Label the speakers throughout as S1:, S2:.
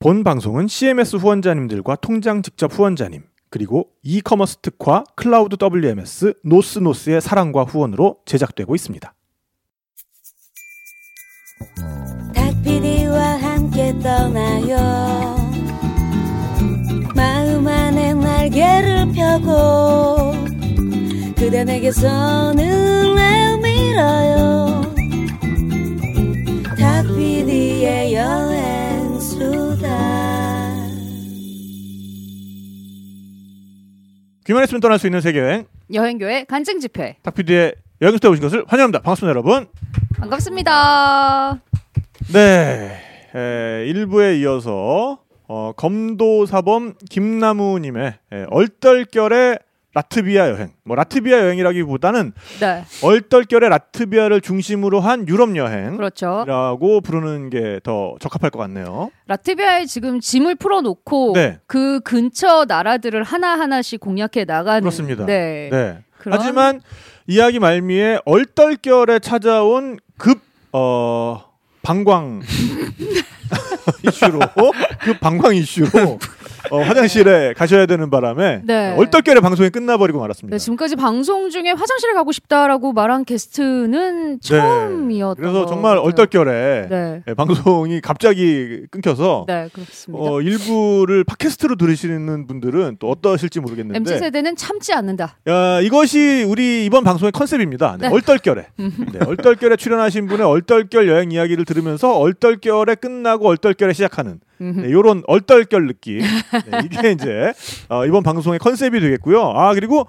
S1: 본 방송은 CMS 후원자님들과 통장 직접 후원자님 그리고 이커머스 특화 클라우드 WMS 노스노스의 사랑과 후원으로 제작되고 있습니다.
S2: 닭피디와 함께 떠나요 마음 안에 날개를 펴고 그대 내게 손을 내밀어요 닭피디의 여행수다
S1: 귀만 했으면 떠날 수 있는 세계여행
S3: 여행교회 간증 집회
S1: 탁피디의 여행수에 오신 것을 환영합니다. 반갑습니다 여러분.
S3: 반갑습니다.
S1: 네. 에, 1부에 이어서 어, 검도사범 김나무님의 에, 얼떨결에 라트비아 여행 뭐 라트비아 여행이라기보다는
S3: 네,
S1: 얼떨결에 라트비아를 중심으로 한 유럽 여행
S3: 그렇죠.
S1: 라고 부르는 게 더 적합할 것 같네요.
S3: 라트비아에 지금 짐을 풀어놓고
S1: 네.
S3: 그 근처 나라들을 하나 하나씩 공략해 나가는.
S1: 그렇습니다.
S3: 네.
S1: 네.
S3: 그런-
S1: 하지만 이야기 말미에 얼떨결에 찾아온 급 어, 방광 이슈로 급 방광 이슈로 어, 화장실에 가셔야 되는 바람에
S3: 네.
S1: 얼떨결에 방송이 끝나버리고 말았습니다.
S3: 네, 지금까지 방송 중에 화장실에 가고 싶다라고 말한 게스트는
S1: 네.
S3: 처음이었던.
S1: 그래서
S3: 것
S1: 정말
S3: 같아요.
S1: 얼떨결에
S3: 네,
S1: 네, 방송이 갑자기 끊겨서
S3: 네, 그렇습니다.
S1: 어, 일부를 팟캐스트로 들으시는 분들은 또 어떠실지 모르겠는데
S3: MZ 세대는 참지 않는다.
S1: 야, 어, 이것이 우리 이번 방송의 컨셉입니다. 네,
S3: 네.
S1: 얼떨결에. 네, 얼떨결에 출연하신 분의 얼떨결 여행 이야기를 들으면서 얼떨결에 끝나고 얼떨결에 시작하는
S3: 음.
S1: 네, 요런 얼떨결 느낌. 네, 이게 이제 어, 이번 방송의 컨셉이 되겠고요. 아, 그리고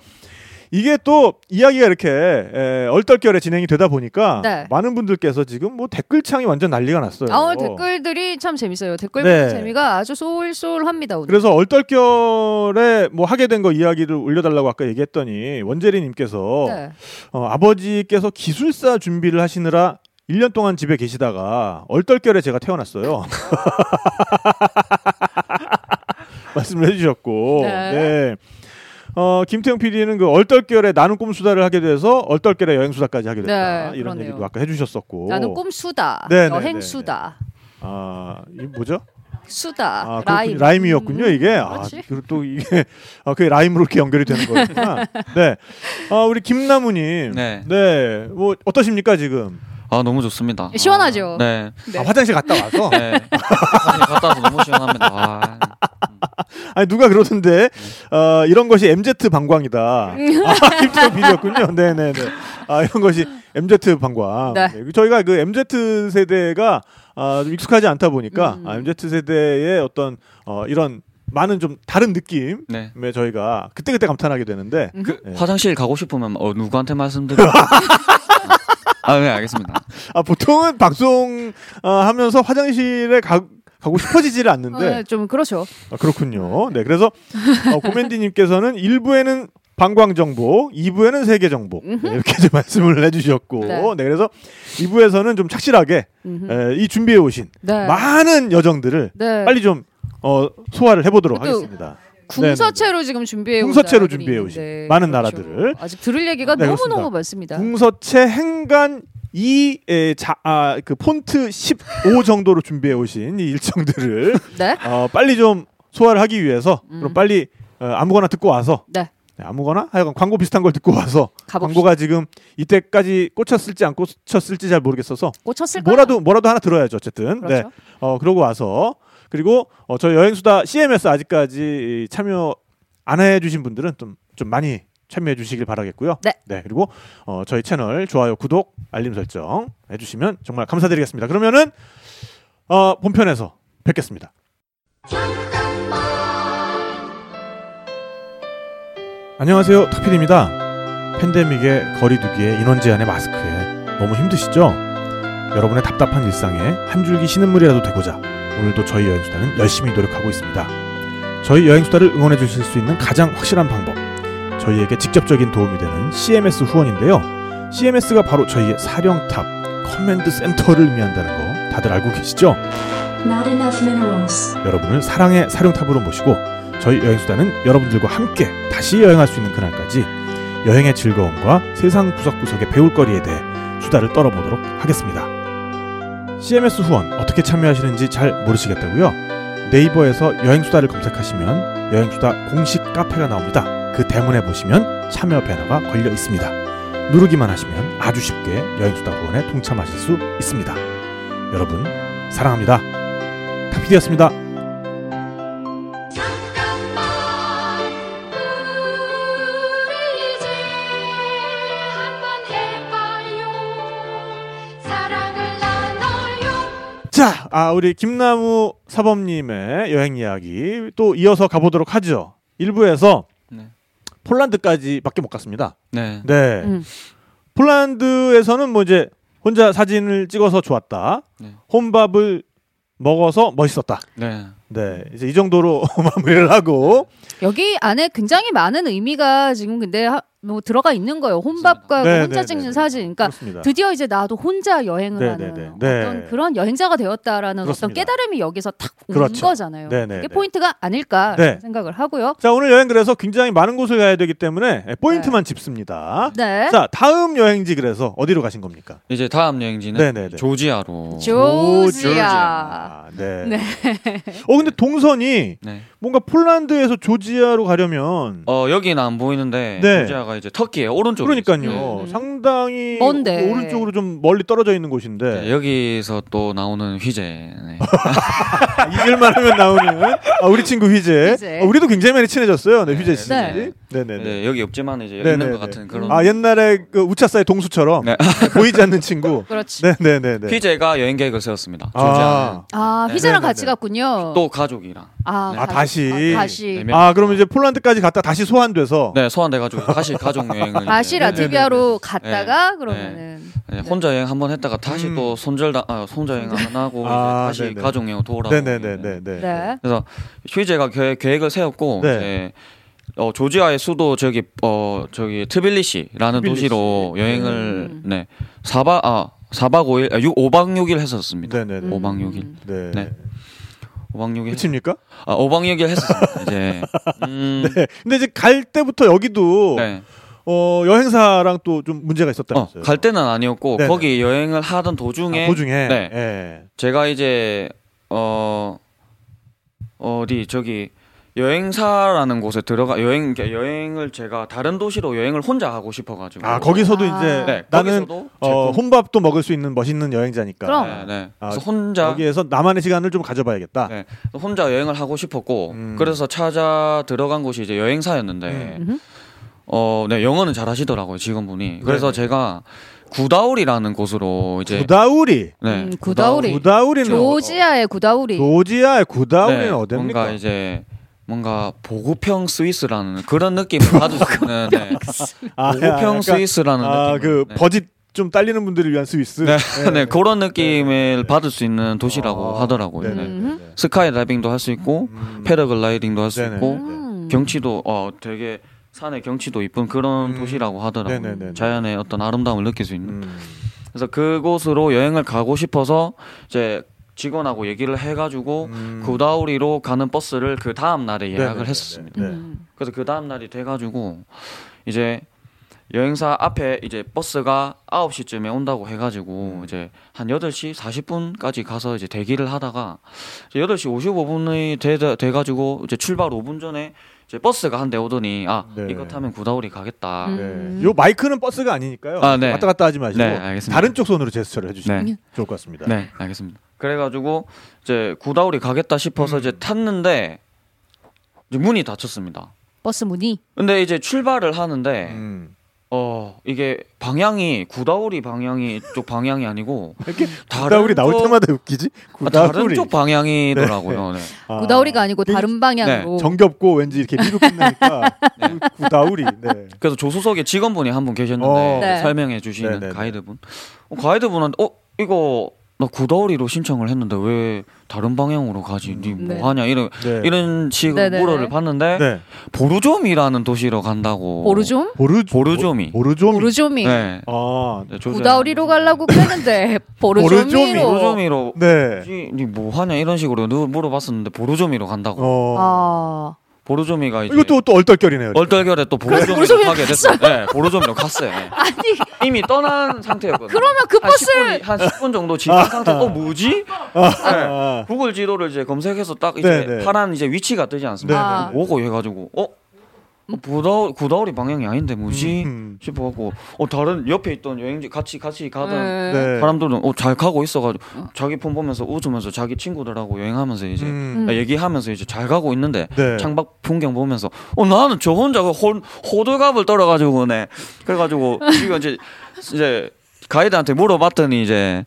S1: 이게 또 이야기가 이렇게 에, 얼떨결에 진행이 되다 보니까
S3: 네.
S1: 많은 분들께서 지금 뭐 댓글창이 완전 난리가 네. 났어요.
S3: 아, 오늘 댓글들이 참 재밌어요. 댓글
S1: 네.
S3: 보는 재미가 아주 쏠쏠합니다. 오늘.
S1: 그래서 얼떨결에 뭐 하게 된 거 이야기를 올려달라고 아까 얘기했더니 원재리님께서
S3: 네.
S1: 어, 아버지께서 기술사 준비를 하시느라 1년 동안 집에 계시다가 얼떨결에 제가 태어났어요. 말씀을 해주셨고,
S3: 네.
S1: 네. 어, 김태형 PD는 그 얼떨결에 나는 꼼수다를 하게 돼서 얼떨결에 여행수다까지 하게 됐다.
S3: 네,
S1: 이런
S3: 그러네요.
S1: 얘기도 아까 해주셨었고.
S3: 나는 꼼수다.
S1: 네, 네,
S3: 여행수다.
S1: 아, 이 뭐죠?
S3: 수다.
S1: 아,
S3: 라임.
S1: 라임. 라임이었군요,
S3: 음,
S1: 이게. 아,
S3: 그렇지.
S1: 그리고 또 이게, 아, 그게 라임으로 이렇게 연결이 되는 거였구나. 네. 아, 우리 김나무님.
S4: 네.
S1: 네. 뭐, 어떠십니까, 지금?
S4: 아 너무 좋습니다.
S3: 시원하죠.
S4: 네.
S3: 네.
S1: 아, 화장실 갔다 와서?
S4: 네. 아니, 갔다 와서 너무 시원합니다. 아, 와.
S1: 아니 누가 그러던데 어, 이런 것이 MZ 방광이다. 아, 김태형 비디였군요. 네네네. 아 이런 것이 MZ 방광.
S3: 네.
S1: 네, 저희가 그 MZ 세대가 아, 좀 익숙하지 않다 보니까
S3: 음.
S1: 아, MZ 세대의 어떤 어, 이런 많은 좀 다른 느낌에
S4: 네.
S1: 저희가 그때그때 감탄하게 되는데
S4: 그
S1: 네.
S4: 화장실 가고 싶으면 어 누구한테 말씀드려? 아, 네, 알겠습니다.
S1: 아, 보통은 방송 어, 하면서 화장실에 가 가고 싶어지지를 네, 않는데
S3: 어, 좀 그렇죠.
S1: 아, 그렇군요. 네, 그래서 어, 고멘디님께서는 1부에는 방광 정보, 2부에는 세계 정보 네, 이렇게 좀 말씀을 해주셨고, 네.
S3: 네.
S1: 그래서 2부에서는 좀 착실하게
S3: 음흠.
S1: 에, 이 준비해 오신
S3: 네.
S1: 많은 여정들을
S3: 네.
S1: 빨리 좀 어, 소화를 해보도록
S3: 그래도
S1: 하겠습니다.
S3: 궁서체로 지금 준비해 온
S1: 궁서체로
S3: 나라들이
S1: 준비해 오신
S3: 있는데,
S1: 많은
S3: 그렇죠.
S1: 나라들을.
S3: 아직 들을 얘기가
S1: 네,
S3: 너무 너무
S1: 그렇습니다.
S3: 많습니다.
S1: 궁서체 행간 이자그 폰트 15 정도로 준비해 오신 이 일정들을
S3: 네.
S1: 어, 빨리 좀 소화를 하기 위해서
S3: 음.
S1: 그럼 빨리 어, 아무거나 듣고 와서
S3: 네.
S1: 네, 아무거나 하여간 광고 비슷한 걸 듣고 와서
S3: 가봅시다.
S1: 광고가 지금 이때까지 꽂혔을지 안 꽂혔을지 잘 모르겠어서
S3: 꽂혔을 거야.
S1: 뭐라도 뭐라도 하나 들어야죠 어쨌든
S3: 그렇죠.
S1: 네. 어 그러고 와서 그리고 어, 저 여행수다 CMS 아직까지 이 참여 안 해주신 분들은 좀 좀 많이 참여해 주시길 바라겠고요.
S3: 네.
S1: 그리고 어, 저희 채널 좋아요, 구독, 알림 설정 해주시면 정말 감사드리겠습니다. 그러면은 어, 본편에서 뵙겠습니다. 안녕하세요, 탁필입니다. 팬데믹의 거리두기에 인원 제한의 마스크에 너무 힘드시죠? 여러분의 답답한 일상에 한 줄기 신은물이라도 되고자 오늘도 저희 여행수다는 열심히 노력하고 있습니다. 저희 여행수다를 응원해 주실 수 있는 가장 확실한 방법. 저희에게 직접적인 도움이 되는 CMS 후원인데요. CMS가 바로 저희의 사령탑, 커맨드 센터를 의미한다는 거 다들 알고 계시죠?
S5: Not enough minerals.
S1: 여러분을 사랑의 사령탑으로 모시고 저희 여행수다는 여러분들과 함께 다시 여행할 수 있는 그날까지 여행의 즐거움과 세상 구석구석의 배울거리에 대해 수다를 떨어보도록 하겠습니다. CMS 후원 어떻게 참여하시는지 잘 모르시겠다고요? 네이버에서 여행수다를 검색하시면 여행수다 공식 카페가 나옵니다. 그 대문에 보시면 참여 배너가 걸려 있습니다. 누르기만 하시면 아주 쉽게 여행수다 후원에 동참하실 수 있습니다. 여러분 사랑합니다. 탁피디였습니다.
S6: 잠깐만 우리 이제 한번 해봐요 사랑을 나눠요
S1: 자, 아 우리 김나무 사범님의 여행 이야기 또 이어서 가보도록 하죠. 일부에서
S4: 네.
S1: 폴란드까지밖에 못 갔습니다.
S4: 네.
S1: 네.
S3: 음.
S1: 폴란드에서는 뭐 이제 혼자 사진을 찍어서 좋았다.
S4: 네.
S1: 혼밥을 먹어서 멋있었다.
S4: 네.
S1: 네. 이제 이 정도로 마무리를 하고
S3: 여기 안에 굉장히 많은 의미가 지금 근데 하- 뭐 들어가 있는 거예요. 혼밥과 그
S1: 네,
S3: 혼자
S1: 네,
S3: 찍는
S1: 네.
S3: 사진. 그러니까
S1: 그렇습니다.
S3: 드디어 이제 나도 혼자 여행을
S1: 네,
S3: 하는
S1: 네, 네, 네.
S3: 어떤 그런 여행자가 되었다라는
S1: 그렇습니다.
S3: 어떤 깨달음이 여기서 탁 온
S1: 그렇죠.
S3: 거잖아요.
S1: 네, 네, 네.
S3: 이게 포인트가 아닐까
S1: 네.
S3: 생각을 하고요.
S1: 자, 오늘 여행 그래서 굉장히 많은 곳을 가야 되기 때문에 예, 포인트만 짚습니다.
S3: 네.
S1: 자, 다음 여행지 그래서 어디로 가신 겁니까?
S4: 이제 다음 여행지는
S1: 네네네.
S4: 조지아로.
S3: 조지아.
S1: 조지아. 네.
S3: 네.
S1: 어 근데 동선이
S4: 네.
S1: 뭔가 폴란드에서 조지아로 가려면
S4: 어 여기는 안 보이는데
S1: 네.
S4: 조지아가 이제 터키예요. 네. 오른쪽.
S1: 그러니까요.
S3: 음.
S1: 상당히
S3: 먼데.
S1: 오른쪽으로 좀 멀리 떨어져 있는 곳인데
S4: 네, 여기서 또 나오는 휘제. 네.
S1: 아, 잊을만 하면 나오는 아, 우리 친구 휘재.
S3: 휘재.
S1: 아, 우리도 굉장히 많이 친해졌어요. 네, 휘재 씨.
S3: 네.
S1: 네, 네, 네.
S4: 네, 여기 없지만 이제
S1: 네, 네,
S4: 있는
S1: 네.
S4: 것 같은 그런.
S1: 아, 옛날에 그 우차사의 동수처럼
S4: 네.
S1: 보이지 않는 친구.
S3: 그렇지.
S1: 네, 네, 네, 네.
S4: 휘제가 여행 계획을 세웠습니다.
S1: 아.
S4: 조지아.
S3: 아,
S4: 네.
S3: 휘재랑
S1: 네, 네,
S3: 같이
S1: 네.
S3: 갔군요.
S4: 또 가족이랑.
S3: 아,
S1: 아, 다시.
S3: 아,
S4: 네
S3: 다시.
S4: 명.
S1: 아, 그러면 이제 폴란드까지 갔다 다시 소환돼서
S4: 네 소환돼가지고 다시 가족 여행을.
S3: 다시
S4: 이제, 네,
S3: 라트비아로 갔다가 그러면은
S4: 네, 혼자 여행 한번 했다가 다시
S1: 음.
S4: 또 손절 당, 아, 손절 여행 안 하고 이제
S1: 아,
S4: 다시
S1: 네네.
S4: 가족 여행 돌아오고.
S1: 네, 네, 네, 네,
S3: 네.
S1: 네.
S4: 그래서 휴이제가 계획, 계획을 세웠고
S1: 네.
S4: 이제 어, 조지아의 수도 저기 어 저기 트빌리시라는
S1: 트빌리시.
S4: 도시로 여행을
S3: 음.
S4: 네 사박 아 사박 오일 아, 육 오박 육일 했었습니다.
S1: 네, 네,
S3: 음.
S1: 네.
S4: 오박 육일
S1: 네.
S4: 네. 오박 육일
S1: 그렇습니까?
S4: 아 오박 육일 했었습니다. 이제 음,
S1: 네. 근데 이제 갈 때부터 여기도
S4: 네.
S1: 어, 여행사랑 또 좀 문제가 있었다면서요.
S4: 어, 갈 때는 아니었고
S1: 네네.
S4: 거기 여행을 하던 도중에
S1: 아, 도중에
S4: 네.
S1: 예.
S4: 제가 이제 어 어디 저기 여행사라는 곳에 들어가 여행 그러니까 여행을 제가 다른 도시로 여행을 혼자 하고 싶어가지고
S1: 아, 거기서도
S3: 아.
S1: 이제
S4: 네,
S1: 나는
S4: 거기서도 제
S1: 어,
S4: 꿈-
S1: 혼밥도 먹을 수 있는 멋있는 여행자니까.
S3: 그럼.
S4: 네, 네.
S1: 아,
S4: 그래서 혼자
S1: 여기에서 나만의 시간을 좀 가져봐야겠다.
S4: 네. 혼자 여행을 하고 싶었고
S1: 음.
S4: 그래서 찾아 들어간 곳이 이제 여행사였는데
S3: 음. 음.
S4: 어, 네 영어는 잘하시더라고요 직원분이 그래서
S1: 네.
S4: 제가 구다울이라는 곳으로 이제
S1: 구다우리.
S4: 네.
S3: 음, 구다우리.
S1: 구다우리는 뭐,
S3: 조지아의 구다우리.
S1: 조지아의 구다우리는
S4: 네,
S1: 어딥니까?
S4: 뭔가 이제 뭔가 보급형 스위스라는 그런 느낌을 받을 수 있는 네.
S1: 아,
S4: 보급형
S1: 약간,
S4: 스위스라는
S1: 아, 그
S4: 느낌. 네.
S1: 버짓 좀 딸리는 분들을 위한 스위스.
S4: 네, 네, 그런 느낌을
S1: 네.
S4: 받을 수 있는 도시라고
S1: 아,
S4: 하더라고요.
S1: 네네.
S4: 네.
S3: 음.
S1: 네.
S4: 스카이 다이빙도 할 수 있고
S1: 음,
S4: 패러글라이딩도 할 수
S1: 네네.
S4: 있고
S3: 음.
S4: 경치도 어 되게 산의 경치도 이쁜 그런
S1: 음.
S4: 도시라고 하더라고요. 음,
S1: 네네네네.
S4: 자연의 어떤 아름다움을 느낄 수 있는.
S1: 음.
S4: 그래서 그곳으로 여행을 가고 싶어서 이제 직원하고 얘기를 해가지고
S1: 음.
S4: 구다우리로 가는 버스를 그 다음 날에 예약을
S1: 네네네네.
S4: 했었습니다.
S1: 네.
S3: 음.
S4: 그래서 그 다음 날이 돼가지고 이제 여행사 앞에 이제 버스가 9시쯤에 온다고
S1: 음.
S4: 해가지고 이제 한 8시 40분까지 가서 이제 대기를 하다가 이제 8시 55분이 돼, 돼가지고 이제 출발 5분 전에 이제 버스가 한 대 오더니 아
S1: 네.
S4: 이거 타면 구다우리 가겠다.
S3: 음.
S1: 네. 요 마이크는 버스가 아니니까요.
S4: 아, 네.
S1: 왔다 갔다 하지 마시고
S4: 네, 알겠습니다.
S1: 다른 쪽 손으로 제스처를 해주시면
S4: 네.
S1: 좋을 것 같습니다.
S4: 네 알겠습니다. 그래가지고 이제 구다우리 가겠다 싶어서
S1: 음.
S4: 이제 탔는데 이제 문이 닫혔습니다.
S3: 버스 문이.
S4: 근데 이제 출발을 하는데
S1: 음.
S4: 어 이게 방향이 구다우리 방향이 쪽 방향이 아니고
S1: 이렇게
S4: 다른
S1: 구다우리 나올
S4: 쪽-
S1: 때마다 웃기지?
S4: 아, 다른 쪽 방향이더라고요. 네.
S1: 아,
S3: 구다우리가 아니고
S1: 되게
S3: 다른 방향으로.
S1: 정겹고 왠지 이렇게 미국 끝나니까 구다우리. 네.
S4: 그래서 조수석에 직원분이 한 분 계셨는데
S1: 어.
S3: 네.
S4: 설명해 주시는
S1: 네네네.
S4: 가이드분. 어, 가이드분한테 어 이거 나 구다우리로 신청을 했는데 왜 다른 방향으로 가지? 니 뭐
S3: 네.
S4: 하냐 이런
S1: 네.
S4: 이런 식으로
S3: 네네네.
S4: 물어를 봤는데
S1: 네.
S4: 보르좀이라는 도시로
S3: 어.
S4: 간다고.
S3: 오르좀?
S1: 보르
S4: 보르조미.
S1: 보르조미.
S3: 오르좀이.
S4: 네.
S1: 아,
S4: 네, 조세-
S3: 구다우리로 가려고 했는데 보르조미로.
S4: 보르조미로. 뭐
S1: 네.
S4: 니뭐 하냐 이런 식으로 물어봤었는데 보르조미로 간다고.
S1: 어.
S3: 아.
S4: 보르조미가 이제
S1: 이것도 또 얼떨결이네요. 이렇게.
S4: 얼떨결에 또
S3: 그래서
S4: 보르조미로
S3: 보르조미로
S4: 가게 됐어요. 네, 보르조미로 갔어요. 네.
S3: 아니
S4: 이미 떠난 상태였거든요.
S3: 그러면 그
S4: 한
S3: 버스를
S4: 10분, 한 10분 정도 지난 상태. 어 뭐지? 네.
S1: 아,
S4: 구글 지도를 이제 검색해서 딱 이제
S1: 네, 네.
S4: 파란 이제 위치가 뜨지 않습니까?
S3: 네,
S4: 오고 해가지고 어 구다 구다우리 방향이 아닌데 뭐지?
S1: 음.
S4: 싶어갖고 어 다른 옆에 있던 여행지 같이 같이 가던
S3: 네.
S1: 네.
S4: 사람들은 어 잘 가고 있어가지고 자기 폰 보면서 웃으면서 자기 친구들하고 여행하면서 이제
S1: 음.
S4: 아, 얘기하면서 이제 잘 가고 있는데
S1: 네.
S4: 창밖 풍경 보면서 어 나는 저 혼자 그 홀- 호들갑을 떨어가지고네 그래가지고 이거 이제 이제 가이드한테 물어봤더니 이제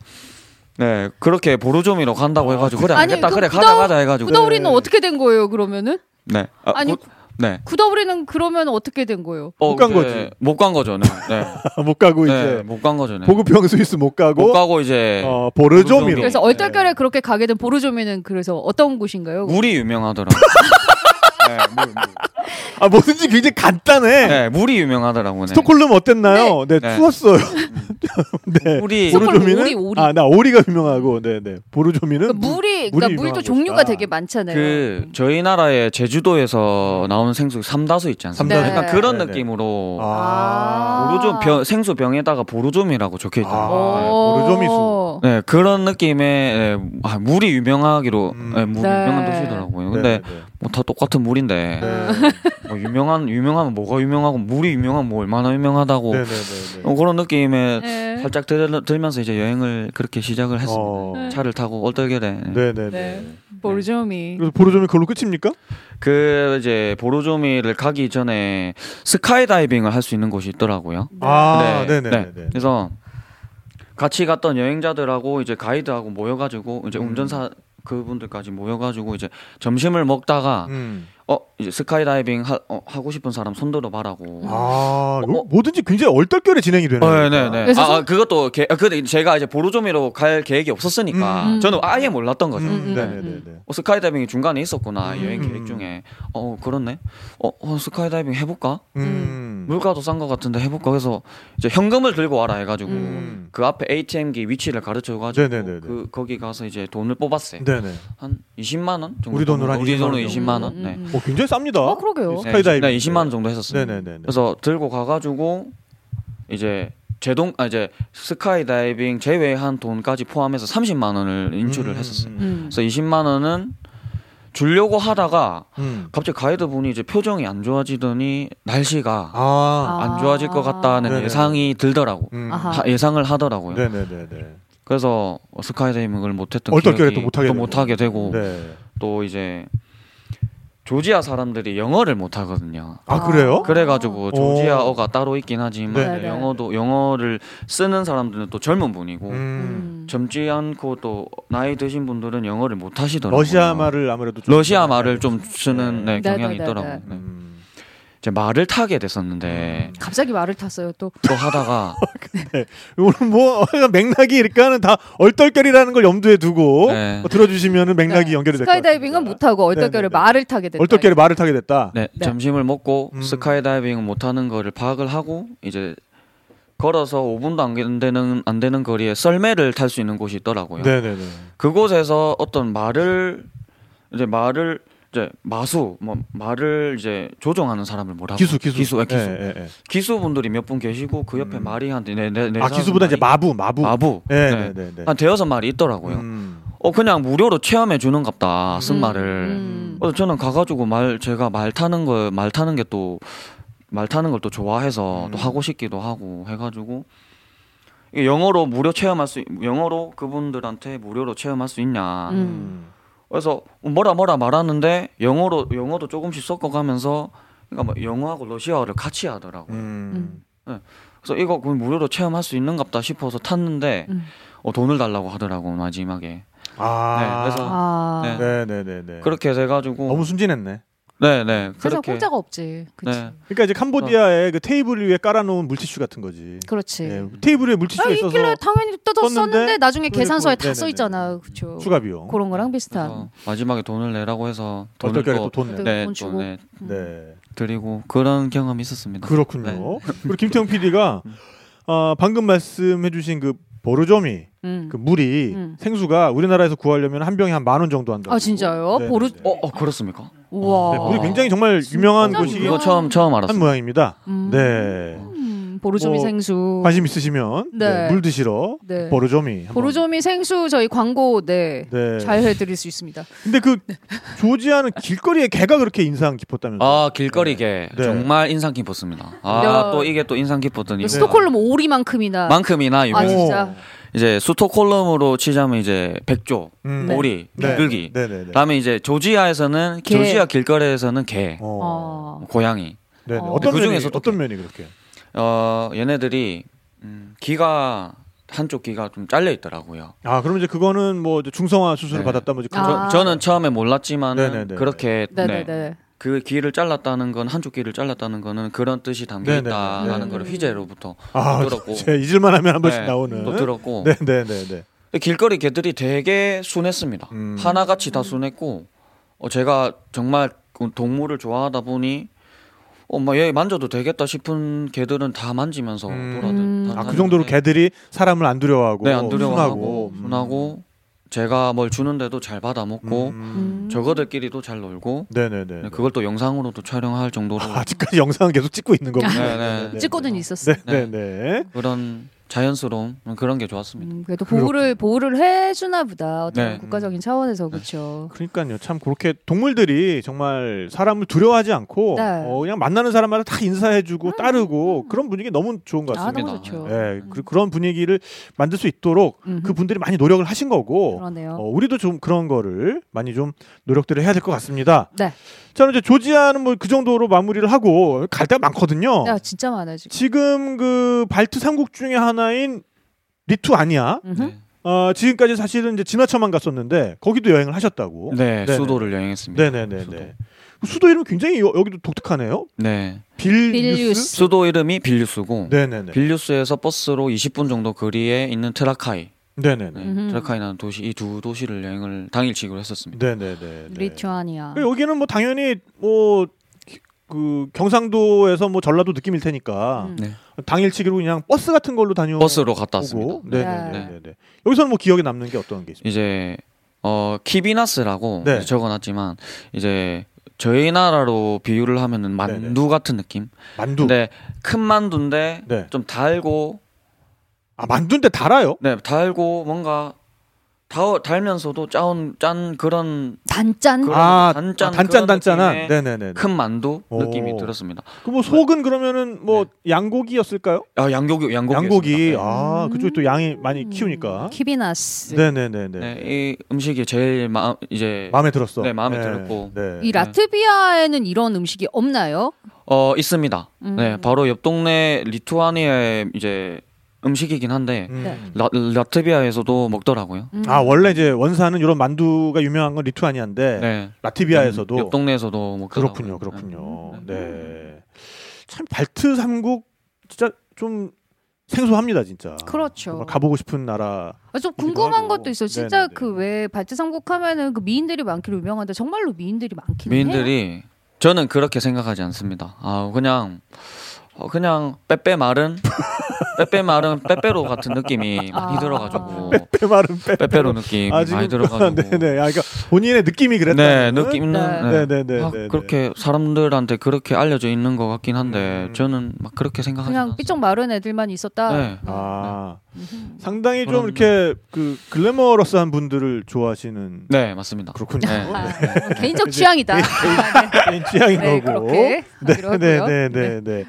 S4: 네 그렇게 보르조미로 간다고 해가지고 그래
S3: 아니,
S4: 알겠다
S3: 그
S4: 그래 가자
S3: 구다우-
S4: 가자 해가지고
S3: 구더우리는 어떻게 된 거예요 그러면은?
S4: 네 아,
S3: 아니,
S4: 구- 네.
S3: 구더우리는 그러면 어떻게 된 거예요?
S1: 못간 거지.
S4: 못간 거죠. 네. 네.
S3: 음.
S1: 못 가고
S4: 네.
S1: 이제
S4: 못 간 거죠. 네.
S1: 보급형 스위스 못 가고,
S4: 못 가고 이제
S1: 어, 보르조미로.
S4: 보르조미.
S3: 그래서 얼떨결에 그렇게 가게 된 보르조미는 그래서 어떤 곳인가요?
S4: 물이 유명하더라. 네, 물, 물.
S1: 아 뭐든지 굉장히 간단해.
S4: 네, 물이 유명하더라고. 네.
S1: 스톡홀름 어땠나요? 네,
S4: 네.
S1: 추웠어요. 네.
S4: 물이
S3: 스톡홀름 오리, 오리.
S1: 아, 나 오리가 유명하고, 네, 네. 보르조미는
S3: 그러니까 물이
S1: 물이
S3: 그러니까
S1: 유명한
S3: 물도
S1: 곳이다.
S3: 종류가 되게 많잖아요.
S4: 그 저희 나라의 제주도에서 나오는 생수 삼다수 있지 않습니까?
S3: 삼다수.
S4: 약간 그런
S1: 네네.
S4: 느낌으로
S1: 아,
S4: 보루조 병, 생수 병에다가 보루조미라고 적혀
S1: 아,
S4: 있잖아요.
S1: 보르조미 수.
S4: 네 그런 느낌의 예, 아, 물이 유명하기로
S1: 음.
S4: 예, 물
S3: 네.
S4: 유명한 도시더라고요. 근데 뭐 다 똑같은 물인데
S1: 네,
S4: 뭐 유명한 유명하면 뭐가 유명하고 물이 유명하면 뭐 얼마나 유명하다고
S1: 네, 네, 네, 네.
S4: 어, 그런 느낌의
S3: 네.
S4: 살짝 들, 들면서 이제 여행을 그렇게 시작을 했습니다.
S1: 어.
S4: 차를 타고 얼떨결에
S1: 네, 네, 네.
S3: 네. 보르조미.
S1: 그래서 보르조미 그걸로 끝입니까?
S4: 그 이제 보로조미를 가기 전에 스카이다이빙을 할 수 있는 곳이 있더라고요.
S1: 아, 네, 네, 네. 네.
S4: 그래서 같이 갔던 여행자들하고 이제 가이드하고 모여가지고 이제
S1: 음.
S4: 운전사 그분들까지 모여가지고 이제 점심을 먹다가
S1: 음.
S4: 어 이제 스카이다이빙 하, 고 싶은 사람 손들어 봐라고.
S1: 아, 요,
S4: 어?
S1: 뭐든지 굉장히 얼떨결에 진행이 되네요.
S4: 네네네.
S3: 그래서
S4: 아, 아, 그것도 개, 아, 근데 제가 이제 보로조미로 갈 계획이 없었으니까
S3: 음.
S4: 저는 아예 몰랐던 거죠.
S3: 음, 음,
S1: 네, 네,
S3: 음.
S1: 네, 네.
S4: 어, 스카이다이빙이 중간에 있었구나
S1: 음.
S4: 여행 계획 중에. 어 그렇네. 어, 어 스카이다이빙 해볼까?
S1: 음.
S4: 물가도 싼 것 같은데 해볼까 해서 이제 현금을 들고 와라 해가지고
S1: 음.
S4: 그 앞에 ATM기 위치를 가르쳐가지고
S1: 네네네네.
S4: 그 거기 가서 이제 돈을 뽑았어요.
S1: 네, 네.
S4: 한 20만 원 정도.
S1: 우리 돈으로 한
S4: 우리
S1: 20만
S4: 돈으로
S1: 원
S4: 20만 원. 네.
S3: 음, 음, 음.
S1: 어, 굉장히 쌉니다.
S3: 어
S1: 네.
S3: 그러게요.
S1: 스카이다이빙.
S4: 네, 20만 원 정도
S1: 네,
S4: 했었어요.
S1: 네, 네, 네.
S4: 그래서 들고 가가지고 이제 제동 아 이제 스카이다이빙 제외한 돈까지 포함해서 30만 원을 인출을
S1: 음,
S4: 했었어요.
S1: 음,
S3: 음.
S4: 그래서 20만 원은 주려고 하다가
S1: 음.
S4: 갑자기 가이드분이 이제 표정이 안 좋아지더니 날씨가
S1: 아,
S4: 안 좋아질 것 같다는
S1: 네네.
S4: 예상이 들더라고.
S1: 음.
S3: 아하.
S4: 하- 예상을 하더라고요.
S1: 네, 네, 네, 네.
S4: 그래서 스카이다이빙을 못했던
S1: 얼떨결에
S4: 기억이
S1: 또 못하게 되고.
S4: 되고
S1: 네.
S4: 또 이제 조지아 사람들이 영어를 못하거든요.
S1: 아, 그래요?
S4: 그래가지고
S1: 오.
S4: 조지아어가 따로 있긴 하지만
S3: 네네.
S4: 영어도 영어를 쓰는 사람들은 또 젊은 분이고
S1: 음.
S3: 음.
S4: 젊지 않고 또 나이 드신 분들은 영어를 못 하시더라고요.
S1: 러시아 말을 아무래도 좀
S4: 러시아 말을 좀 쓰는 네,
S3: 네네네네.
S4: 경향이
S3: 음.
S4: 있더라고요. 네.
S1: 음.
S4: 이제 말을 타게 됐었는데
S3: 갑자기 말을 탔어요 또.
S4: 또 하다가
S1: 오늘 뭐 맥락이 이러니까는 다 얼떨결이라는 걸 염두에 두고
S4: 네.
S1: 어, 들어주시면은 맥락이
S3: 네.
S1: 연결이 될것 같아요.
S3: 스카이다이빙은 못 하고 얼떨결에
S1: 네네네.
S3: 말을 타게 됐다.
S1: 얼떨결에 말을 타게 됐다.
S4: 네,
S3: 네.
S4: 점심을 먹고
S1: 음.
S4: 스카이다이빙 못하는 거를 파악을 하고 이제 걸어서 5분도 안 되는 안 되는 거리에 썰매를 탈 수 있는 곳이 있더라고요.
S1: 네, 네, 네.
S4: 그곳에서 어떤 말을 이제 말을 이제 마수 뭐 말을 이제 조종하는 사람을 뭐라고
S1: 기수, 기수,
S4: 기수 아, 기수
S1: 예, 예, 예.
S4: 분들이 몇 분 계시고 그 옆에
S1: 음.
S4: 말이 한네네 네,
S1: 아 기수보다 이제 마부, 마부.
S4: 마부
S1: 네,
S4: 네.
S1: 네, 네, 네.
S4: 한 대여섯 말이 있더라고요.
S1: 음.
S4: 어 그냥 무료로 체험해 주는 갑다 쓴 말을
S3: 음.
S4: 어, 저는 가가지고 말 제가 말 타는 걸 말 타는 게 또 말 타는 걸 또 좋아해서
S1: 음.
S4: 또 하고 싶기도 하고 해가지고 이게 영어로 무료 체험할 수 영어로 그분들한테 무료로 체험할 수 있냐
S3: 음.
S4: 그래서 뭐라 뭐라 말하는데 영어로 영어도 조금씩 섞어가면서 그러니까 뭐 영어하고 러시아어를 같이 하더라고 요
S1: 음.
S4: 그래서 이거 그럼 무료로 체험할 수 있는갑다 싶어서 탔는데
S3: 음.
S4: 어, 돈을 달라고 하더라고 마지막에
S1: 아.
S4: 네, 그래서-
S3: 아.
S4: 네.
S1: 네, 네, 네, 네.
S4: 그렇게 돼가지고
S1: 너무 순진했네.
S4: 네네
S3: 세상
S4: 그렇게
S3: 공짜가 없지. 그치.
S4: 네.
S1: 그러니까 이제
S4: 어.
S1: 캄보디아의 그 테이블 위에 깔아놓은 물티슈 같은 거지.
S3: 그렇지.
S1: 네, 테이블 위에 물티슈가
S3: 아,
S1: 있어서
S3: 있길래 당연히 뜯어
S1: 썼는데
S3: 썼는데 나중에
S1: 그걸
S3: 계산서에
S1: 그걸-
S3: 다 써
S1: 네네네.
S3: 있잖아. 그렇죠.
S1: 추가 비용.
S3: 그런 거랑
S4: 그래서
S3: 비슷한.
S4: 마지막에 돈을 내라고 해서 돈을
S1: 얼떨결에
S4: 또
S1: 또돈 내.
S3: 네.
S4: 네,
S3: 돈
S4: 또,
S3: 주고.
S4: 네,
S1: 네.
S4: 드리고 그런 경험이 있었습니다.
S1: 어, 그렇군요. 그리고 김태형 PD가 방금 말씀해주신 그 보르조미
S3: 음.
S1: 그 물이
S3: 음.
S1: 생수가 우리나라로 구하려면 한 병에 한 만 원 정도 한다.
S3: 아
S1: 뭐,
S3: 진짜요? 보르-
S4: 어, 어 그렇습니까?
S3: 우와.
S1: 네, 물이 굉장히 정말
S3: 진짜
S1: 유명한
S3: 유명한
S1: 곳이긴
S4: 이거
S3: 유명한-
S4: 처음 처음
S1: 한
S4: 알았어요.
S1: 모양입니다.
S3: 음.
S1: 네.
S3: 음, 보르조미
S1: 뭐,
S3: 생수.
S1: 관심 있으시면
S3: 네.
S1: 네, 물 드시러
S3: 네.
S1: 보르조미. 한번.
S3: 보르조미 생수 저희 광고 네.
S1: 뭐. 네.
S3: 잘 해드릴 수 있습니다.
S1: 근데 그 조지아는 길거리에 개가 그렇게 인상 깊었다면서.
S4: 아 길거리게
S1: 네.
S4: 정말 인상 깊었습니다. 아
S3: 야.
S4: 또 이게 또 인상 깊었던 이유.
S3: 네. 그 스톡홀름 오리만큼이나.
S4: 만큼이나
S3: 아
S4: 유명.
S3: 진짜.
S4: 이제 수토콜럼으로 치자면 이제 백조,
S1: 음.
S4: 오리,
S1: 네.
S4: 물기.
S1: 네, 네, 네.
S4: 다음에 이제 조지아에서는
S3: 개.
S4: 조지아 길거리에서는 개,
S1: 어.
S3: 어.
S4: 고양이.
S1: 네, 네.
S3: 어.
S1: 어떤
S4: 그
S1: 면이
S4: 중에서도
S1: 어떤 면이 그렇게.
S4: 어 얘네들이 음, 귀가 한쪽 귀가 좀 잘려 있더라고요.
S1: 아, 그럼 이제 그거는 뭐 이제 중성화 수술을
S4: 네.
S1: 받았다 뭐지.
S3: 아.
S4: 저, 저는 처음에 몰랐지만
S1: 네네네.
S4: 은 그렇게 네,
S3: 네네네.
S4: 그 귀를 잘랐다는 건 한쪽 귀를 잘랐다는 거는 그런 뜻이 담겨
S1: 네네네.
S4: 있다라는 걸
S3: 음.
S4: 휘재로부터
S1: 아,
S4: 들었고.
S1: 제 잊을만 하면 한 번씩
S4: 네,
S1: 나오는.
S4: 또 들었고
S1: 네, 네, 네, 네.
S4: 길거리 개들이 되게 순했습니다.
S1: 음.
S4: 하나같이 다 순했고 어, 제가 정말 그 동물을 좋아하다 보니 엄마 얘 만져도 되겠다 싶은 개들은 다 만지면서
S1: 음.
S3: 음.
S4: 돌아다녔는데
S1: 아, 그 정도로 개들이 사람을 안 두려워하고
S4: 네안
S1: 순하고,
S4: 두려워하고
S1: 음.
S4: 순하고 제가 뭘 주는데도 잘 받아 먹고
S1: 음.
S4: 저거들끼리도 잘 놀고
S1: 네, 네, 네.
S4: 그걸 또 영상으로도 촬영할 정도로
S1: 아, 아직까지 영상은 계속 찍고 있는 거군요.
S4: 네, 네.
S3: 찍고는 있었어.
S1: 네, 네, 네.
S4: 그런 자연스러운 그런 게 좋았습니다.
S3: 음, 그래도
S1: 그렇군요. 음.
S3: 보호를 보호를 해주나 보다 어떤
S4: 네.
S3: 국가적인 차원에서 그렇죠.
S1: 그러니까요. 참 그렇게 동물들이 정말 사람을 두려워하지 않고
S3: 네. 음.
S1: 어, 그냥 만나는 사람마다 다 인사해주고 따르고 그런 분위기 너무 좋은 것
S3: 아
S1: 같습니다.
S3: 너무 좋죠.
S1: 예,
S4: 음.
S1: 그, 런 분위기를 만들 수 있도록
S3: 음. 그렇죠.
S1: 그 분들이 많이 노력을 하신 거고
S3: 그러네요.
S1: 어, 우리도 좀 그런 거를 많이 좀 노력들을 해야 될 것 같습니다.
S3: 네.
S1: 저는 이제 조지아는 뭐 그 정도로 마무리를 하고 갈 데가 많거든요.
S3: 야 진짜 많아 지금.
S1: 지금 그 발트 삼국 중에 하나인 리투아니아
S3: 음흠.
S4: 네.
S1: 어, 지금까지 사실은 이제 지나쳐만 갔었는데 거기도 여행을 하셨다고.
S4: 네,
S1: 뭐? 네네.
S4: 수도를 여행했습니다.
S1: 네네네네. 그
S4: 수도.
S1: 수도 이름 굉장히 여, 기도 독특하네요.
S4: 네.
S1: 빌뉴스.
S3: 빌뉴스.
S4: 수도 이름이 빌뉴스고
S1: 네네네.
S4: 빌뉴스에서 버스로 20분 정도 거리에 있는 트라카이,
S1: 네네네.
S4: 네,
S3: 음.
S4: 트라카이라는 도시 이 두 도시를 여행을 당일치기로 했었습니다.
S1: 네네네.
S3: 리투아니아.
S1: 여기는 뭐 당연히 뭐 그 경상도에서 뭐 전라도 느낌일 테니까
S3: 음.
S4: 네.
S1: 당일치기로 그냥 버스 같은 걸로 다녀.
S4: 버스로 갔다 왔습니다.
S1: 음. 오고. 네네네네. 여기서는 뭐 기억에 남는 게 어떤 게 있습니까?
S4: 이제 어 키비나스라고
S1: 네.
S4: 적어놨지만 이제 저희 나라로 비유를 하면은 만두 같은 느낌.
S1: 네, 만두. 네.
S4: 근데 큰 만두인데 좀 달고
S1: 아 만두인데 달아요?
S4: 네 달고 뭔가 달, 달면서도 짜온 짠 그런
S3: 단짠.
S4: 그런
S1: 아,
S4: 단짠
S1: 아, 단짠
S4: 그런
S1: 단짠한.
S4: 느낌의
S1: 네네네.
S4: 큰 만두
S1: 오.
S4: 느낌이 들었습니다.
S1: 그뭐 속은 그러면은 뭐 양고기였을까요?
S4: 아 네. 양고기 양고기 네.
S1: 양고기. 아
S3: 음.
S1: 그쪽이 또 양이 많이 키우니까.
S3: 키비나스.
S1: 아, 네네네네.
S4: 네, 이 음식이 제일 마, 이제
S1: 마음에 들었어.
S4: 네, 마음에 들었고.
S1: 네.
S3: 이 라트비아에는 이런 음식이 없나요?
S4: 어 있습니다.
S3: 음.
S4: 네, 바로 옆 동네 리투아니아의 이제 음식이긴 한데
S1: 음.
S3: 네.
S4: 라, 라트비아에서도 먹더라고요.
S3: 음.
S1: 아 원래 이제 원산은 이런 만두가 유명한 건 리투아니아인데
S4: 네.
S1: 라트비아에서도
S4: 옆 동네에서도 먹더라고요.
S1: 그렇군요,
S4: 네.
S1: 그렇군요.
S4: 음.
S1: 네. 참 발트 삼국 진짜 좀 생소합니다, 진짜.
S3: 그렇죠.
S1: 아, 정말 가보고 싶은 나라.
S3: 아, 좀
S1: 이기도
S3: 궁금한
S1: 하고.
S3: 것도 있어. 요 진짜
S1: 네네네.
S3: 그 왜 발트 삼국 하면은 그 미인들이 많기로 유명한데 정말로 미인들이 많긴 해요.
S4: 미인들이 저는 그렇게 생각하지 않습니다. 아 그냥 어, 그냥 빼빼 마른 빼빼 마른 빼빼로 같은 느낌이 많이
S3: 아.
S4: 들어가지고
S1: 빼마른 빼.
S4: 빼빼로 느낌
S1: 아,
S4: 이
S1: 지금-
S4: 많이 들어가지고
S1: 네네. 아, 그러니까 본인의 느낌이 그랬다.
S4: 네 느낌 있는
S3: 네.
S4: 네.
S1: 네네네.
S4: 막 그렇게 사람들한테 그렇게 알려져 있는 것 같긴 한데
S1: 음.
S4: 저는 막 그렇게 생각하지
S3: 그냥 삐쩍 마른 애들만 있었다.
S4: 네.
S1: 아
S3: 음.
S1: 상당히 좀
S4: 그런-
S1: 이렇게 그 글래머러스한 분들을 좋아하시는
S4: 네 맞습니다.
S1: 그렇군요.
S4: 네.
S3: 아, 개인적 취향이다. 아,
S1: 개인 취향인
S3: 네,
S1: 거고.
S3: 그렇게 하기로 하고요.
S1: 네네네네.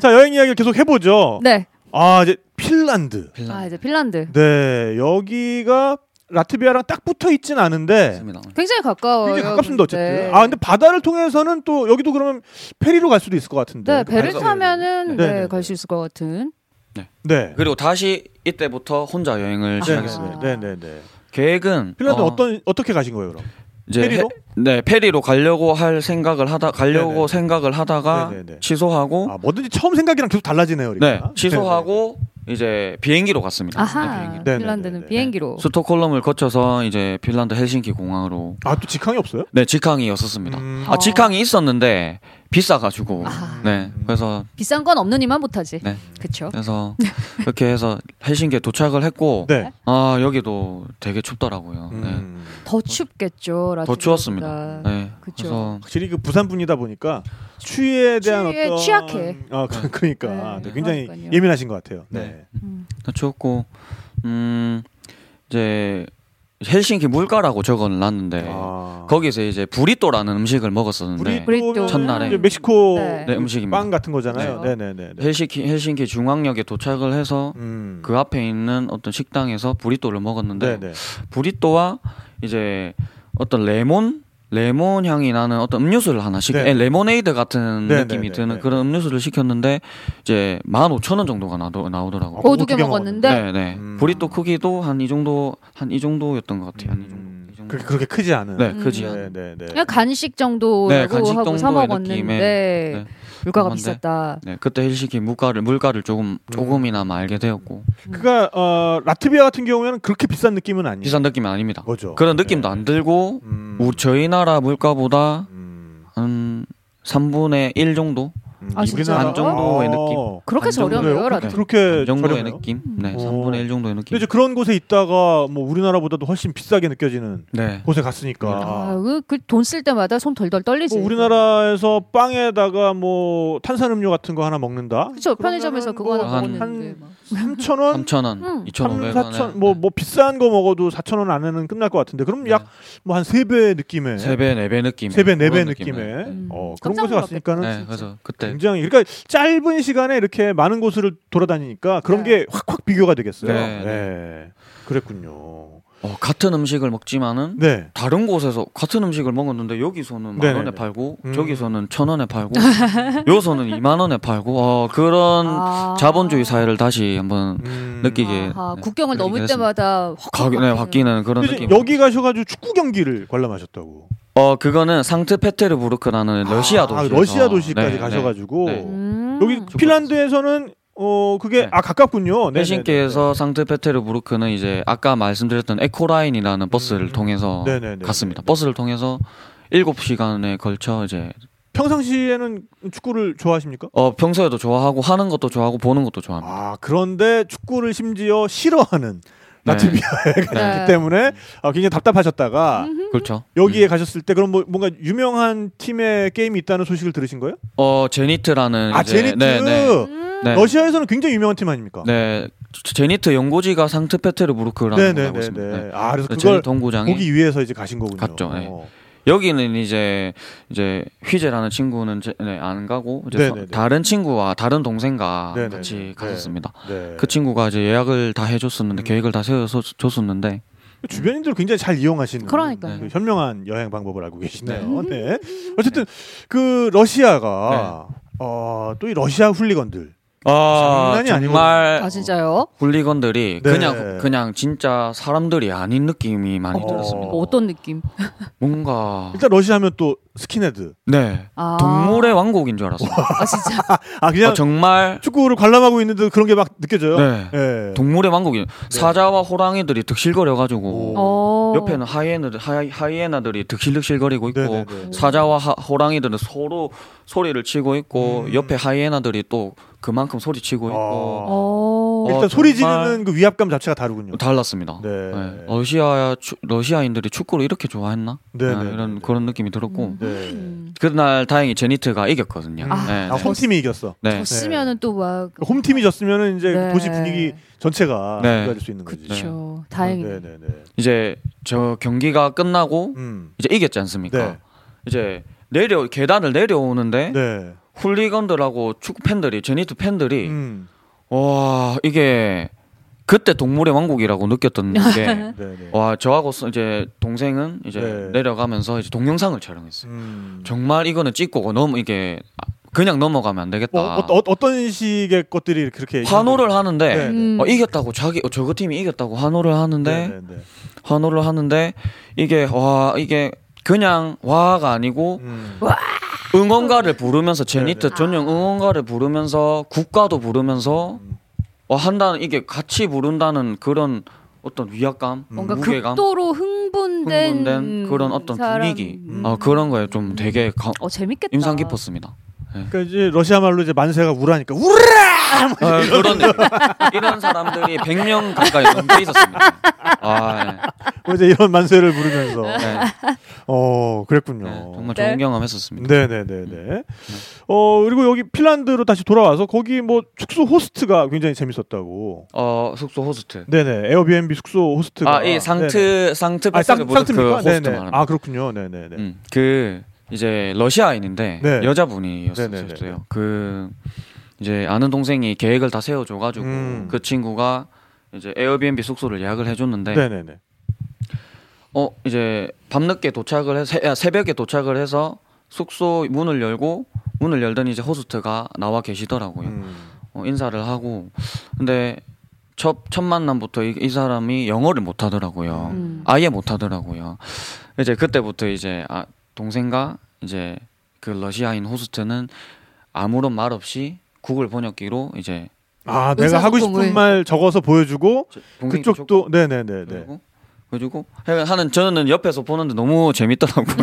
S1: 자 여행 이야기를 계속 해보죠.
S3: 네.
S1: 아 이제 네. 핀란드.
S3: 아
S4: 빌라
S3: 이제 핀란드.
S1: 네 여기가 라트비아랑 딱 붙어 있진 않은데
S4: 맞습니다.
S3: 굉장히 가까워요. 네.
S1: 굉장히 가깝습니다 어쨌든.
S3: 근데.
S1: 아 근데 바다를 통해서는 또 여기도 그러면 페리로 갈 수도 있을 것 같은데.
S3: 네,
S4: 아,
S3: 배를 타면은
S1: 네, 네, 네.
S3: 네, 갈 수 있을 것 같은.
S1: 네.
S4: 그리고 다시 이때부터 혼자 여행을
S3: 아.
S4: 시작했습니다.
S1: 네네네.
S4: 계획은
S1: 핀란드
S4: 어,
S1: 어, 떤 어떻게 가신 거예요 그럼?
S4: 이제
S1: 페리로?
S4: 해- 네 페리로 가려고 할 생각을 하다 가려고
S1: 네네네.
S4: 생각을 하다가
S1: 네네네.
S4: 취소하고
S1: 아 뭐든지 처음 생각이랑 계속 달라지네요.
S4: 어? 네
S1: 그러니까.
S4: 취소하고 이제 비행기로 갔습니다. 네,
S3: 아하.
S1: 네, 네,
S4: 비행기로.
S1: 네, 네,
S3: 핀란드는
S1: 네.
S3: 비행기로.
S4: 스톡홀름을 거쳐서 이제 핀란드 헬싱키 공항으로
S1: 아 또 직항이 없어요?
S4: 네 직항이었었습니다.
S1: 음.
S4: 아 직항이 있었는데 비싸가지고
S3: 아하.
S4: 네 그래서
S3: 비싼 건 없는 이만 못하지.
S4: 네.
S3: 그쵸.
S4: 그래서 그렇게 해서 헬싱키에 도착을 했고
S1: 네.
S4: 아 여기도 되게 춥더라고요. 네.
S1: 음.
S3: 더 춥겠죠.
S4: 더
S3: 라트비아보다.
S4: 추웠습니다. 네.
S3: 그쵸.
S4: 그래서
S1: 확실히 그 부산 분이다 보니까 추위에 대한
S3: 추위에
S1: 어떤
S3: 취약해.
S1: 아 그- 그러니까
S3: 네,
S1: 네, 굉장히
S3: 그러니까요.
S1: 예민하신 것 같아요. 네.
S3: 음.
S4: 다 추웠고 음 이제 헬싱키 물가라고 적어놨는데
S1: 아.
S4: 거기서 이제 브리또라는 음식을 먹었었는데
S1: 브리또면
S4: 첫날에.
S1: 이제 멕시코
S3: 네.
S4: 네, 음식입니다.
S1: 빵 같은 거잖아요.
S3: 네.
S1: 네네네.
S4: 헬싱키 헬싱키 중앙역에 도착을 해서
S1: 음.
S4: 그 앞에 있는 어떤 식당에서 브리또를 먹었는데
S1: 네네.
S4: 브리또와 이제 어떤 레몬 레몬 향이 나는 어떤 음료수를 하나 시켜
S1: 네.
S4: 에, 레모네이드 같은
S1: 네,
S4: 느낌이
S1: 네, 네,
S4: 드는
S1: 네.
S4: 그런 음료수를 시켰는데 이제 15,000원 정도가 나도, 나오더라고요.
S1: 어,
S3: 어, 두개
S1: 두개
S3: 먹었는데
S4: 네, 네.
S1: 음.
S4: 브리또 크기도 한 이 정도 한 이 정도였던 것 같아요. 한이 정도.
S1: 음.
S4: 이 정도.
S1: 그렇게 그렇게 크지 않은.
S4: 네,
S3: 음.
S4: 크지 않은.
S1: 네네네.
S3: 그냥 간식 정도라고
S4: 네, 간식
S3: 하고 사
S4: 정도의
S3: 먹었는데
S4: 느낌의,
S3: 물가가
S4: 그건데.
S3: 비쌌다.
S4: 네, 그때 헬시키 물가를 물가를
S1: 음.
S4: 조금 조금이나마 알게 되었고
S1: 그가 어, 라트비아 같은 경우에는 그렇게 비싼 느낌은 아니에요.
S4: 비싼 느낌은 아닙니다.
S1: 거죠.
S4: 그런 느낌도
S1: 네.
S4: 안 들고
S1: 음.
S4: 우- 저희 나라 물가보다
S1: 음.
S4: 한 3분의 1 정도
S1: 음.
S3: 아, 진짜요?
S1: 우리나라-
S3: 반 정도의
S4: 느낌.
S3: 그렇게
S4: 반 정도예요?
S3: 저렴해요,
S1: 어. 그렇게-
S3: 라트.
S4: 라디오.
S1: 그렇게
S4: 그 정도의
S1: 저렴해요?
S4: 느낌. 네,
S1: 음.
S4: 3분의 1 정도의
S1: 근데
S4: 느낌.
S1: 이제 그런 곳에 있다가 뭐 우리나라보다도 훨씬 비싸게 느껴지는
S4: 네.
S1: 곳에 갔으니까.
S3: 아, 그돈 쓸 때마다 손 덜덜 떨리지.
S1: 뭐 우리나라에서 빵에다가 뭐 탄산음료 같은 거 하나 먹는다. 뭐
S3: 그쵸 편의점에서 그거 하나
S4: 한-
S3: 먹었는데 막.
S1: 3천 원,
S4: 3,000원,
S3: 음.
S4: 2,500원.
S1: 4천
S4: 네.
S1: 뭐뭐 비싼 거 먹어도 4천 원 안에는 끝날 것 같은데 그럼 약 뭐 한 세 배 느낌의
S4: 네. 3배, 4배 느낌.
S1: 세배네배
S4: 그런
S1: 느낌의
S4: 네.
S3: 음.
S1: 어, 그런
S3: 깜짝
S1: 곳에
S3: 놀랐겠다.
S1: 갔으니까는
S4: 네, 그래서 그때
S1: 굉장히 그러니까 짧은 시간에 이렇게 많은 곳을 돌아다니니까 그런
S3: 네.
S1: 게 확확 비교가 되겠어요.
S4: 네,
S1: 네. 그랬군요.
S4: 어, 같은 음식을 먹지만은
S1: 네.
S4: 다른 곳에서 같은 음식을 먹었는데 여기서는 만
S1: 네네네.
S4: 원에 팔고
S1: 음.
S4: 저기서는 천 원에 팔고 여기서는 2만 원에 팔고 어, 그런
S3: 아.
S4: 자본주의 사회를 다시 한번
S1: 음.
S4: 느끼게
S3: 아하, 국경을
S4: 느끼게
S3: 넘을
S4: 했습니다.
S3: 때마다 확
S4: 가, 네, 바뀌는 그런
S1: 근데 이제
S4: 느낌.
S1: 여기 가셔가지고 축구 경기를 관람하셨다고.
S4: 어 그거는 상트페테르부르크라는 러시아 도시.
S1: 러시아
S4: 네,
S1: 도시까지 가셔가지고
S3: 음.
S1: 여기 핀란드에서는 어 그게
S4: 네.
S1: 아 가깝군요. 네,
S4: 헬싱키에서 상트페테르부르크는 이제 아까 말씀드렸던 에코라인이라는 버스를
S1: 음.
S4: 통해서
S1: 네, 네, 네,
S4: 갔습니다.
S1: 네.
S4: 버스를 통해서 7시간에 걸쳐 이제
S1: 평상시에는 축구를 좋아하십니까?
S4: 어 평소에도 좋아하고 하는 것도 좋아하고 보는 것도 좋아합니다.
S1: 아 그런데 축구를 심지어 싫어하는
S4: 네.
S1: 라트비아에 갔기
S3: 네.
S1: 때문에 아, 굉장히 답답하셨다가
S4: 그렇죠.
S1: 여기에 가셨을 때 그럼 뭐, 뭔가 유명한 팀의 게임이 있다는 소식을 들으신 거예요?
S4: 음. 어 제니트라는
S1: 아
S4: 이제
S1: 제니트
S4: 네, 네.
S3: 음.
S4: 네.
S1: 러시아에서는 굉장히 유명한 팀 아닙니까?
S4: 네. 제니트 연고지가 상트페테르부르크라는 곳에
S1: 네네네네.
S4: 있습니다. 네.
S1: 아 그래서
S4: 제니트
S1: 그걸
S4: 동구장에
S1: 보기 위해서 이제 가신 거군요.
S4: 갔죠, 네.
S1: 어.
S4: 여기는 이제 이제 휘재라는 친구는 제- 네, 안 가고 이제 서-
S1: 네네네.
S4: 다른 친구와 다른 동생과
S1: 네네네. 네.
S4: 같이 갔었습니다.
S1: 네.
S4: 그 친구가 이제 예약을 다
S1: 음.
S4: 해줬었는데 계획을 다 세워줬었는데
S1: 주변인들 굉장히 잘 이용하시는
S3: 그러니까요.
S1: 그 현명한 여행 방법을 알고 계시네요. 네. 어쨌든 그 러시아가
S4: 네.
S1: 어, 또 이 러시아 훌리건들 장난이
S4: 정말
S3: 아 진짜요?
S4: 훌리건들이
S1: 아, 네.
S4: 그냥 그냥 진짜 사람들이 아닌 느낌이 많이
S1: 어.
S4: 들었습니다.
S3: 뭐 어떤 느낌?
S4: 뭔가
S1: 일단 러시아 하면 또 스킨헤드.
S4: 네
S3: 아.
S4: 동물의 왕국인 줄 알았어요.
S3: 아 진짜.
S1: 아 그냥
S4: 어, 정말
S1: 축구를 관람하고 있는데 그런 게 막 느껴져요.
S4: 네
S1: 예.
S4: 동물의 왕국인 사자와 호랑이들이 득실거려가지고
S3: 어.
S4: 옆에는 하이에나들 하이, 하이에나들이 득실득실거리고 있고 뭐,
S1: 네네네.
S4: 사자와 하- 호랑이들은 서로 소리를 치고 있고
S1: 음.
S4: 옆에 하이에나들이 또 그만큼 소리 치고
S1: 아.
S4: 있고
S3: 어.
S1: 일단
S4: 어,
S1: 소리
S4: 정말. 어,
S1: 지르는 그 위압감 자체가 다르군요.
S4: 달랐습니다.
S1: 네.
S4: 네. 러시아 추- 러시아인들이 축구를 이렇게 좋아했나?
S1: 네,
S4: 아,
S1: 네,
S4: 이런
S1: 네,
S4: 그런 느낌이 들었고
S3: 음.
S1: 네.
S3: 음.
S4: 그날 다행히 제니트가 이겼거든요.
S1: 아,
S4: 네,
S1: 아,
S4: 네.
S1: 홈팀이 이겼어.
S4: 네.
S3: 졌으면은 또막
S1: 그러니까 홈팀이 졌으면은 이제
S3: 네.
S1: 도시 분위기 전체가
S4: 네.
S1: 좋아질 수 있는 거지.
S3: 그렇죠. 다행이네.
S1: 네네네.
S4: 이제 저 경기가 끝나고
S1: 음.
S4: 이제 이겼지 않습니까?
S1: 네.
S4: 이제 내려 계단을 내려오는데
S1: 네.
S4: 훌리건들하고 축구 팬들이 제니트 팬들이
S1: 음.
S4: 와 이게 그때 동물의 왕국이라고 느꼈던 게
S1: 네네.
S4: 와 저하고 서- 이제 동생은 이제
S1: 네.
S4: 내려가면서 이제 동영상을 촬영했어요.
S1: 음.
S4: 정말 이거는 찍고 뭐 너무 이게 그냥 넘어가면 안
S1: 어,
S4: 되겠다.
S1: 어, 어, 어떤 식의 것들이 그렇게
S4: 아. 환호를 하는데
S1: 네.
S3: 음.
S4: 어, 이겼다고 자기 어, 저거 팀이 이겼다고 환호를 하는데
S1: 네네네.
S4: 환호를 하는데 이게 와 이게 그냥 와가 아니고
S1: 음.
S4: 응원가를 부르면서 제니트
S3: 아.
S1: 네네. 음.
S4: 전용 응원가를 부르면서 국가도 부르면서 어, 한다는 이게 같이 부른다는 그런 어떤 위압감,
S1: 음.
S3: 뭔가
S4: 무게감,
S3: 극도로 흥분된,
S4: 흥분된 그런 어떤
S3: 사람.
S4: 분위기
S1: 음.
S4: 어, 그런 거에 좀 되게 가-
S3: 어 재밌겠다.
S4: 인상 깊었습니다.
S1: 그러니까 이제 러시아 말로 이제 만세가 우라니까 우라! 막
S4: 아, 그런 이런 사람들이 100명 가까이 넘게 있었습니다. 아, 네.
S1: 뭐 이제 이런 만세를 부르면서
S4: 네,
S1: 어 그랬군요.
S4: 네, 정말
S3: 네.
S4: 좋은 경험했었습니다. 음.
S1: 네네네네. 어 그리고 여기 핀란드로 다시 돌아와서 거기 뭐 숙소 호스트가 굉장히 재밌었다고.
S4: 어 숙소 호스트.
S1: 네네. 에어비앤비 숙소 호스트가.
S4: 아이 예,
S1: 네네.
S4: 상트 상트
S1: 아,
S4: 백팩을
S1: 상,
S4: 보그
S1: 상트입니까?
S4: 호스트
S1: 네네.
S4: 말합니다.
S1: 아 그렇군요. 네네네.
S4: 음, 그 이제
S1: 네.
S4: 러시아인인데
S1: 네네네.
S4: 여자분이었었어요. 그 이제 아는 동생이 계획을 다 세워줘가지고
S1: 음.
S4: 그 친구가 이제 에어비앤비 숙소를 예약을 해줬는데
S1: 네네네.
S4: 어 이제 밤늦게 도착을 해서 야, 새벽에 도착을 해서 숙소 문을 열고 문을 열더니 이제 호스트가 나와 계시더라고요.
S1: 음.
S4: 어, 인사를 하고 근데 첫, 첫 만남부터 이, 이 사람이 영어를 못하더라고요.
S3: 음.
S4: 아예 못하더라고요. 이제 그때부터 이제 아, 동생과 이제 그 러시아인 호스트는 아무런 말 없이 구글 번역기로 이제
S1: 아 내가 하고 싶은
S3: 의사소통을.
S1: 말 적어서 보여주고
S4: 저- 동생이
S1: 그쪽도 네네네네.
S4: 그리고 그리고 해- 하는 저는 옆에서 보는데 너무 재밌더라고요.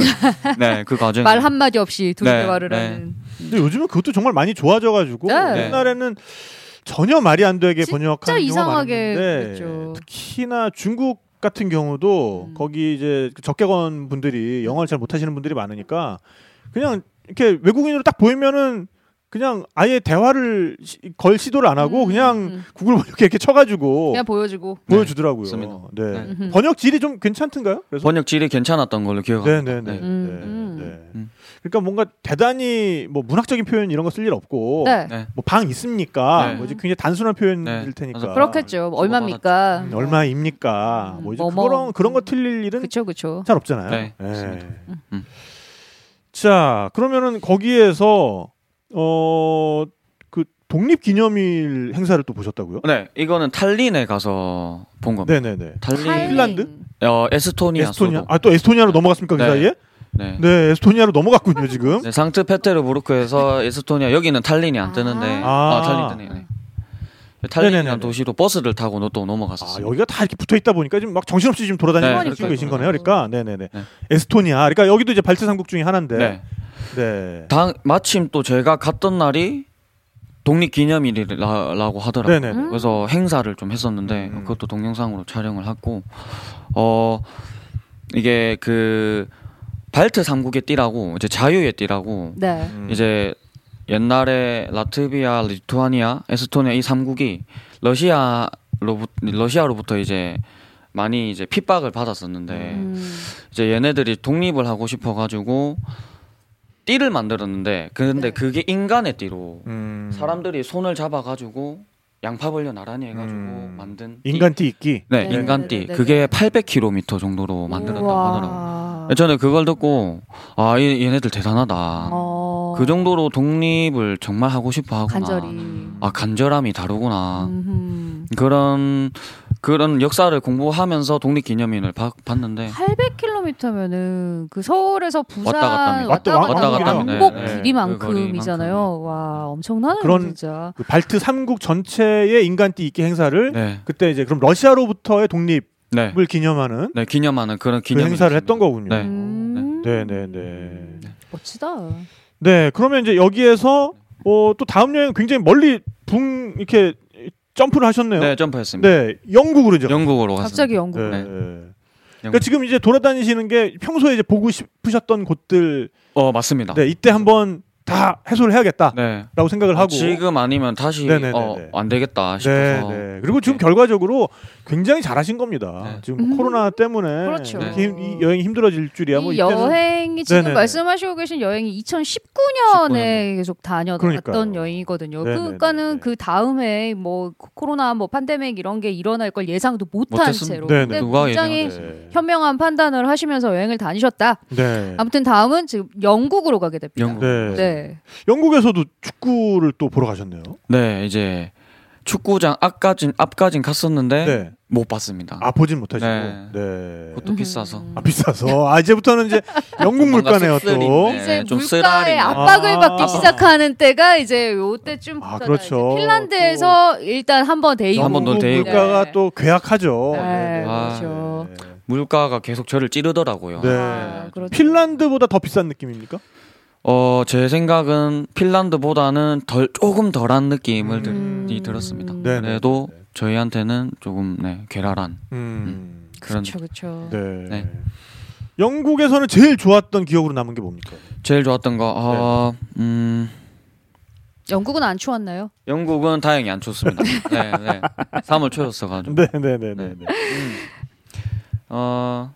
S4: 네, 그 과정.
S3: 말 한마디 없이 둘이
S4: 네,
S3: 대화를
S4: 네.
S3: 하는.
S1: 근데 요즘은 그것도 정말 많이 좋아져가지고
S3: 네.
S1: 옛날에는 전혀 말이 안 되게
S3: 진짜
S1: 번역한 경우가
S3: 이상하게
S1: 많았는데
S3: 그랬죠.
S1: 특히나 중국 같은 경우도
S3: 음.
S1: 거기 이제 그 적객원 분들이 영어를 잘 못하시는 분들이 많으니까 그냥 이렇게 외국인으로 딱 보이면은 그냥 아예 대화를 시- 걸 시도를 안 하고
S3: 음,
S1: 그냥 어.
S3: 음.
S1: 구글 번역기 이렇게 쳐가지고
S3: 그냥 보여주고.
S1: 보여주더라고요.
S4: 네, 맞습니다.
S1: 네.
S4: 네.
S3: 음.
S1: 번역 질이 좀 괜찮던가요? 그래서
S4: 번역 질이 괜찮았던 걸로 기억합니다.
S1: 네네네. 네,
S4: 네.
S3: 음,
S1: 네.
S4: 음.
S1: 그러니까 뭔가 대단히 뭐 문학적인 표현 이런 거 쓸 일 없고
S3: 네.
S4: 네.
S1: 뭐 방 있습니까?
S4: 네.
S1: 뭐 이제 굉장히 단순한 표현일
S4: 네.
S1: 테니까.
S3: 그렇겠죠. 얼마입니까?
S1: 음, 얼마입니까?
S3: 음,
S1: 뭐 이제
S3: 뭐, 뭐.
S1: 그런 그런 거 틀릴 일은
S3: 그쵸 그쵸.
S1: 잘 없잖아요.
S4: 네,
S1: 예.
S4: 맞습니다. 음.
S1: 자, 그러면은 거기에서 어. 그 독립기념일 행사를 또 보셨다고요?
S4: 네, 이거는 탈린에 가서 본 겁니다.
S1: 네네네.
S4: 탈린,
S1: 핀란드?
S4: 어, 에스토니아,
S1: 에스토니아.
S4: 수도.
S1: 아 또 에스토니아로 넘어갔습니까 그
S4: 네.
S1: 사이에?
S4: 네.
S1: 네, 에스토니아로 넘어갔군요 지금.
S4: 네, 상트페테르부르크에서 에스토니아 여기는 탈린이 안 뜨는데
S1: 아.
S4: 아, 탈린 뜨네. 네. 탈린이라는
S1: 네네네네.
S4: 도시로 버스를 타고 또 넘어갔었어요.
S1: 아 여기가 다 이렇게 붙어 있다 보니까 지금 막 정신없이 지금 돌아다니는
S4: 네,
S1: 네,
S4: 그러니까요.
S1: 계신 거네요. 그러니까 네네네.
S4: 네.
S1: 에스토니아. 그러니까 여기도 이제 발트 삼국 중에 하나인데.
S4: 네.
S1: 네.
S4: 당 마침 또 제가 갔던 날이 독립기념일이라고 하더라고요.
S1: 네네.
S3: 음.
S4: 그래서 행사를 좀 했었는데
S1: 음.
S4: 그것도 동영상으로 촬영을 했고 어 이게 그 발트 삼국의 띠라고 이제 자유의 띠라고
S3: 네.
S1: 음.
S4: 이제 옛날에 라트비아, 리투아니아, 에스토니아 이 3국이 러시아로부, 러시아로부터 이제 많이 이제 핍박을 받았었는데
S3: 음.
S4: 이제 얘네들이 독립을 하고 싶어 가지고 띠를 만들었는데 근데
S3: 네.
S4: 그게 인간의 띠로
S1: 음.
S4: 사람들이 손을 잡아 가지고 양파 벌려 나란히 해 가지고
S1: 음.
S4: 만든 띠.
S1: 인간띠 있기.
S4: 네,
S3: 네,
S4: 인간
S3: 네,
S4: 띠.
S3: 네, 네, 네,
S4: 그게 800km 정도로 만들었다고
S3: 우와.
S4: 하더라고요. 저는 그걸 듣고 아, 얘- 얘네들 대단하다.
S3: 어.
S4: 그 정도로 독립을 정말 하고 싶어 하구나.
S3: 간절히.
S4: 아, 간절함이 다르구나.
S3: 음흠.
S4: 그런 그런 역사를 공부하면서 독립 기념일을 바-
S1: 아,
S4: 봤는데
S3: 800km면은 그 서울에서 부산
S4: 네. 왔다 갔다 합니다.
S1: 왔다
S4: 왔다 갔다 합니다.
S3: 왕복
S1: 네, 네.
S4: 그
S3: 길이만큼이잖아요. 와 엄청나네
S1: 그런-
S3: 요 진짜.
S1: 그 발트 삼국 전체의 인간띠 있기 행사를
S4: 네.
S1: 그때 이제 그럼 러시아로부터의 독립을
S4: 네.
S1: 기념하는
S4: 네, 기념하는 그런
S1: 그
S4: 기념
S1: 행사를 했던 거군요.
S4: 네.
S3: 음.
S1: 네, 네, 네.
S3: 멋지다.
S1: 네, 그러면 이제 여기에서 어, 또 다음 여행 굉장히 멀리 붕 이렇게 점프를 하셨네요.
S4: 네, 점프했습니다.
S1: 네, 영국으로 이제
S4: 영국으로 갔습니다.
S3: 갑자기 영국.
S1: 네.
S4: 네.
S1: 그러니까 지금 이제 돌아다니시는 게 평소에 이제 보고 싶으셨던 곳들
S4: 어, 맞습니다.
S1: 네, 이때 한번 다 해소를 해야겠다라고
S4: 네.
S1: 생각을 하고
S4: 지금 아니면 다시
S1: 네네네네.
S4: 어, 안
S1: 네,
S4: 되겠다 싶어서
S1: 네. 그리고 지금
S4: 네.
S1: 결과적으로 굉장히 잘하신 겁니다.
S4: 네.
S1: 지금
S3: 음.
S1: 코로나 때문에
S3: 그렇죠.
S1: 이렇게 힘- 이 여행이 힘들어질 줄이야. 뭐
S3: 이
S1: 이때는
S3: 여행이 지금
S1: 네네네.
S3: 말씀하시고 계신 여행이
S4: 19년
S3: 2019년에
S4: 에
S3: 계속 다녀왔던
S1: 그러니까요.
S3: 여행이거든요.
S1: 네네네네.
S3: 그러니까는 그 다음에 뭐 코로나 뭐 팬데믹 이런 게 일어날 걸 예상도 못한
S4: 못했음-
S3: 채로
S1: 네네.
S3: 근데
S4: 누가
S3: 굉장히
S4: 예상하겠어요.
S1: 네.
S3: 현명한 판단을 하시면서 여행을 다니셨다.
S1: 네.
S3: 아무튼 다음은 지금 영국으로 가게 됩니다.
S4: 영국.
S1: 네.
S3: 네.
S1: 영국에서도 축구를 또 보러 가셨네요.
S4: 네, 이제 축구장 앞까진 앞까진 갔었는데
S1: 네.
S4: 못 봤습니다.
S1: 아 보진 못하시고.
S4: 네.
S1: 네.
S4: 그것도 비싸서.
S3: 음.
S1: 아 비싸서 아 이제부터는 이제 영국
S4: 뭔가
S1: 물가네요 또.
S4: 씁쓸이네.
S3: 이제
S4: 좀
S3: 물가의
S4: 쓰라리네.
S3: 압박을
S1: 어? 아.
S3: 받기 시작하는 때가 이제 요때쯤
S1: 아, 그렇죠.
S3: 핀란드에서 일단 한번 데이고
S4: 한번 더
S1: 영국
S4: 데이고.
S1: 물가가
S3: 네.
S1: 또 괴악하죠.
S3: 네,
S4: 아,
S3: 그렇죠.
S4: 물가가 계속 저를 찌르더라고요.
S1: 네.
S3: 아, 그렇죠.
S1: 핀란드보다 더 비싼 느낌입니까?
S4: 어, 제 생각은 핀란드보다는 덜 조금 덜한 느낌을 들,
S1: 음.
S4: 이 들었습니다.
S1: 네, 네,
S4: 그래도
S1: 네, 네.
S4: 저희한테는 조금 네, 괴랄한
S1: 음.
S4: 그런
S3: 그렇죠, 그렇죠.
S1: 네.
S4: 네.
S1: 영국에서는 제일 좋았던 기억으로 남은 게 뭡니까?
S4: 제일 좋았던 거. 어,
S1: 네.
S4: 음.
S3: 영국은 안 추웠나요?
S4: 영국은 다행히 안 쳤습니다. 네, 네. 3월 초였어 가지고.
S1: 네, 네, 네, 네.
S4: 네.
S3: 음.
S4: 어.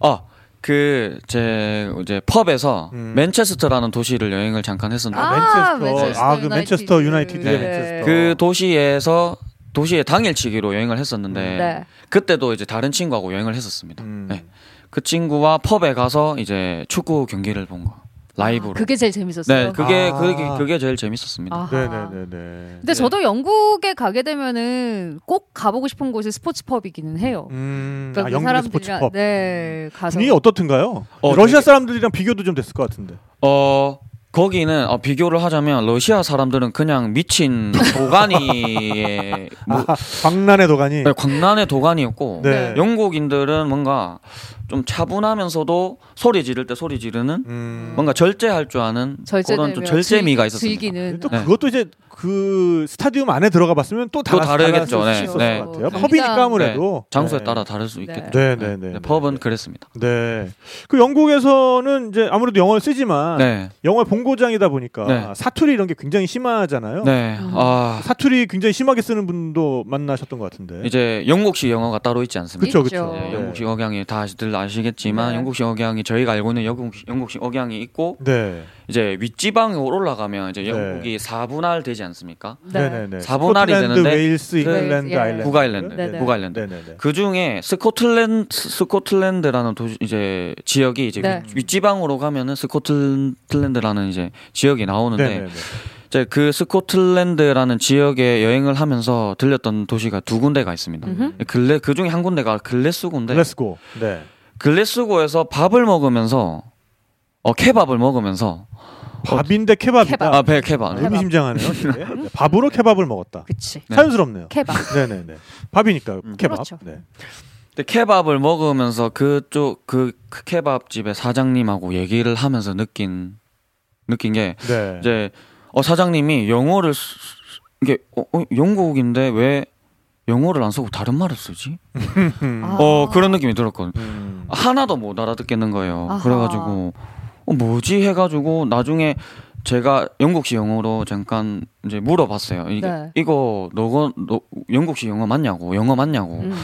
S4: 아, 그, 제, 이제, 펍에서
S1: 음.
S4: 맨체스터라는 도시를 여행을 잠깐 했었는데,
S1: 아, 맨체스터. 아, 그 맨체스터 유나이티드의 네,
S3: 네.
S1: 맨체스터.
S4: 그 도시에서, 도시에 당일치기로 여행을 했었는데,
S3: 네.
S4: 그때도 이제 다른 친구하고 여행을 했었습니다.
S1: 음.
S4: 네. 그 친구와 펍에 가서 이제 축구 경기를 본 거. 라이브로.
S3: 아, 그게 제일 재밌었어요.
S4: 네, 그게,
S1: 아.
S4: 그게, 그게 제일 재밌었습니다.
S3: 아하.
S1: 네, 네, 네, 네.
S3: 근데 저도 영국에 가게 되면은 꼭 가보고 싶은 곳이 스포츠 펍이기는 해요.
S1: 음.
S3: 그러니까
S1: 아,
S3: 그
S1: 영국의 스포츠
S3: 사람들이랑-
S1: 펍.
S3: 네, 가서
S1: 분위기 어떻든가요?
S4: 어,
S1: 러시아
S4: 되게-
S1: 사람들이랑 비교도 좀 됐을 것 같은데.
S4: 어, 거기는 어, 비교를 하자면 러시아 사람들은 그냥 미친 도가니의 뭐,
S1: 아, 광란의 도가니.
S4: 네, 광란의 도가니였고
S1: 네.
S4: 영국인들은 뭔가 좀 차분하면서도 소리 지를 때 소리 지르는
S1: 음.
S4: 뭔가 절제할 줄 아는 그런 좀 절제미가 있었습니다.
S3: 즐기는
S1: 또
S4: 네.
S1: 그것도 이제 그 스타디움 안에 들어가 봤으면 또,
S4: 또
S1: 달라- 달랐을
S4: 다르겠죠.
S1: 수
S4: 네,
S1: 있었을
S4: 네.
S1: 것 같아요.
S3: 뭐
S1: 펍이니까
S3: 당장-
S1: 아무래도
S4: 장소에
S1: 네.
S4: 따라 다를 수 있겠죠.
S1: 네, 네, 네. 네.
S4: 펍은 그랬습니다.
S1: 네. 그 영국에서는 이제 아무래도 영어를 쓰지만
S4: 네,
S1: 영어의 본고장이다 보니까
S4: 네.
S1: 사투리 이런 게 굉장히 심하잖아요. 그
S4: 네, 아
S1: 사투리 굉장히 심하게 쓰는 분도 만나셨던 것 같은데.
S4: 이제 영국식 영어가 따로 있지 않습니다.
S1: 그쵸,
S3: 있죠.
S1: 그쵸.
S4: 네,
S3: 네.
S4: 영국식 억양이 다들 아시겠지만
S3: 네.
S4: 영국식 억양이 저희가 알고 있는 영국식, 영국식 억양이 있고
S1: 네.
S4: 이제 윗지방으로 올라가면 이제
S1: 네.
S4: 영국이 4분할 되지 않습니까?
S1: 네, 네, 네.
S4: 사분할이
S1: 스코틀랜드,
S4: 되는데 그
S1: 웨일스, 잉글랜드,
S3: 예.
S1: 아일랜드.
S4: 북아일랜드,
S3: 네, 네.
S4: 북아일랜드.
S1: 네, 네, 네.
S4: 그 중에 스코틀랜드 스코틀랜드라는 도시 이제 지역이 이제
S3: 네.
S4: 윗- 윗지방으로 가면은 스코틀랜드라는 이제 지역이
S1: 네,
S4: 나오는데
S1: 네, 네.
S4: 이제 그 스코틀랜드라는 지역에 여행을 하면서 들렸던 도시가 두 군데가 있습니다.
S3: 음흠.
S4: 글래 그 중에 한 군데가 글래스고인데
S1: 렛츠고. 네.
S4: 글래스고에서 밥을 먹으면서 어 케밥을 먹으면서
S1: 밥인데 케밥이다.
S3: 케밥.
S4: 아 배 케밥 네.
S3: 케밥.
S1: 의미심장하네요. 되게. 네, 밥으로 케밥을 먹었다.
S3: 그치.
S4: 네.
S1: 사연스럽네요.
S3: 케밥.
S1: 네네네. 밥이니까
S4: 음.
S1: 케밥.
S3: 그렇죠.
S1: 네.
S4: 근데 케밥을 먹으면서 그쪽 그 케밥집의 사장님하고 얘기를 하면서 느낀 느낀 게
S1: 네.
S4: 이제 어 사장님이 영어를 쓰- 쓰- 이게 어, 어, 영국인데 왜 영어를 안 쓰고 다른 말을 쓰지?
S3: 아.
S4: 어 그런 느낌이 들었거든. 요
S1: 음.
S4: 하나도 못 알아듣겠는 거예요.
S3: 아하.
S4: 그래가지고 어, 뭐지 해가지고 나중에 제가 영국식 영어로 잠깐 이제 물어봤어요. 이게
S3: 네.
S4: 이거 너가 너 영국식 영어 맞냐고 영어 맞냐고.
S3: 음.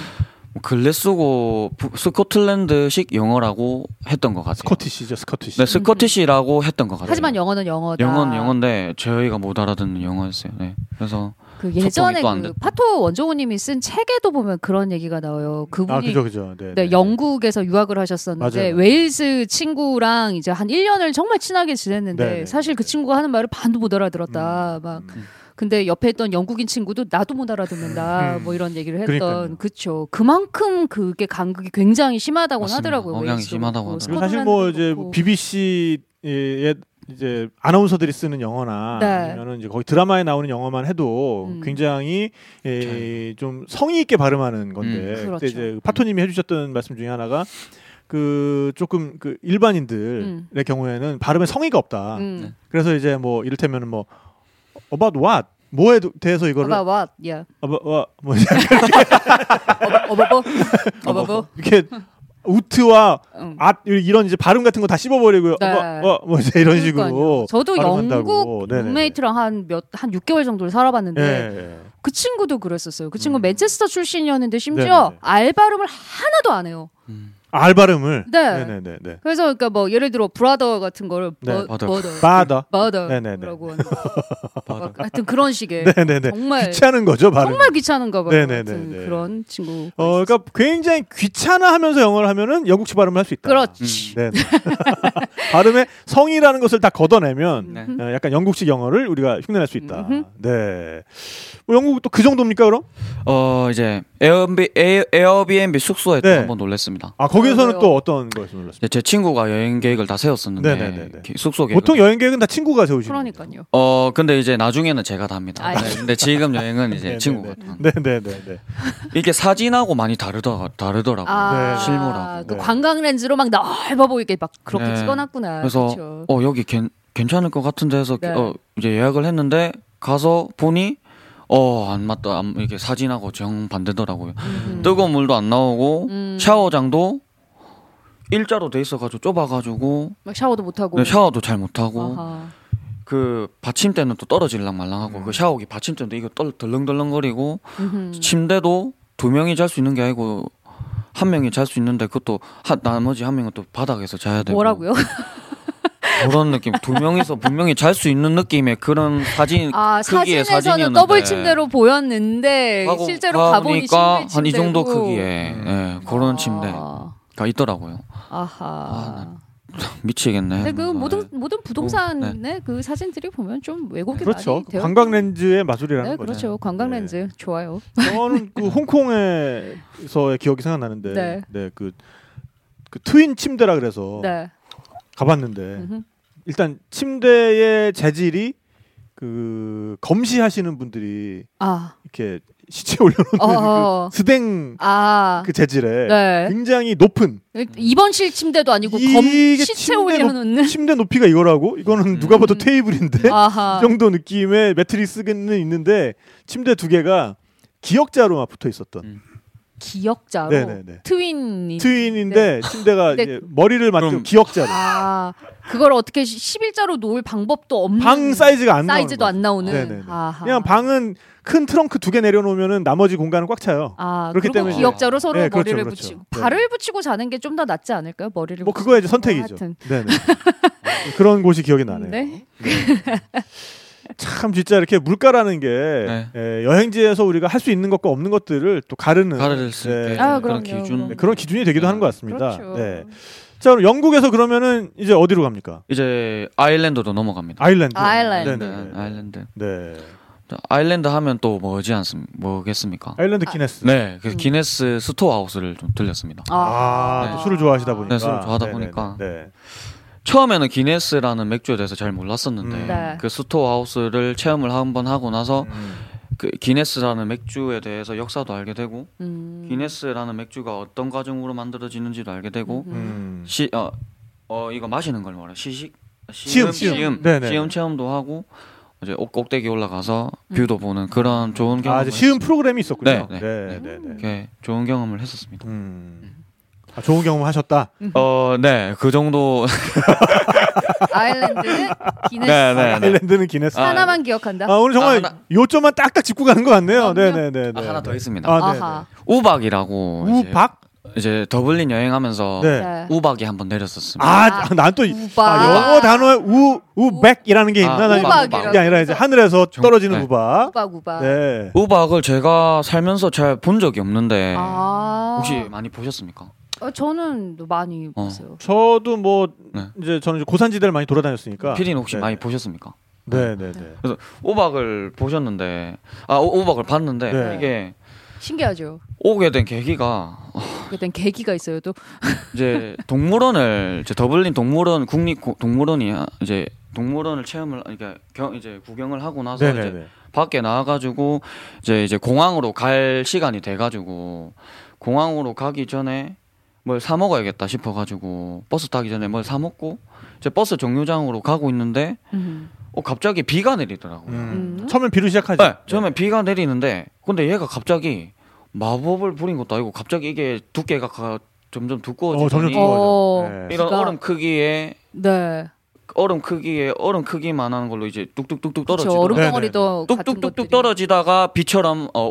S4: 뭐 글래스고 부- 스코틀랜드식 영어라고 했던 것 같아요.
S1: 스코티시죠, 스코티시.
S4: 네, 스코티시라고 했던 것 같아요.
S3: 하지만 영어는 영어다.
S4: 영어는 영어인데 저희가 못 알아듣는 영어였어요. 네. 그래서
S3: 그 예전에
S4: 소통이 또안
S3: 그
S4: 됐다.
S3: 파토 원조우님이 쓴 책에도 보면 그런 얘기가 나와요. 그분이
S1: 아, 그죠, 그죠. 네.
S3: 네, 영국에서 유학을 하셨었는데
S1: 맞아요.
S3: 웨일스 친구랑 이제 한 1년을 정말 친하게 지냈는데
S1: 네네.
S3: 사실 그 친구가 하는 말을 반도 못 알아들었다. 막
S1: 음.
S3: 근데 옆에 있던 영국인 친구도 나도 못 알아듣는다.
S1: 음.
S3: 뭐 이런 얘기를
S1: 그러니까요.
S3: 했던 그쵸 그만큼 그게 간극이 굉장히 심하다고
S4: 맞습니다.
S3: 하더라고요.
S4: 억양이
S3: 웨일스도
S4: 심하다고
S3: 그렇고,
S1: 그리고 사실 뭐
S3: 스코틀랜드도
S1: 이제
S3: 그렇고.
S1: BBC의 이제 아나운서들이 쓰는 영어나
S3: 네.
S1: 아니면은 이제 거기 드라마에 나오는 영어만 해도
S3: 음.
S1: 굉장히 에, 좀 성의 있게 발음하는 건데
S3: 음.
S1: 그때
S3: 그렇죠.
S1: 이제 파토님이 해주셨던 말씀 중에 하나가 그 조금 그 일반인들의
S3: 음.
S1: 경우에는 발음에 성의가 없다.
S3: 음.
S4: 네.
S1: 그래서 이제 뭐 이를테면은 뭐 about what 뭐에 도- 대해서 이거를
S3: 어바 왓, 예.
S1: about what 뭐 이제
S3: 어버버, 어버버.
S1: 이렇게 우트와
S3: 응.
S1: 아 이런 이제 발음 같은 거 다 씹어버리고요.
S3: 네.
S1: 어, 어, 뭐 이제 이런 식으로.
S3: 그러니까요. 저도
S1: 발음한다고.
S3: 영국
S1: 네네네.
S3: 룸메이트랑 한 몇 한 6개월 정도를 살아봤는데
S1: 예.
S3: 그 친구도 그랬었어요. 그 친구
S1: 음.
S3: 는 맨체스터 출신이었는데 심지어
S1: 네네네.
S3: 알 발음을 하나도 안 해요.
S4: 음,
S1: 알 발음을.
S3: 네.
S1: 네, 네, 네.
S3: 그래서 그러니까 뭐 예를 들어 브라더 같은 거를
S1: 네,
S3: 버,
S4: brother.
S3: 버더,
S1: 바더. 네네네.
S3: 버더라고 하는 거. 막 하여튼 그런 식의
S1: 네, 네, 네.
S3: 정말
S1: 귀찮은 거죠, 발음.
S3: 정말 귀찮은가 봐요.
S1: 네네네네.
S3: 하여튼 그런 친구.
S1: 어, 그러니까 굉장히 귀찮아하면서 영어를 하면은 영국식 발음을 할 수 있다.
S3: 그렇지.
S1: 네. 네. 발음에 성이라는 것을 다 걷어내면
S4: 네.
S3: 음.
S1: 어, 약간 영국식 영어를 우리가 흉내낼 수 있다.
S3: 음흠.
S1: 네. 뭐 영국 또 그 정도입니까 그럼?
S4: 어 이제 에어비 에어, 에어비앤비 숙소에 또
S1: 네.
S4: 한번 놀랬습니다.
S1: 아 거기에서는
S3: 그러고요.
S1: 또 어떤 거에서 놀랐습니까?
S4: 이제 제 친구가 여행 계획을 다 세웠었는데
S1: 네네네네.
S4: 기- 숙소 계획
S1: 보통 여행 계획은 다 친구가 세우시는
S3: 그러니까요.
S4: 어 근데 이제 나중에는 제가 다 합니다.
S3: 아이.
S4: 네, 근데 지금 여행은
S1: 네네네.
S4: 이제 친구가 다.
S1: 네네네네.
S4: 이게 사진하고 많이 다르더 다르더라고요.
S1: 네.
S4: 실물하고.
S3: 그
S1: 네.
S3: 관광 렌즈로 막 넓어 보이게 막 그렇게
S4: 네.
S3: 찍어놨구나.
S4: 그래서
S3: 그쵸.
S4: 어 여기 괜, 괜찮을 것 같은데 해서
S3: 네.
S4: 어, 이제 예약을 했는데 가서 보니 어 안 맞다 안- 이게 사진하고 정 반대더라고요.
S3: 음.
S4: 뜨거운 물도 안 나오고
S3: 음.
S4: 어, 샤워장도 일자로 돼 있어가지고 좁아가지고
S3: 막 샤워도 못 하고.
S4: 네, 샤워도 잘 못하고
S3: 아하.
S4: 그 받침대는 또 떨어질랑 말랑하고
S1: 음.
S4: 그 샤워기 받침대도 이거 떨 덜렁덜렁거리고
S3: 음흠.
S4: 침대도 두 명이 잘 수 있는 게 아니고 한 명이 잘 수 있는데 그것도 하- 나머지 한 명은 또 바닥에서 자야 되고
S3: 뭐라고요?
S4: 그런 느낌 두 명이서 분명히 잘 수 있는 느낌의 그런 사진
S3: 아
S4: 크기의
S3: 사진에서는
S4: 사진이었는데
S3: 더블 침대로 보였는데
S4: 하고
S3: 실제로 가보니
S4: 가보니까
S3: 싱글
S4: 한 이 정도
S3: 침대고.
S4: 크기의
S1: 음.
S4: 예, 그런 침대가
S3: 아,
S4: 있더라고요
S3: 아하.
S4: 미치겠네
S3: 근데 그
S4: 네.
S3: 모든 모든 부동산의 그 사진들이 보면 좀 왜곡이
S1: 그렇죠.
S3: 많이 돼요.
S1: 관광 렌즈의 마술이라는
S3: 네,
S1: 거죠.
S3: 그렇죠. 관광
S1: 네.
S3: 렌즈 좋아요.
S1: 저는 그 홍콩에서의 기억이 생각나는데,
S3: 네.
S1: 네, 그, 그 트윈 침대라 그래서
S3: 네.
S1: 가봤는데
S3: 음흠.
S1: 일단 침대의 재질이 그 검시하시는 분들이
S3: 아,
S1: 이렇게 시체 올려놓는
S3: 어, 어,
S1: 그 스댕
S3: 아,
S1: 그 재질의
S3: 네.
S1: 굉장히 높은
S3: 입원실 침대도 아니고 검
S1: 이게
S3: 시체
S1: 침대 높-
S3: 올려놓는.
S1: 침대 높이가 이거라고 이거는
S4: 음.
S1: 누가 봐도
S3: 음.
S1: 테이블인데
S3: 아하.
S1: 이 정도 느낌의 매트리스는 있는데 침대 두 개가 기역자로만 붙어
S3: 음.
S1: 있었던
S3: 기억자로
S1: 네네네.
S3: 트윈이.
S1: 트윈인데 침대가
S3: 네.
S1: 이제 머리를 맞춘
S4: 그럼-
S1: 기역자로
S3: 아, 그걸 어떻게 시- 11자로 놓을 방법도 없는.
S1: 방 사이즈가 안 나오는 거죠.
S3: 사이즈도 안 나오는.
S1: 네네네.
S3: 아하.
S1: 그냥 방은 큰 트렁크 두 개 내려놓으면은 나머지 공간은 꽉 차요.
S3: 아,
S1: 그렇기
S3: 그리고
S1: 때문에
S3: 기억자로 서로
S1: 네, 그렇죠,
S3: 머리를
S1: 그렇죠.
S3: 붙이고
S1: 네.
S3: 발을 붙이고 자는 게 좀 더 낫지 않을까요? 머리를
S1: 뭐
S3: 붙이고.
S1: 그거야 이제
S3: 어,
S1: 선택이죠.
S3: 하여튼.
S1: 네네. 그런 곳이 기억이 나네요.
S3: 네.
S1: 참 진짜 이렇게 물가라는 게
S4: 네.
S1: 에, 여행지에서 우리가 할 수 있는 것과 없는 것들을 또 가르는
S4: 가를 수
S1: 네.
S4: 있게
S3: 아,
S4: 그런
S3: 그럼요,
S4: 기준
S3: 그럼요.
S1: 그런 기준이 되기도
S4: 네.
S1: 하는 것 같습니다.
S3: 그렇죠.
S1: 네. 자 그럼 영국에서 그러면은 이제 어디로 갑니까?
S4: 이제 아일랜드도 넘어갑니다.
S1: 아일랜드.
S3: 아일랜드.
S1: 네네.
S4: 네, 아일랜드.
S1: 네.
S4: 자, 아일랜드 하면 또 뭐지 않습 뭐겠습니까?
S1: 아일랜드 기네스.
S4: 네,
S3: 음.
S4: 그 기네스 스토어하우스를 좀 들렸습니다.
S1: 아, 또
S4: 네.
S1: 술을 좋아하시다 보니까.
S4: 네, 술을 좋아하다
S1: 네네네.
S4: 보니까.
S1: 네.
S4: 처음에는 기네스라는 맥주에 대해서 잘 몰랐었는데
S1: 음.
S3: 네.
S4: 그 스토어하우스를 체험을 한번 하고 나서
S1: 음.
S4: 그 기네스라는 맥주에 대해서 역사도 알게 되고
S3: 음.
S4: 기네스라는 맥주가 어떤 과정으로 만들어지는지도 알게 되고
S1: 음.
S4: 시 어 어 이거 마시는 걸 뭐라 시식
S1: 시음,
S3: 시음.
S4: 시음
S1: 네네.
S4: 시음 체험도 하고 이제 옥- 꼭대기 올라가서 뷰도 보는 그런 좋은 경험
S1: 아, 이제 음. 시음 프로그램이 있었군요.
S4: 네, 네.
S1: 네, 네, 네.
S4: 이렇게 좋은 경험을 했었습니다.
S1: 음. 아, 좋은 경험 하셨다.
S4: 어, 네, 그 정도.
S3: 아일랜드는 기네스
S4: 네, 네, 네.
S1: 아일랜드는 기네스. 아,
S4: 아,
S3: 하나만 기억한다.
S1: 오늘 정말
S4: 아, 하나-
S1: 요점만 딱딱 짚고 가는 것 같네요.
S3: 그럼요.
S1: 네, 네, 네.
S4: 아,
S1: 네.
S4: 하나 더 있습니다.
S1: 아, 네,
S3: 아하.
S4: 우박이라고
S1: 네.
S4: 이제-
S1: 우박.
S4: 이제, 더블린 여행하면서
S1: 네.
S3: 네.
S4: 우박이 한번 내렸었습니다.
S1: 아, 난 또
S3: 우박.
S1: 영어 단어에 우 우백이라는 게 있나?
S4: 아,
S1: 난
S4: 우박.
S1: 이게 아니라 이제 하늘에서
S4: 정-
S1: 떨어지는
S4: 네.
S1: 우박.
S3: 우박 우박.
S1: 네.
S4: 우박을 제가 살면서 잘 본 적이 없는데
S3: 아.
S4: 혹시 많이 보셨습니까?
S3: 어, 저는 많이 봤어요.
S1: 저도 뭐
S4: 네.
S1: 이제 저는 이제 고산지대를 많이 돌아다녔으니까.
S4: 피디는 혹시
S1: 네.
S4: 많이 보셨습니까?
S1: 네, 네, 네.
S4: 우박을 보셨는데 아 우- 우박을 봤는데
S1: 네.
S4: 이게
S3: 신기하죠.
S4: 오게 된 계기가
S3: 그땐 계기가 있어요. 또
S4: 이제 동물원을 이제 더블린 동물원 국립 고- 동물원이 이제 동물원을 체험을 그러니까 경, 이제 구경을 하고 나서
S1: 네,
S4: 이제
S1: 네, 네.
S4: 밖에 나와가지고 이제 이제 공항으로 갈 시간이 돼가지고 공항으로 가기 전에 뭘 사 먹어야겠다 싶어가지고 버스 타기 전에 뭘 사 먹고 이제 버스 정류장으로 가고 있는데
S3: 음.
S4: 어 갑자기 비가 내리더라고요.
S1: 음.
S3: 음.
S1: 처음엔 비로 시작하죠.
S4: 네, 처음에 비가 내리는데 근데 얘가 갑자기 마법을 부린 것도 아니고 갑자기 이게 두께가 가- 점점 두꺼워지더니
S1: 어, 점점
S3: 어.
S1: 두꺼워져. 네.
S4: 이런
S3: 비가-
S4: 얼음 크기에
S3: 네.
S4: 얼음 크기에 얼음 크기만한 걸로 이제
S3: 그렇죠.
S4: 뚝뚝뚝뚝 떨어지더라고요.
S3: 얼음
S1: 네네.
S3: 덩어리도 같은
S4: 뚝뚝뚝뚝
S3: 것들이.
S4: 떨어지다가 비처럼 어,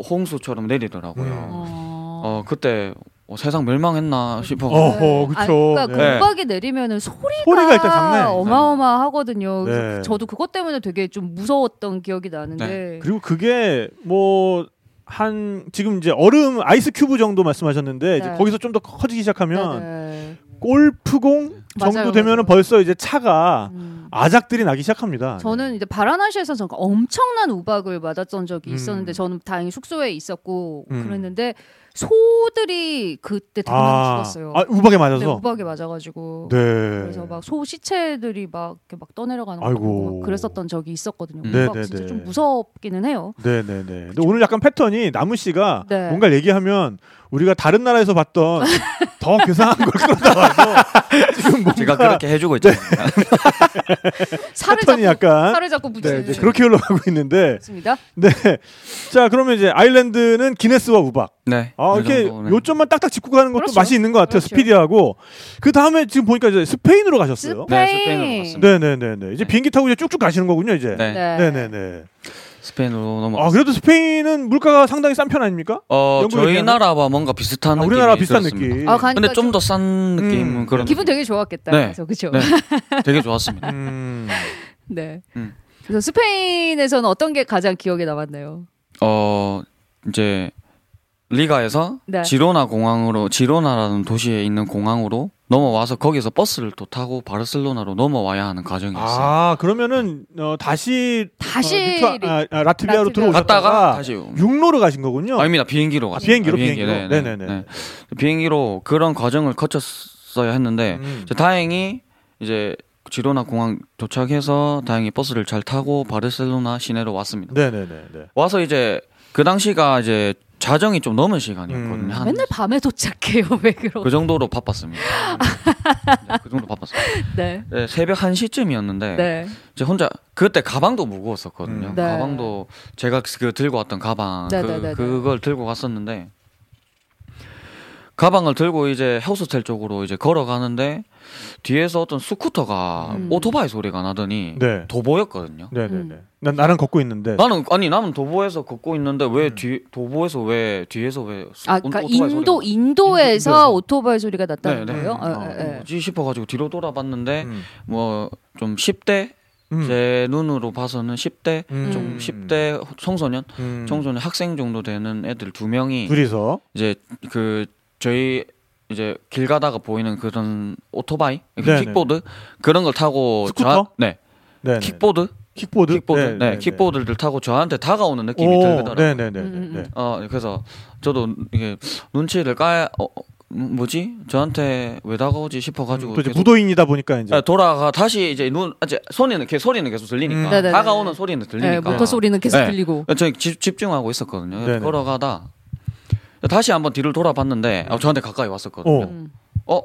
S1: 음.
S4: 홍수처럼 내리더라고요.
S3: 어.
S4: 어 그때 어, 세상 멸망했나 싶어.
S1: 어. 어허,
S3: 아,
S1: 그쵸.
S3: 그러니까
S1: 네.
S3: 공박이 내리면은 소리가,
S1: 소리가 일단 장난이 아니잖아요.
S3: 어마어마하거든요. 그래서
S1: 네.
S3: 저도 그것 때문에 되게 좀 무서웠던 기억이 나는데.
S1: 그리고 그게 뭐 한 지금 이제 얼음 아이스 큐브 정도 말씀하셨는데 이제
S3: 네.
S1: 거기서 좀 더 커지기 시작하면
S3: 네, 네.
S1: 골프공 정도
S3: 맞아요,
S1: 되면은 벌써 이제 차가
S3: 음.
S1: 아작들이 나기 시작합니다.
S3: 저는 이제 바라나시에서 잠깐 엄청난 우박을 맞았던 적이
S1: 음.
S3: 있었는데 저는 다행히 숙소에 있었고
S1: 음.
S3: 그랬는데 소들이 그때 대박 죽었어요.
S1: 아, 우박에
S3: 네,
S1: 맞아서.
S3: 우박에 맞아가지고
S1: 네.
S3: 그래서 막 소 시체들이 막 이렇게 막 떠내려가는 거
S1: 아이고.
S3: 보고 막 그랬었던 적이 있었거든요.
S4: 음.
S3: 우박
S1: 네, 네,
S3: 진짜
S1: 네.
S3: 좀 무섭기는 해요.
S1: 네네네. 근데 오늘 약간 패턴이 나무 씨가
S3: 네.
S1: 뭔가 얘기하면 우리가 다른 나라에서 봤던 더 괴상한 걸 끌어다와서 지금 뭔가
S4: 제가 그렇게 해주고
S1: 네.
S4: 있잖아요.
S3: 살을 잡고
S1: 패턴이 약간
S3: 살을 잡고
S1: 네,
S3: 부딪히는
S1: 이제 그렇게 흘러가고 있는데
S3: 있습니다.
S1: 네. 자 그러면 이제 아일랜드는 기네스와 우박.
S4: 네.
S1: 아
S4: 그
S1: 이렇게
S4: 정도는.
S1: 요점만 딱딱 짚고 가는 것도
S3: 그렇죠.
S1: 맛이 있는 것 같아요.
S3: 그렇죠.
S1: 스피디하고 그 다음에 지금 보니까 이제 스페인으로 가셨어요.
S4: 네, 스페인으로
S3: 페인.
S4: 갔습니다.
S1: 네네네네. 이제 비행기 타고 이제 쭉쭉 가시는 거군요 이제.
S4: 네. 뭐.
S3: 네.
S1: 네네네.
S4: 스페인으로 넘어.
S1: 아 그래도 스페인은 물가가 상당히 싼 편 아닙니까?
S4: 어
S1: 영국에
S4: 저희
S1: 비하면?
S4: 나라와 뭔가 비슷한
S1: 아,
S4: 느낌이
S1: 우리나라 비슷한
S4: 들었습니다.
S1: 느낌.
S3: 아, 가니까
S4: 근데
S3: 좀
S4: 좀 더 싼 느낌
S1: 음.
S4: 그런
S3: 기분
S4: 느낌.
S3: 되게 좋았겠다.
S4: 네.
S3: 그래서 그죠.
S4: 네. 되게 좋았습니다.
S1: 음.
S3: 네.
S4: 음.
S3: 그래서 스페인에서는 어떤 게 가장 기억에 남았나요?
S4: 어 이제 리가에서
S3: 네.
S4: 지로나 공항으로 지로나라는 도시에 있는 공항으로 넘어와서 거기서 버스를 또 타고 바르셀로나로 넘어와야 하는 과정이었어요.
S1: 아 그러면은 어, 다시
S3: 다시
S1: 어, 리투아- 아, 아, 라트비아로
S3: 라트비아.
S4: 갔다가
S1: 들어오셨다가
S4: 다시 오-
S1: 육로로 가신 거군요.
S4: 아닙니다 비행기로 갔어요.
S1: 비행기로, 비행기로.
S4: 네, 네,
S1: 네네네.
S4: 네. 비행기로 그런 과정을 거쳤어야 했는데
S1: 음.
S4: 이제 다행히 이제 지로나 공항 도착해서 다행히 버스를 잘 타고 바르셀로나 시내로 왔습니다.
S1: 네네네. 네.
S4: 와서 이제 그 당시가 이제 자정이 좀 넘은 시간이었거든요.
S1: 음.
S4: 한
S3: 맨날 밤에 도착해요. 왜 그러?
S4: 그 정도로 바빴습니다. 네, 그 정도 바빴어요.
S3: 네.
S4: 네, 새벽 1시쯤이었는데
S3: 네.
S4: 이제 혼자 그때 가방도 무거웠었거든요.
S1: 음.
S3: 네.
S4: 가방도 제가 그 들고 왔던 가방
S3: 네,
S4: 그,
S3: 네, 네, 네.
S4: 그걸 들고 갔었는데 가방을 들고 이제 호스텔 쪽으로 이제 걸어가는데 뒤에서 어떤 스쿠터가
S3: 음.
S4: 오토바이 소리가 나더니
S1: 네.
S4: 도보였거든요.
S1: 네네네.
S3: 음.
S1: 난 나랑 걷고 있는데.
S4: 나는 아니 나는 도보에서 걷고 있는데 왜
S1: 음.
S4: 뒤, 도보에서 왜 뒤에서 왜 수-
S3: 아, 그러니까
S4: 오토바이 소리가
S3: 인도
S4: 나-
S3: 인도에서
S1: 인도에서.
S3: 오토바이 소리가
S4: 네,
S3: 났다는
S4: 네.
S3: 거예요?
S1: 음,
S3: 어,
S1: 어,
S3: 예, 예.
S4: 뭐지 싶어가지고 뒤로 돌아봤는데
S1: 음.
S4: 뭐 좀 10대
S1: 음.
S4: 제 눈으로 봐서는 10대
S1: 음.
S4: 좀 10대 청소년
S1: 음.
S4: 청소년 학생 정도 되는 애들 두 명이
S1: 둘이서
S4: 이제 그 저희 이제 길 가다가 보이는 그런 오토바이 그
S1: 네네.
S4: 킥보드 그런 걸 타고
S1: 스쿠터?
S4: 저한- 네
S1: 네네.
S4: 킥보드
S1: 킥보드
S4: 킥보드 네, 킥보드를 타고 저한테 다가오는 느낌이
S1: 오,
S4: 들더라고요.
S1: 네네네.
S3: 음,
S1: 네.
S3: 음.
S4: 어 그래서 저도 이게 눈치를 까야 어, 어, 뭐지 저한테 왜 다가오지 싶어가지고
S1: 또 이제
S4: 계속
S1: 무도인이다 보니까 이제
S4: 아, 돌아가 다시 이제 눈 아, 이제 소리는 계 소리는 계속
S1: 음.
S4: 들리니까
S3: 네네네.
S4: 다가오는 소리는
S3: 예,
S4: 들리니까
S3: 모터 소리는 계속
S4: 네.
S3: 들리고.
S4: 저 집, 집중하고 있었거든요.
S1: 네네.
S4: 걸어가다 다시 한번 뒤를 돌아봤는데 아, 저한테 가까이 왔었거든요.
S3: 음.
S4: 어,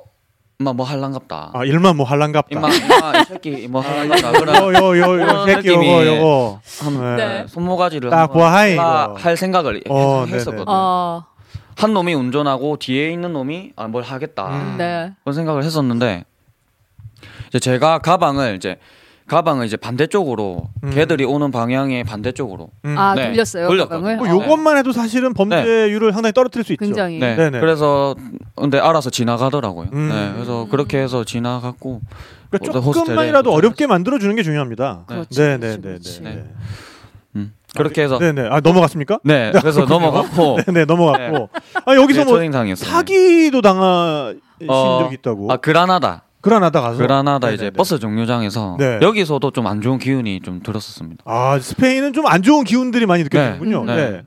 S4: 엄마 뭐 할랑갑다.
S1: 아 일만 뭐 할랑갑다.
S4: 임마, 임마 이 새끼 뭐 할랑갑다. 그런
S1: 요요요 요
S4: 그런
S1: 새끼
S4: 느낌이- 음.
S1: 요거 요거.
S4: 한
S3: 네.
S4: 손모가지를
S1: 딱뭐
S4: 한번
S1: 보아하이,
S4: 해봐
S1: 이거.
S4: 할 생각을
S1: 어,
S4: 계속 했었거든요.
S1: 네네.
S3: 어,
S4: 한 놈이 운전하고 뒤에 있는 놈이 아, 뭘 하겠다.
S1: 음.
S3: 네.
S4: 그런 생각을 했었는데 이제 제가 가방을 이제 가방을 이제 반대쪽으로
S1: 음.
S4: 걔들이 오는 방향의 반대쪽으로
S1: 음.
S3: 아,
S4: 네.
S3: 돌렸어요.
S4: 돌렸거든요.
S3: 가방을?
S1: 뭐
S4: 네.
S3: 어,
S1: 요것만 해도 사실은 범죄율을 상당히 떨어뜨릴 수 있죠.
S3: 굉장히.
S4: 네.
S1: 네네.
S4: 그래서 근데 알아서 지나가더라고요.
S1: 음.
S4: 네. 그래서 그렇게 해서 지나갔고
S1: 그러니까
S4: 어떤 호스텔에
S1: 조금만이라도
S4: 어떤
S1: 어렵게 만들어 주는 게 중요합니다.
S3: 그렇지, 그렇지,
S1: 네네네네.
S3: 그렇지.
S4: 네. 음. 그렇게 해서 네.
S1: 네네. 아 넘어갔습니까?
S4: 그래서 넘어갔고
S1: 네네 넘어갔고. 아 여기서
S4: 네,
S1: 뭐
S4: 초딩당했어요.
S1: 사기도 당하신
S4: 어,
S1: 적이 있다고.
S4: 아 그라나다.
S1: 그라나다 가서.
S4: 그라나다 이제
S1: 네네네.
S4: 버스 정류장에서
S1: 네.
S4: 여기서도 좀 안 좋은 기운이 좀 들었었습니다.
S1: 아 스페인은 좀 안 좋은 기운들이 많이 느껴지는군요.
S4: 네.
S1: 네.
S4: 네.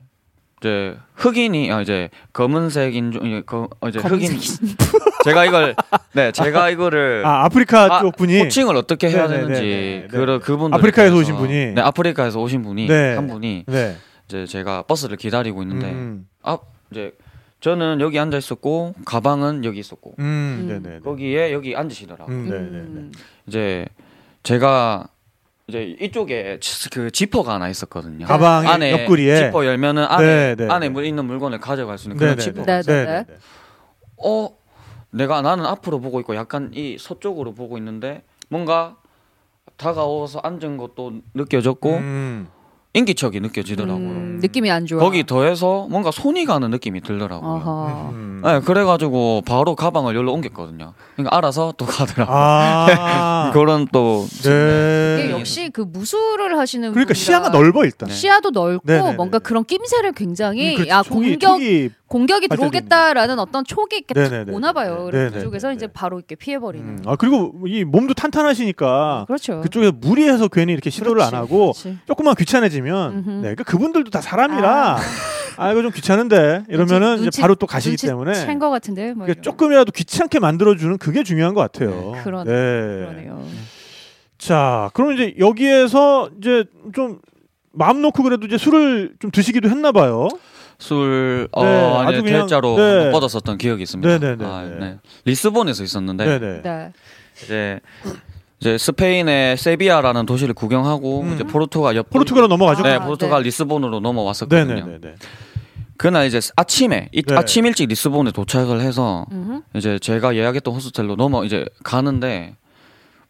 S4: 이제 흑인이 아, 이제 검은색인 종 이제, 검, 어, 이제 흑인 제가 이걸 네 제가 이거를
S1: 아 아프리카 쪽 분이.
S4: 호칭을 어떻게 해야
S1: 네네네네.
S4: 되는지
S1: 네네.
S4: 그 그분
S1: 아프리카에서 오신 분이.
S4: 네 아프리카에서 오신 분이
S1: 네.
S4: 한 분이
S1: 네.
S4: 이제 제가 버스를 기다리고 있는데 아,
S1: 음.
S4: 이제 저는 여기 앉아 있었고 가방은 여기 있었고
S1: 음. 네네.
S4: 거기에 여기 앉으시더라고. 요
S1: 음. 네네네.
S3: 음.
S4: 이제 제가 이제 이쪽에 지- 그 지퍼가 하나 있었거든요.
S1: 가방 옆구리에.
S4: 지퍼 열면은 안에
S1: 네, 네,
S4: 안에
S1: 네.
S4: 물 있는 물건을 가져갈 수 있는 그런
S1: 네네.
S4: 지퍼.
S3: 네.
S1: 네네.
S4: 어 내가 나는 앞으로 보고 있고 약간 이 서쪽으로 보고 있는데 뭔가 다가와서 앉은 것도 느껴졌고
S1: 음.
S4: 인기척이 느껴지더라고요.
S3: 음, 느낌이 안 좋아.
S4: 거기 더해서 뭔가 손이 가는 느낌이 들더라고요.
S3: 아하.
S1: 음.
S4: 네, 그래가지고 바로 가방을 열로 옮겼거든요. 그러니까 알아서 또 가더라고.
S1: 아.
S4: 그런 또
S3: 이게
S1: 네.
S3: 역시 그 무술을 하시는
S1: 그러니까
S3: 분이라
S1: 시야가 넓어 일단.
S4: 네.
S3: 시야도 넓고
S1: 네네네.
S3: 뭔가 그런 낌새를 굉장히
S1: 음, 그렇지.
S3: 야
S1: 촉이-
S3: 아, 공격
S1: 촉이
S3: 공격이
S1: 발달돼
S3: 들어오겠다라는 어떤 촉이 이렇게
S1: 네네네.
S3: 탁 오나 봐요.
S1: 네네네.
S3: 그래서 그쪽에서 이제
S1: 네네.
S3: 바로 이렇게 피해버리는.
S1: 음, 아 그리고 이 몸도 탄탄하시니까
S3: 그렇죠.
S1: 그쪽에서 무리해서 괜히 이렇게 시도를 안 하고
S3: 그렇지.
S1: 조금만 귀찮아지면
S3: 음흠.
S1: 네, 그러니까 그분들도 다 사람이라 아, 이거 좀 귀찮은데 이러면은
S3: 눈치-
S1: 이제 바로 또 가시기
S3: 눈치
S1: 때문에
S3: 챈거 같은데 뭐
S1: 그러니까 조금이라도 귀찮게 만들어주는 그게 중요한 것 같아요.
S3: 네, 그러네.
S1: 네.
S3: 그러네요.
S1: 자, 그럼 이제 여기에서 이제 좀 마음 놓고 그래도 이제 술을 좀 드시기도 했나 봐요.
S4: 술 어,
S1: 네,
S4: 아니,
S1: 아주 그냥-
S4: 대자로
S1: 네.
S4: 뻗었었던 기억이 있습니다.
S1: 네네네.
S4: 아, 네. 리스본에서 있었는데
S1: 네.
S3: 네.
S4: 이제 이제 스페인의 세비야라는 도시를 구경하고
S1: 음.
S4: 이제 포르투갈 옆
S1: 포르투갈로 넘어가죠.
S4: 네,
S3: 아,
S4: 포르투갈
S3: 네.
S4: 리스본으로 넘어왔었거든요.
S1: 네, 네, 네, 네.
S4: 그날 이제 아침에 이-
S1: 네.
S4: 아침 일찍 리스본에 도착을 해서
S3: 음흠.
S4: 이제 제가 예약했던 호스텔로 넘어 이제 가는데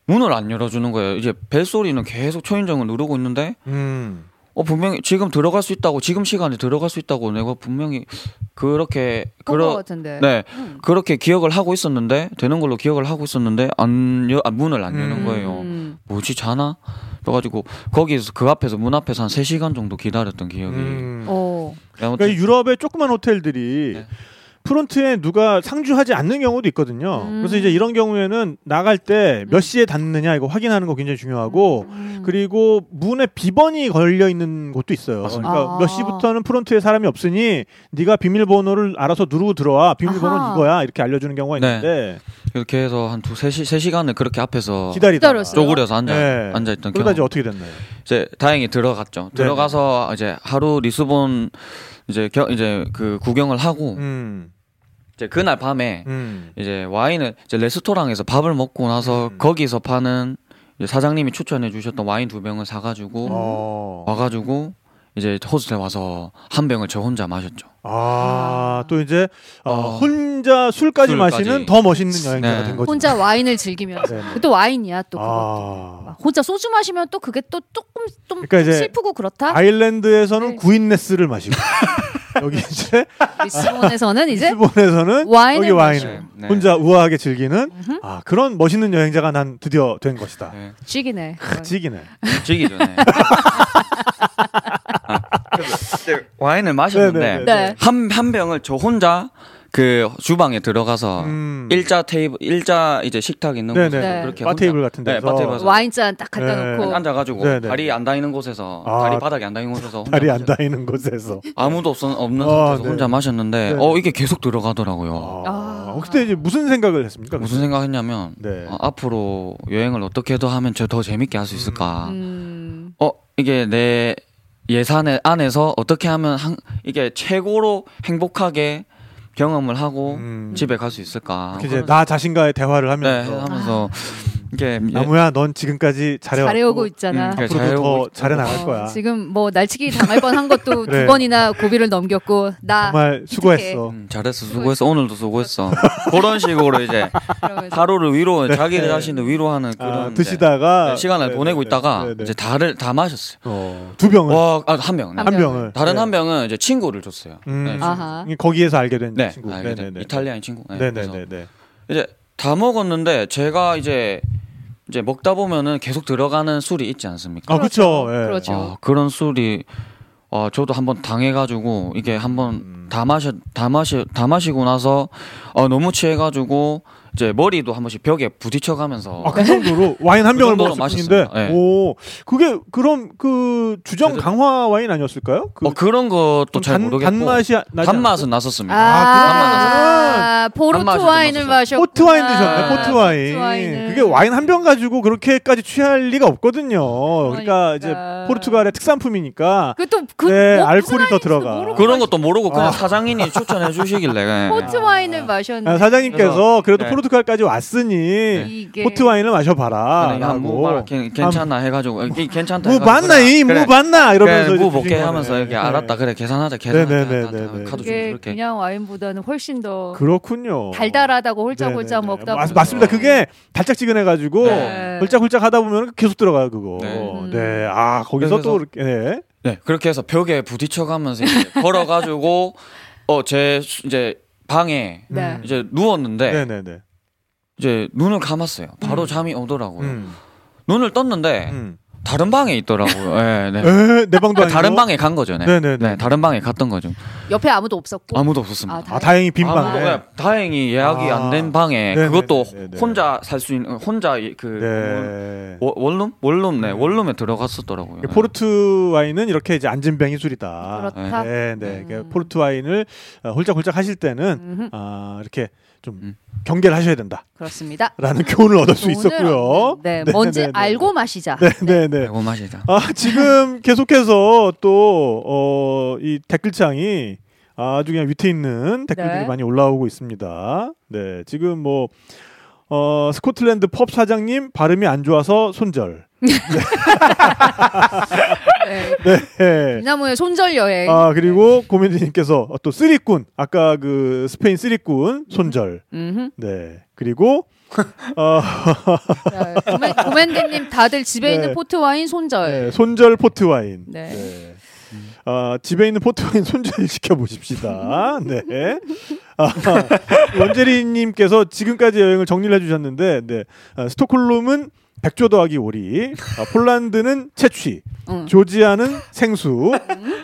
S4: 문을 안 열어주는 거예요. 이제 벨소리는 계속 초인종을 누르고 있는데
S1: 음.
S4: 어 분명히 지금 들어갈 수 있다고 지금 시간에 들어갈 수 있다고 내가 분명히 그렇게
S3: 그거
S4: 그러
S3: 같은데.
S4: 네
S3: 음.
S4: 그렇게 기억을 하고 있었는데 되는 걸로 기억을 하고 있었는데 안 여, 아, 문을 안 여는
S1: 음.
S4: 거예요.
S3: 음.
S4: 뭐지 자나? 그래가지고 거기서 그 앞에서 문 앞에서 한3 시간 정도 기다렸던 기억이.
S1: 음.
S3: 어.
S1: 그러니까
S4: 아무튼
S1: 이 유럽의 조그만 호텔들이
S4: 네.
S1: 프론트에 누가 상주하지 않는 경우도 있거든요.
S3: 음.
S1: 그래서 이제 이런 경우에는 나갈 때 몇
S3: 음.
S1: 시에 닫느냐 이거 확인하는 거 굉장히 중요하고
S3: 음.
S1: 그리고 문에 비번이 걸려 있는 곳도 있어요.
S4: 맞습니다.
S1: 그러니까
S3: 아.
S1: 몇 시부터는 프론트에 사람이 없으니 네가 비밀번호를 알아서 누르고 들어와. 비밀번호는
S3: 아하.
S1: 이거야. 이렇게 알려주는 경우가
S4: 네.
S1: 있는데
S4: 이렇게 해서 한 두 세 시 세 시간을 그렇게 앞에서
S1: 기다리다.
S3: 기다렸어요.
S4: 쪼그려서 뭐 앉아
S1: 네.
S4: 앉아 있던
S1: 그러다
S4: 경험.
S1: 이제 어떻게 됐나요?
S4: 이제 다행히 들어갔죠.
S1: 네.
S4: 들어가서 이제 하루 리스본 이제 겨, 이제 그 구경을 하고
S1: 음,
S4: 이제 그날 밤에
S1: 음,
S4: 이제 와인을 이제 레스토랑에서 밥을 먹고 나서
S1: 음.
S4: 거기서 파는 이제 사장님이 추천해 주셨던 와인 두 병을
S3: 음.
S4: 사가지고
S1: 어.
S4: 와가지고 이제 호스텔 와서 한 병을 저 혼자 마셨죠.
S1: 아, 또 이제 어,
S4: 어.
S1: 혼자 술까지,
S4: 술까지.
S1: 마시는 더 멋있는 여행자가
S4: 네.
S1: 된 거죠.
S3: 혼자 와인을 즐기면서
S1: 네, 네.
S3: 또 와인이야 또 그것도.
S1: 아.
S3: 막 혼자 소주 마시면 또 그게 또 조금 좀
S1: 그러니까 이제
S3: 슬프고 그렇다.
S1: 아일랜드에서는
S3: 네.
S1: 구인네스를 마시고 여기 이제
S3: 리스본에서는
S1: 아,
S3: 이제
S1: 일본에서는
S3: 네? 와인을
S1: 여기 와인을
S3: 마시고.
S4: 네.
S1: 혼자 우아하게 즐기는 아 그런 멋있는 여행자가 난 드디어 된 것이다. 그
S4: 네.
S3: 쥐기네.
S1: 찌기네.
S4: 즐기 전에. 아, 그래서 와인을 마셨는데
S3: 네.
S4: 한 한 병을 저 혼자 그 주방에 들어가서
S1: 음.
S4: 일자 테이블 일자 이제 식탁 있는
S1: 네네.
S4: 곳에서
S3: 네.
S4: 그렇게
S1: 바
S4: 혼자
S1: 테이블 같은
S4: 네,
S1: 데서
S4: 바 테이블에서.
S3: 와인잔 딱 갖다
S1: 네.
S3: 놓고
S4: 앉아가지고
S1: 네네.
S4: 다리 안 닿이는 곳에서
S1: 아.
S4: 다리 바닥에 안 닿이는 곳에서 혼자
S1: 다리 안
S4: 마셨-
S1: 닿이는 곳에서.
S4: 아무도 없, 없는
S1: 아,
S4: 상태에서
S1: 네.
S4: 혼자 마셨는데
S1: 네.
S4: 어 이게 계속 들어가더라고요.
S1: 아,
S3: 아.
S1: 어, 그때 이제 무슨 생각을 했습니까?
S4: 무슨 생각했냐면
S1: 아, 네.
S4: 어, 앞으로 여행을 어떻게 더 하면 저 더 재밌게 할 수 있을까.
S3: 음.
S4: 어 이게 내 예산의 안에서 어떻게 하면 한, 이게 최고로 행복하게 경험을 하고
S1: 음.
S4: 집에 갈 수 있을까?
S1: 이렇게 이제 나 자신과의 대화를
S4: 아, 네
S1: 하면서
S4: 하면서 이게 예,
S1: 나무야 넌 지금까지 잘해
S3: 잘해오고
S4: 음,
S3: 있잖아.
S4: 그러니까
S1: 앞으로도
S4: 잘해오고
S1: 더
S4: 있-
S1: 잘해 나갈
S3: 어,
S1: 거야.
S3: 지금 뭐 날치기 당할 뻔한 것도
S1: 그래.
S3: 두 번이나 고비를 넘겼고 나
S1: 정말 수고했어.
S4: 음, 잘했어 수고했어 오늘도 수고했어 그런 식으로 이제
S3: 이러면서.
S4: 하루를 위로 자기
S1: 네.
S4: 자신을 위로하는
S1: 아,
S4: 그런 이제
S1: 드시다가
S4: 시간을
S1: 네,
S4: 보내고
S1: 네, 네,
S4: 있다가
S1: 네, 네.
S4: 이제 다를 다 마셨어요
S1: 어, 두 병을
S4: 와한 명. 네.
S1: 한 병을
S4: 다른
S1: 네.
S4: 한 명은 이제 친구를 줬어요
S1: 음.
S4: 네,
S3: 아하.
S1: 거기에서 알게 된
S4: 네,
S1: 친구.
S4: 아,
S1: 네,
S4: 이제
S1: 네, 네.
S4: 이탈리아인 친구 네, 그래서
S1: 네네네네.
S4: 이제 다 먹었는데 제가 이제 이제 먹다 보면은 계속 들어가는 술이 있지 않습니까?
S1: 아 그렇죠. 예.
S3: 그렇죠.
S4: 아, 그런 술이 아, 저도 한번 당해가지고 이게
S1: 음.
S4: 한번 다 마셔 다 마셔 다 마시고 나서 아, 너무 취해가지고 이제 머리도 한 번씩 벽에 부딪혀가면서
S1: 아그 정도로 와인 한
S4: 그
S1: 병을
S4: 정도로
S1: 먹었을 뿐인데,
S4: 마셨습니다. 예.
S1: 오 그게 그럼 그 주정
S4: 그래서-
S1: 강화 와인 아니었을까요? 그
S4: 어, 그런 것도
S1: 좀
S4: 잘
S1: 단,
S4: 모르겠고
S1: 단맛이 나지
S4: 단맛은 났었습니다.
S3: 아, 포르투
S4: 단맛이
S3: 와인을
S4: 좀
S1: 않-
S3: 마셨.
S1: 포트 와인 드셨네. 포트
S4: 포트
S1: 와인. 그게 와인 한 병 가지고 그렇게까지 취할 리가 없거든요. 그러니까,
S3: 그러니까.
S1: 이제 포르투갈의 특산품이니까
S3: 그또그 그러니까
S1: 네, 알코올이 더 들어가.
S4: 그런 것도 모르고 그냥
S1: 아.
S4: 사장님이 추천해 주시길래
S3: 포트 와인을
S1: 아,
S3: 마셨는데
S1: 사장님께서 그래도
S4: 네.
S1: 포르투갈까지 왔으니
S3: 음. 이게
S1: 포트 와인을 마셔봐라.
S4: 그냥 무 봐라, 뭐, 괜- 괜찮나 해가지고 이게 괜찮다
S1: 무
S4: 해가지고
S1: 아, 뭐. 봤나 이뭐 무
S4: 그래.
S1: 봤나 이러면서 이제
S4: 그래, 무
S1: 주신
S4: 뭐 먹게
S1: 거네.
S4: 하면서 이렇게
S1: 네.
S4: 알았다 그래 계산하자 계산하자
S1: 네네네네.
S4: 하다, 하다, 하다, 카드 주고
S3: 그게
S4: 이렇게
S3: 그냥 와인보다는 훨씬 더
S1: 그렇군요.
S3: 달달하다고 홀짝홀짝
S1: 네네네.
S3: 먹다
S1: 맞,
S3: 보면
S1: 맞습니다. 그게 달짝지근해 가지고
S4: 네.
S1: 홀짝홀짝 하다 보면 계속 들어가요 그거. 네.
S4: 네.
S1: 아 거기서
S4: 그래서-
S1: 또 이렇게 네.
S4: 네 그렇게 해서 벽에 부딪혀가면서 이제 걸어가지고 어 제 이제 방에
S3: 네.
S1: 음.
S4: 이제 누웠는데
S1: 네네네.
S4: 이제 눈을 감았어요 바로 잠이 오더라고요
S1: 음.
S4: 눈을 떴는데
S1: 음.
S4: 다른 방에 있더라고요. 예, 네.
S1: 에, 내 방도 아니고.
S4: 다른 방에 간 거죠. 네.
S1: 네네네.
S4: 네, 다른 방에 갔던 거죠.
S3: 옆에 아무도 없었고.
S4: 아무도 없었습니다.
S3: 아,
S1: 아 다행히 빈
S4: 아무도-
S1: 방에.
S4: 네, 다행히 예약이
S1: 아.
S4: 안 된 방에
S1: 네네네네네.
S4: 그것도 혼자 살 수 있는 혼자 이- 그
S1: 네.
S4: 월- 원룸 원룸 네
S1: 음.
S4: 원룸에 들어갔었더라고요.
S1: 이게 그 포르투 와인은 이렇게 이제 앉은 병이 술이다.
S3: 그렇다.
S1: 네, 네.
S3: 음.
S1: 그러니까 포르투 와인을 어, 홀짝홀짝 하실 때는
S3: 음흠,
S1: 아, 이렇게 좀
S4: 음.
S1: 경계를 하셔야 된다라는
S3: 그렇습니다.
S1: 교훈을 얻을 수
S3: 오늘-
S1: 있었고요.
S3: 네, 뭔지
S1: 네, 네, 네.
S3: 알고 마시자.
S1: 네, 네, 네.
S4: 배고 마시다.
S1: 아, 지금 계속해서 또, 어, 이 댓글창이 아주 그냥 위태 있는 댓글들이
S3: 네.
S1: 많이 올라오고 있습니다. 네, 지금 뭐, 어, 스코틀랜드 펍 사장님 발음이 안 좋아서 손절.
S3: 네.
S1: 네.
S3: 나무의 손절 여행.
S1: 아, 그리고 고민지님께서 어, 또 쓰리꾼, 아까 그 스페인 쓰리꾼 손절.
S3: 음흠.
S1: 네. 그리고, 어,
S3: 자, 고멘- 고멘대님 다들 집에
S1: 네.
S3: 있는 포트 와인 손절.
S1: 네, 손절 포트와인.
S3: 네.
S1: 네. 아, 집에 있는 포트와인 손절 시켜보십시다. 네. 아, 원재리님께서 지금까지 여행을 정리를 해주셨는데, 네. 아, 스톡홀름은 백조 더하기 오리, 아, 폴란드는 채취,
S3: 응.
S1: 조지아는 생수,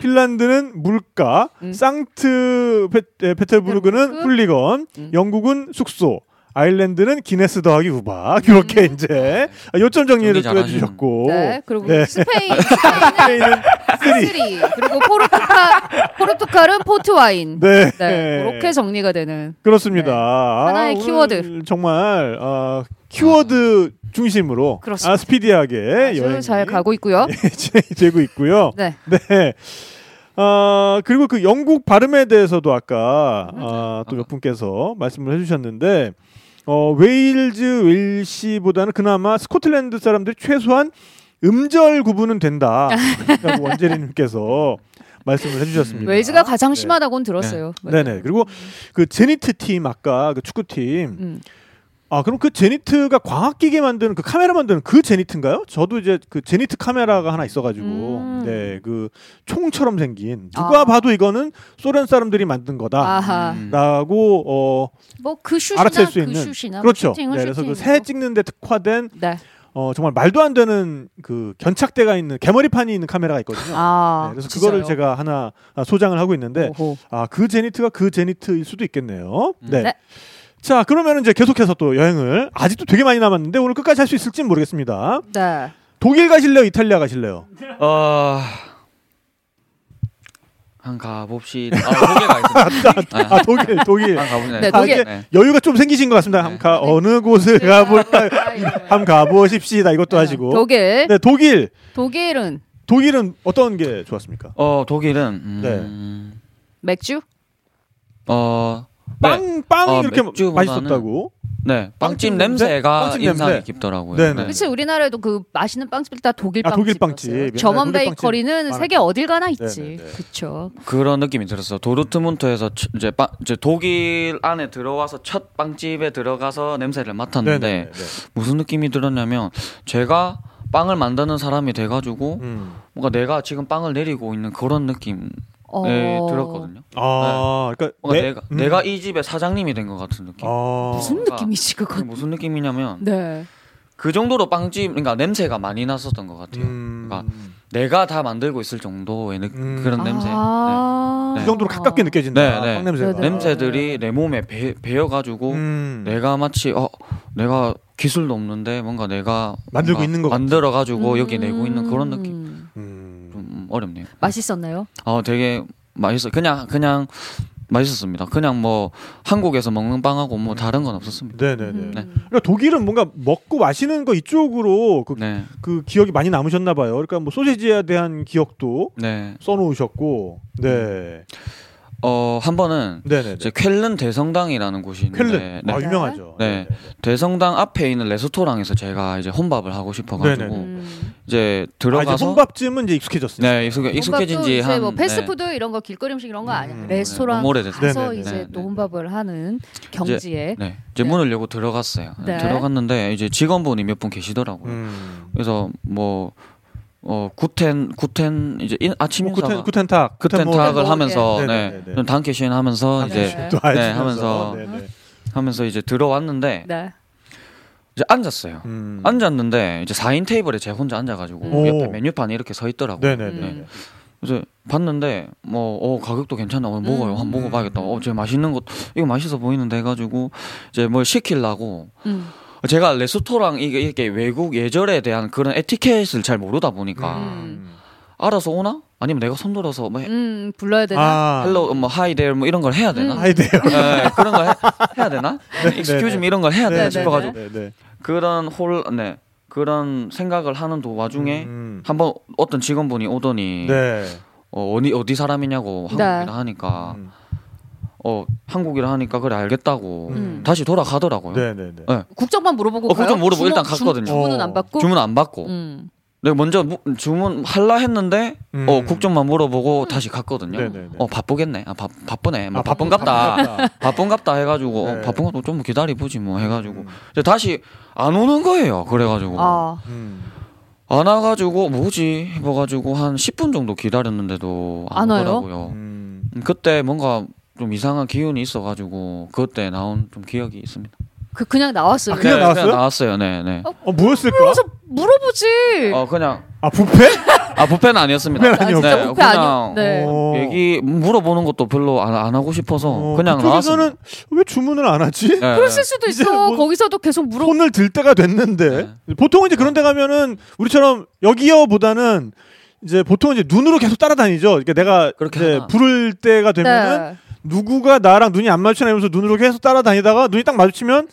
S1: 핀란드는 물가,
S3: 음.
S1: 상트 페, 에, 페테르부르크는
S3: 페테르부르크.
S1: 훌리건,
S3: 음.
S1: 영국은 숙소, 아일랜드는 기네스 더하기 우박 이렇게 이제 아, 요점 정리를
S4: 정리
S1: 또
S4: 잘하시는-
S1: 해주셨고
S3: 네, 그리고
S1: 네.
S3: 스페인, 스페인은
S1: 스페인은 쓰리.
S3: 쓰리. 그리고 포르투갈, 포르투갈은 포트 와인.
S1: 네.
S3: 네, 그렇게 정리가 되는.
S1: 그렇습니다.
S3: 네.
S1: 아,
S3: 하나의
S1: 오늘
S3: 키워드.
S1: 정말 아, 키워드 중심으로
S3: 그렇습니다.
S1: 아, 스피디하게 여행
S3: 아주 잘 가고 있고요.
S1: 네. 되고 있고요.
S3: 네,
S1: 네. 아, 그리고 그 영국 발음에 대해서도 아까 아, 또 몇 분께서 말씀을 해주셨는데 어, 웨일즈 웰시보다는 그나마 스코틀랜드 사람들이 최소한 음절 구분은 된다라고 원재리님께서 말씀을 해주셨습니다.
S3: 웨일즈가 가장
S1: 네.
S3: 심하다고는 들었어요. 맞아요.
S1: 네네. 그리고 그 제니트 팀 아까 그 축구팀.
S3: 음.
S1: 아 그럼 그 제니트가 광학기계 만드는 그 카메라 만드는 그 제니트인가요? 저도 이제 그 제니트 카메라가 하나 있어가지고
S3: 음.
S1: 네그 총처럼 생긴 누가
S3: 아.
S1: 봐도 이거는 소련 사람들이 만든 거다.
S3: 아하.
S4: 음.
S1: 라고
S3: 뭐 그
S1: 어
S3: 슛이나
S1: 알아챌 수
S3: 그
S1: 있는
S3: 슛이나
S1: 그렇죠.
S3: 뭐 슈팅은
S1: 네, 그래서
S3: 슈팅이고.
S1: 그 새 찍는데 특화된
S3: 네.
S1: 어 정말 말도 안 되는 그 견착대가 있는 개머리판이 있는 카메라가 있거든요.
S3: 아,
S1: 네, 그래서 그거를
S3: 진짜요?
S1: 제가 하나 아, 소장을 하고 있는데
S3: 오호.
S1: 아, 그 제니트가 그 제니트일 수도 있겠네요. 네.
S3: 네.
S1: 자, 그러면 이제 계속해서 또 여행을 아직도 되게 많이 남았는데 오늘 끝까지 할 수 있을지는 모르겠습니다.
S3: 네.
S1: 독일 가실래요? 이탈리아 가실래요?
S4: 어... 한 가봅시다. 아, 독일 가겠습니다. 네,
S1: 아, 독일, 독일.
S4: 한 가봅시다.
S3: 네,
S1: 아,
S3: 독일.
S1: 이게
S4: 네.
S1: 여유가 좀 생기신 것 같습니다. 함 가, 어느 곳을 가볼까요? 함 가보십시다. 이것도 하시고.
S3: 독일.
S1: 네, 독일.
S3: 독일은
S1: 독일은 어떤 게 좋았습니까?
S4: 어, 독일은 음...
S3: 맥주?
S4: 어... 네.
S1: 네. 빵, 빵이
S4: 아,
S1: 그렇게
S4: 맥주보다는-
S1: 맛있었다고?
S4: 네,
S1: 빵집
S4: 빵집
S1: 냄새?
S4: 냄새가
S1: 빵집
S4: 인상이
S1: 냄새.
S4: 깊더라고요.
S1: 네네.
S4: 네.
S3: 그렇지 우리나라에도 그 맛있는 빵집들 다 독일
S1: 아,
S3: 빵집.
S1: 독일 빵집.
S3: 점원
S1: 옛날에 독일
S3: 베이커리는
S1: 빵집
S3: 세계 어딜 가나 있지.
S1: 네네네.
S3: 그렇죠.
S4: 그런 느낌이 들었어요. 도르트문트에서 첫- 이제, 빵, 이제 독일 안에 들어와서 첫 빵집에 들어가서 냄새를 맡았는데
S1: 네네네.
S4: 무슨 느낌이 들었냐면 제가 빵을 만드는 사람이 돼가지고
S1: 음.
S4: 뭔가 내가 지금 빵을 내리고 있는 그런 느낌에
S3: 어...
S4: 네, 들었거든요.
S1: 아, 그러니까
S4: 네. 뭔가
S1: 내-
S4: 내가
S1: 음.
S4: 내가 이 집의 사장님이 된 것 같은 느낌.
S1: 아.
S3: 무슨
S4: 뭔가
S3: 느낌이지
S4: 그게
S3: 그건?
S4: 무슨 느낌이냐면
S3: 네.
S4: 그 정도로 빵집 그러니까 냄새가 많이 났었던 것 같아요. 그러니까 내가 다 만들고 있을 정도의 느-
S1: 음.
S4: 그런 냄새.
S3: 아...
S4: 네.
S1: 이 정도로 가깝게 느껴진다.
S4: 네, 네.
S1: 빵 냄새가.
S4: 네. 냄새들이 내 몸에 배, 배어가지고
S1: 음.
S4: 내가 마치 어 내가 기술도 없는데 뭔가 내가
S1: 만들고 있는 것 같아.
S4: 만들어가지고
S3: 음.
S4: 뭐 여기 내고 있는 그런 느낌
S1: 음.
S4: 좀 어렵네요.
S3: 맛있었나요?
S4: 아 되게 맛있어 그냥 그냥 맛있었습니다. 그냥 뭐 한국에서 먹는 빵하고 뭐 다른 건 없었습니다.
S1: 네, 네, 네.
S3: 음.
S4: 네.
S1: 그러니까 독일은 뭔가 먹고 마시는 거 이쪽으로 그,
S4: 네,
S1: 그 기억이 많이 남으셨나 봐요. 그러니까 뭐 소시지에 대한 기억도
S4: 네.
S1: 써놓으셨고, 네,
S4: 어한 번은
S1: 네, 네.
S4: 음. 이제 쾰른 대성당이라는 곳이
S1: 켈른,
S4: 있는데 네.
S1: 아 유명하죠.
S4: 네. 대성당 앞에 있는 레스토랑에서 제가 이제 혼밥을 하고 싶어가지고
S1: 네네.
S3: 음.
S4: 이제
S1: 아, 이제
S4: 들어가서
S1: 혼밥쯤은 이제 익숙해졌어요.
S4: 네 익숙해, 익숙해진
S3: 혼밥도 이제
S4: 지한 네.
S3: 뭐 패스트푸드 이런 거 길거리 음식 이런 거 아니야.
S1: 음.
S3: 레스토랑
S4: 너무 오래됐어요.
S3: 가서
S1: 네네네.
S3: 이제
S4: 네네.
S3: 또 혼밥을 하는 경지에
S4: 네, 네. 이제
S3: 네.
S4: 문을 열고 들어갔어요.
S3: 네.
S4: 들어갔는데 이제 직원분이 몇 분 계시더라고요.
S1: 음.
S4: 그래서 뭐 어, 구텐 구텐 이제 인- 아침
S1: 뭐
S4: 인사가
S1: 구텐 구텐탁,
S4: 그땐
S1: 구텐모-
S4: 타악을
S3: 뭐,
S4: 하면서
S1: 예.
S4: 네,
S1: 네네네네.
S4: 좀 단케시인 하면서
S1: 아,
S4: 이제
S3: 네.
S1: 또
S4: 네,
S1: 하면서
S4: 하면서. 하면서 이제 들어왔는데
S3: 네.
S4: 이제 앉았어요.
S1: 음.
S4: 앉았는데 이제 4인 테이블에 제가 혼자 앉아가지고
S1: 오.
S4: 옆에 메뉴판이 이렇게 서 있더라고요.
S1: 네네네.
S3: 음.
S4: 그래서 봤는데 뭐 어, 가격도 괜찮아. 어, 먹어요. 한번
S1: 음.
S4: 먹어봐야겠다. 어, 제 맛있는 것 이거 맛있어 보이는데 해가지고 이제 뭘 시키려고
S3: 음.
S4: 제가 레스토랑 이게 이렇게 외국 예절에 대한 그런 에티켓을 잘 모르다 보니까
S3: 음.
S4: 알아서 오나? 아니면 내가 손들어서 뭐 해-
S3: 음, 불러야 되나?
S1: 아,
S4: 헬로 뭐 하이 데뭐 이런 걸 해야 되나?
S3: 음.
S1: 아이디어.
S4: 예, 그런 걸 해, 야 되나?
S1: 네, 네.
S4: excuse me 이런 걸 해야 되나
S3: 네,
S4: 싶어가지고
S1: 네, 네.
S4: 그런 홀, 네 그런 생각을 하는 도 와중에
S1: 음.
S4: 한번 어떤 직원분이 오더니
S1: 네.
S4: 어, 어디 어디 사람이냐고
S3: 네.
S4: 한국이라 하니까
S1: 음.
S4: 어 한국이라 하니까 그래 알겠다고
S1: 음.
S4: 다시 돌아가더라고요.
S1: 네, 네, 네.
S3: 국적만 물어보고
S4: 어,
S3: 가요?
S4: 국적 물어보고 일단
S3: 주문- 주-
S4: 갔거든요.
S3: 주문은
S1: 어.
S3: 안 받고.
S4: 주문 안 받고
S3: 음.
S4: 내가 먼저 무- 주문 할라 했는데
S1: 음.
S4: 어 국정만 물어보고 다시 갔거든요.
S1: 네, 네, 네.
S4: 어 바쁘겠네. 아 바, 바쁘네. 뭐
S1: 아, 바쁜-
S4: 바쁜갑다.
S1: 바쁜갑다.
S4: 바쁜갑다 해가지고
S1: 네.
S4: 어, 바쁜갑다 좀 기다리보지 뭐 해가지고
S1: 음.
S4: 이제 다시 안 오는 거예요. 그래가지고
S3: 아,
S1: 음.
S4: 안 와가지고 뭐지 해봐가지고 한 10분 정도 기다렸는데도
S3: 안
S4: 안,
S3: 와요?
S4: 오더라고요.
S1: 음.
S4: 음, 그때 뭔가 좀 이상한 기운이 있어가지고 그때 나온 좀 기억이 있습니다.
S3: 그 그냥 나왔어요.
S1: 아, 그냥
S4: 네,
S1: 나왔어요?
S4: 그냥 나왔어요. 네, 네.
S1: 어, 뭐였을까?
S3: 그래서 물어보지.
S4: 어 그냥
S1: 아, 부패?
S4: 아 부패는 아니었습니다.
S1: 부패는 아니었고.
S3: 진짜 부패 아니요.
S4: 그냥
S3: 네.
S1: 어.
S4: 얘기 물어보는 것도 별로 안, 안 하고 싶어서
S1: 어,
S4: 그냥 나왔습니다.
S1: 그쪽에서는 왜 주문을 안 하지?
S4: 네,
S3: 그랬을 수도
S1: 이제
S3: 있어.
S1: 뭐-
S3: 거기서도 계속 물어.
S1: 폰을 들 때가 됐는데
S4: 네.
S1: 보통은 이제
S4: 어.
S1: 그런 데 가면은 우리처럼 여기요보다는 이제 보통은 이제 눈으로 계속 따라다니죠. 그러니까 내가
S4: 그렇게
S1: 이제
S4: 하나.
S1: 부를 때가 되면은
S3: 네.
S1: 누구가 나랑 눈이 안 마주치나 이러면서 눈으로 계속 따라다니다가 눈이 딱 마주치면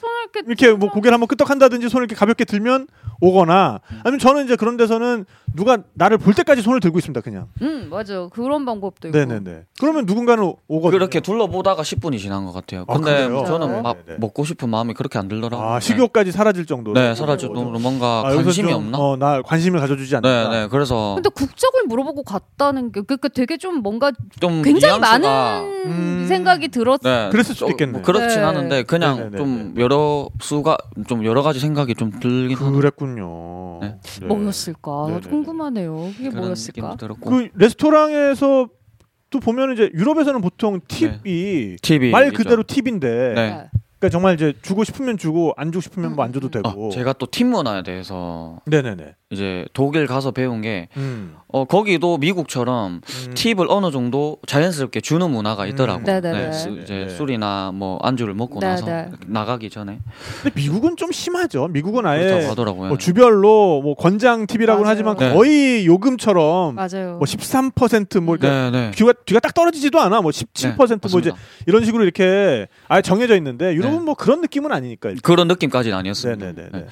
S3: 이렇게
S1: 이렇게 뭐 고개를 한번 끄덕한다든지 손을 이렇게 가볍게 들면 오거나 아니면 저는 이제 그런 데서는 누가 나를 볼 때까지 손을 들고 있습니다. 그냥.
S3: 음 맞아 그런 방법도 있고.
S1: 네네네. 그러면 누군가는 오거든요.
S4: 그렇게 둘러보다가 10분이 지난 것 같아요.
S1: 아,
S4: 근데
S1: 그래요?
S4: 저는 막
S1: 네네.
S4: 먹고 싶은 마음이 그렇게 안 들더라고요.
S1: 아 식욕까지 어, 사라질 정도.
S4: 네, 사라질 정도로 뭔가 관심이 없나?
S1: 어, 나 관심을 가져주지 않는다.
S4: 네, 네. 그래서
S3: 근데 국적을 물어보고 갔다는 게 그러니까 되게 좀 뭔가
S4: 좀
S3: 굉장히
S4: 뉘앙스가-
S3: 많은
S1: 음.
S3: 생각이 들었.
S4: 네,
S1: 그랬을 수도
S4: 좀-
S1: 있겠네.
S4: 뭐 그렇진
S3: 네.
S4: 않은데 그냥
S1: 네네네네.
S4: 좀 여러 수가 좀 여러 가지 생각이 좀 들긴 하는
S1: 그랬군요.
S4: 네.
S1: 네.
S3: 뭐였을까?
S1: 네네네.
S3: 궁금하네요. 그게
S4: 그런 느낌도
S3: 뭐였을까?
S4: 들었고
S1: 그 레스토랑에서 또 보면 이제 유럽에서는 보통 팁이
S4: TV
S1: 말 그대로 팁인데
S4: 네.
S1: 그러니까 정말 이제 주고 싶으면 주고 안 주고
S3: 음.
S1: 싶으면 뭐 안 줘도
S4: 아,
S1: 되고.
S4: 제가 또 팀 문화에 대해서
S1: 네네네.
S4: 이제 독일 가서 배운 게
S1: 음.
S4: 어, 거기도 미국처럼
S1: 음.
S4: 팁을 어느 정도 자연스럽게 주는 문화가
S1: 음.
S4: 있더라고요.
S3: 네네네.
S4: 수- 이제
S1: 네네.
S4: 술이나 뭐 안주를 먹고
S3: 네네.
S4: 나서 나가기 전에
S1: 근데 미국은 좀 심하죠. 미국은 아예
S4: 그렇다고 하더라고요.
S1: 뭐 주별로 뭐 권장 팁이라고는
S3: 맞아요.
S1: 하지만
S4: 네.
S1: 거의 요금처럼
S3: 맞아요.
S1: 뭐 13%뭐 그러니까
S4: 네, 네.
S1: 귀가 뒤가 딱 떨어지지도 않아. 뭐 17%뭐 이제
S4: 맞습니다.
S1: 이런 식으로 이렇게 아예 정해져 있는데 유럽은
S4: 네.
S1: 뭐 그런 느낌은 아니니까. 일단.
S4: 그런 느낌까지는 아니었습니다.
S1: 네네네. 음.
S4: 네.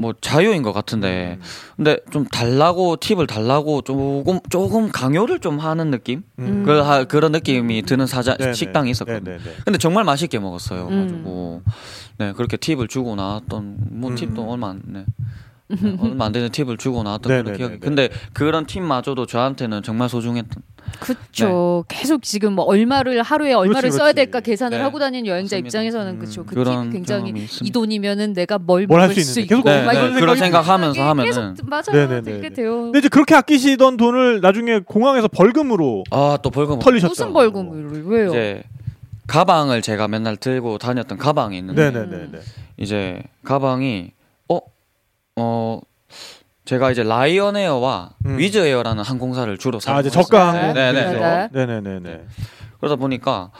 S4: 뭐 자유인 것 같은데 근데 좀 달라고 팁을 달라고 조금 조금 강요를 좀 하는 느낌
S1: 음.
S4: 그 하- 그런 느낌이 드는 사자
S1: 네네.
S4: 식당이 있었거든요.
S1: 네네네.
S4: 근데 정말 맛있게 먹었어요.
S3: 음.
S4: 가지고 네 그렇게 팁을 주고 나왔던 뭐
S1: 음.
S4: 팁도 얼마 안 네. 네, 얼마 안 되는 팁을 주고 나왔던 그런
S1: 네네네네.
S4: 기억이. 근데 그런 팁마저도 저한테는 정말 소중했던.
S3: 그쵸. 계속 지금 뭐 얼마를 하루에 얼마를
S1: 네. 그렇지,
S3: 써야
S1: 그렇지.
S3: 될까 계산을
S4: 네.
S3: 하고 다니는 여행자
S4: 맞습니다.
S3: 입장에서는
S1: 음,
S3: 그쵸. 그
S4: 그런
S3: 팁이 굉장히
S4: 경험이
S3: 이
S4: 있습니다.
S3: 돈이면은 내가
S1: 뭘
S3: 뭘 먹을
S1: 할수 있는지.
S3: 수 있고
S1: 계속
S4: 네,
S1: 막
S4: 네,
S1: 이런
S4: 그런
S1: 생각이
S4: 생각하면서 하면은
S3: 계속 맞아요.
S1: 네네네.
S3: 되게 돼요. 음.
S1: 근데 이제 그렇게 아끼시던 돈을 나중에 공항에서 벌금으로
S4: 아 또 벌금
S1: 털리셨죠.
S3: 무슨
S1: 뭐
S3: 벌금을 왜요?
S4: 이제 가방을 제가 맨날 들고 다녔던 가방이 있는데 음.
S1: 네네네네.
S4: 이제 가방이 어? 어 제가 이제 라이언에어와
S1: 음. 위즈에어라는
S4: 위즈에어라는 항공사를 주로 사고
S1: 아 이제
S4: 있어요.
S1: 저가 항공.
S4: 네, 네.
S1: 그래서. 네네네네.
S4: 그러다 보니까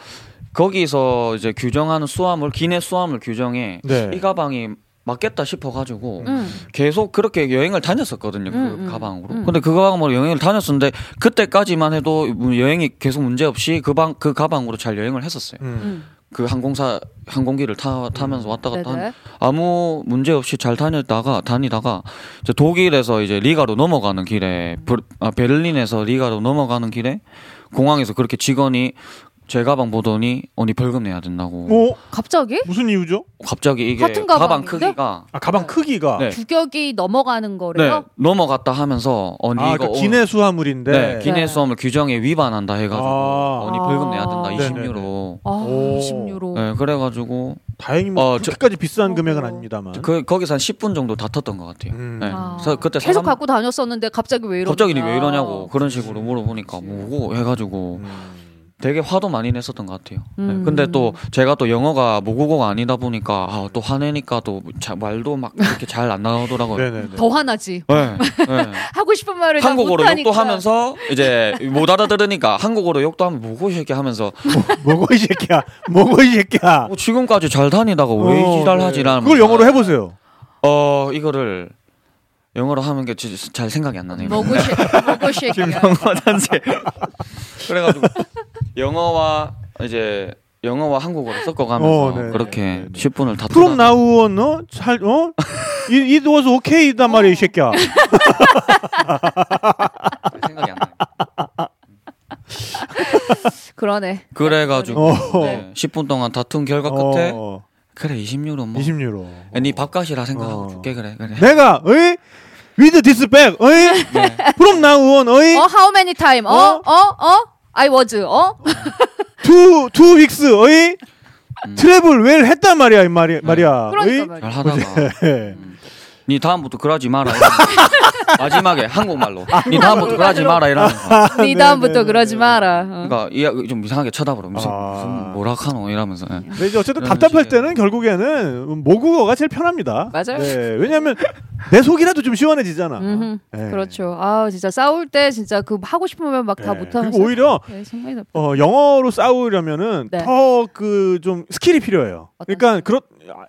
S4: 거기서 이제 규정하는 수화물 기내 수화물 규정에
S1: 네.
S4: 이 가방이 맞겠다 싶어가지고
S3: 음.
S4: 계속 그렇게 여행을 다녔었거든요 그
S3: 음, 음,
S4: 가방으로
S3: 음.
S4: 근데 그 가방으로 여행을 다녔었는데 그때까지만 해도 여행이 계속 문제없이 그, 방, 그 가방으로 잘 여행을 했었어요
S1: 음.
S3: 음.
S4: 그 항공사 항공기를 타, 타면서 왔다 갔다 하는
S3: 네네.
S4: 아무 문제 없이 잘 다녔다가 다니다가 이제 독일에서 이제 리가로 넘어가는 길에 브- 아, 베를린에서 리가로 넘어가는 길에 공항에서 그렇게 직원이 제 가방 보더니 언니 벌금 내야 된다고
S1: 어
S3: 갑자기
S1: 무슨 이유죠?
S4: 갑자기 이게
S3: 같은
S4: 가방
S3: 가방인데?
S4: 크기가
S1: 아 가방 크기가.
S4: 네.
S3: 규격이 넘어가는
S4: 네,
S3: 거래요.
S4: 넘어갔다 하면서 언니
S1: 아
S4: 이거 어.
S1: 그러니까 기내 수화물인데.
S4: 네,
S3: 네.
S4: 기내 수험을 규정에 위반한다 해가지고
S1: 아.
S4: 언니 벌금 내야 된다
S3: 아.
S4: 20유로
S3: 아,
S1: 오.
S3: 20유로.
S4: 네, 그래가지고
S1: 다행히 뭐
S4: 어, 저-
S1: 그렇게까지 비싼 금액은
S3: 어.
S1: 아닙니다만.
S4: 그, 거기서 한 10분 정도 다퉜던 것 같아요
S1: 음.
S4: 네.
S3: 아.
S4: 그래서 그때
S3: 계속
S4: 사람-
S3: 갖고 다녔었는데 갑자기 왜 이러냐.
S4: 갑자기 왜 이러냐고 그런 식으로 물어보니까 뭐고 해가지고
S1: 음.
S4: 뭐 되게 화도 많이 냈었던 것 같아요. 네,
S3: 음.
S4: 근데 또 제가 또 영어가 모국어가 아니다 보니까 아, 또 화내니까 또 자- 말도 막 이렇게 잘 안 나오더라고요.
S1: 네네네.
S3: 더 화나지.
S4: 네, 네.
S3: 하고 싶은 말을 다
S4: 한국어로
S3: 못하니까.
S4: 욕도 하면서 이제 못 알아들으니까 한국어로 욕도 하면 뭐고 이렇게 하면서
S1: 뭐고 이 새끼야. 뭐고 이 새끼야.
S4: 어, 지금까지 잘 다니다가 왜
S1: 어,
S4: 지랄하지라는
S1: 그걸 영어로 해보세요.
S4: 어 이거를 영어로 하면 게 잘 생각이 안 나네요.
S3: 먹고 싶 먹고 싶.
S4: 김영화 단지 그래가지고 영어와 이제 영어와 한국어를 섞어가면서
S1: 어, 네.
S4: 그렇게
S1: 네, 네.
S4: 10분을 다
S1: From
S4: 틀어놔.
S1: now on, 어? 잘, 어? 이- It was okay, 단 말이야, 이 새끼야.
S4: 생각이 안 나요.
S3: 그러네.
S4: 그래가지고
S1: 어.
S4: 네, 10분 동안 다툰 결과 끝에
S1: 어,
S4: 그래 20유로 뭐
S1: 20유로.
S4: 네 밥값이라 생각하고
S1: 어.
S4: 줄게 그래 그래
S1: 내가, 어이? With this bag, 어이?
S4: 네.
S1: From now on, 어이?
S3: 어 how many time?
S1: 어?
S3: 어어 어? 어? I was 어?
S1: Two, two weeks, 어이?
S4: 음. 네.
S1: 트래블 웰 했단 말이야, 이 말이, 말이야.
S3: 그러니까
S1: 어이?
S4: 잘
S3: 말이야.
S4: 하다가
S1: 예.
S4: 니 다음부터 그러지 마라 이러면서 마지막에 한국말로 니 다음부터 그러지 마라 이러면서
S1: 아,
S3: 네 다음부터 그러지 마라. 어.
S4: 그러니까 이- 좀 이상하게 쳐다보라 무슨,
S1: 아.
S4: 무슨 뭐라 하노 이러면서 네.
S1: 근데 이제 어쨌든
S4: 이런
S1: 답답할
S4: 식의-
S1: 때는 결국에는 모국어가 제일 편합니다.
S3: 맞아요.
S1: 네, 왜냐하면 내 속이라도 좀 시원해지잖아.
S3: 음흠.
S1: 네.
S3: 그렇죠. 아 진짜 싸울 때 진짜 그 하고 싶으면 막 다
S1: 네.
S3: 못하는.
S1: 그리고 오히려
S3: 네, 정말 나빠.
S1: 어, 영어로 싸우려면은
S3: 네.
S1: 더 그 좀 스킬이 필요해요.
S3: 어떤
S1: 그러니까 그렇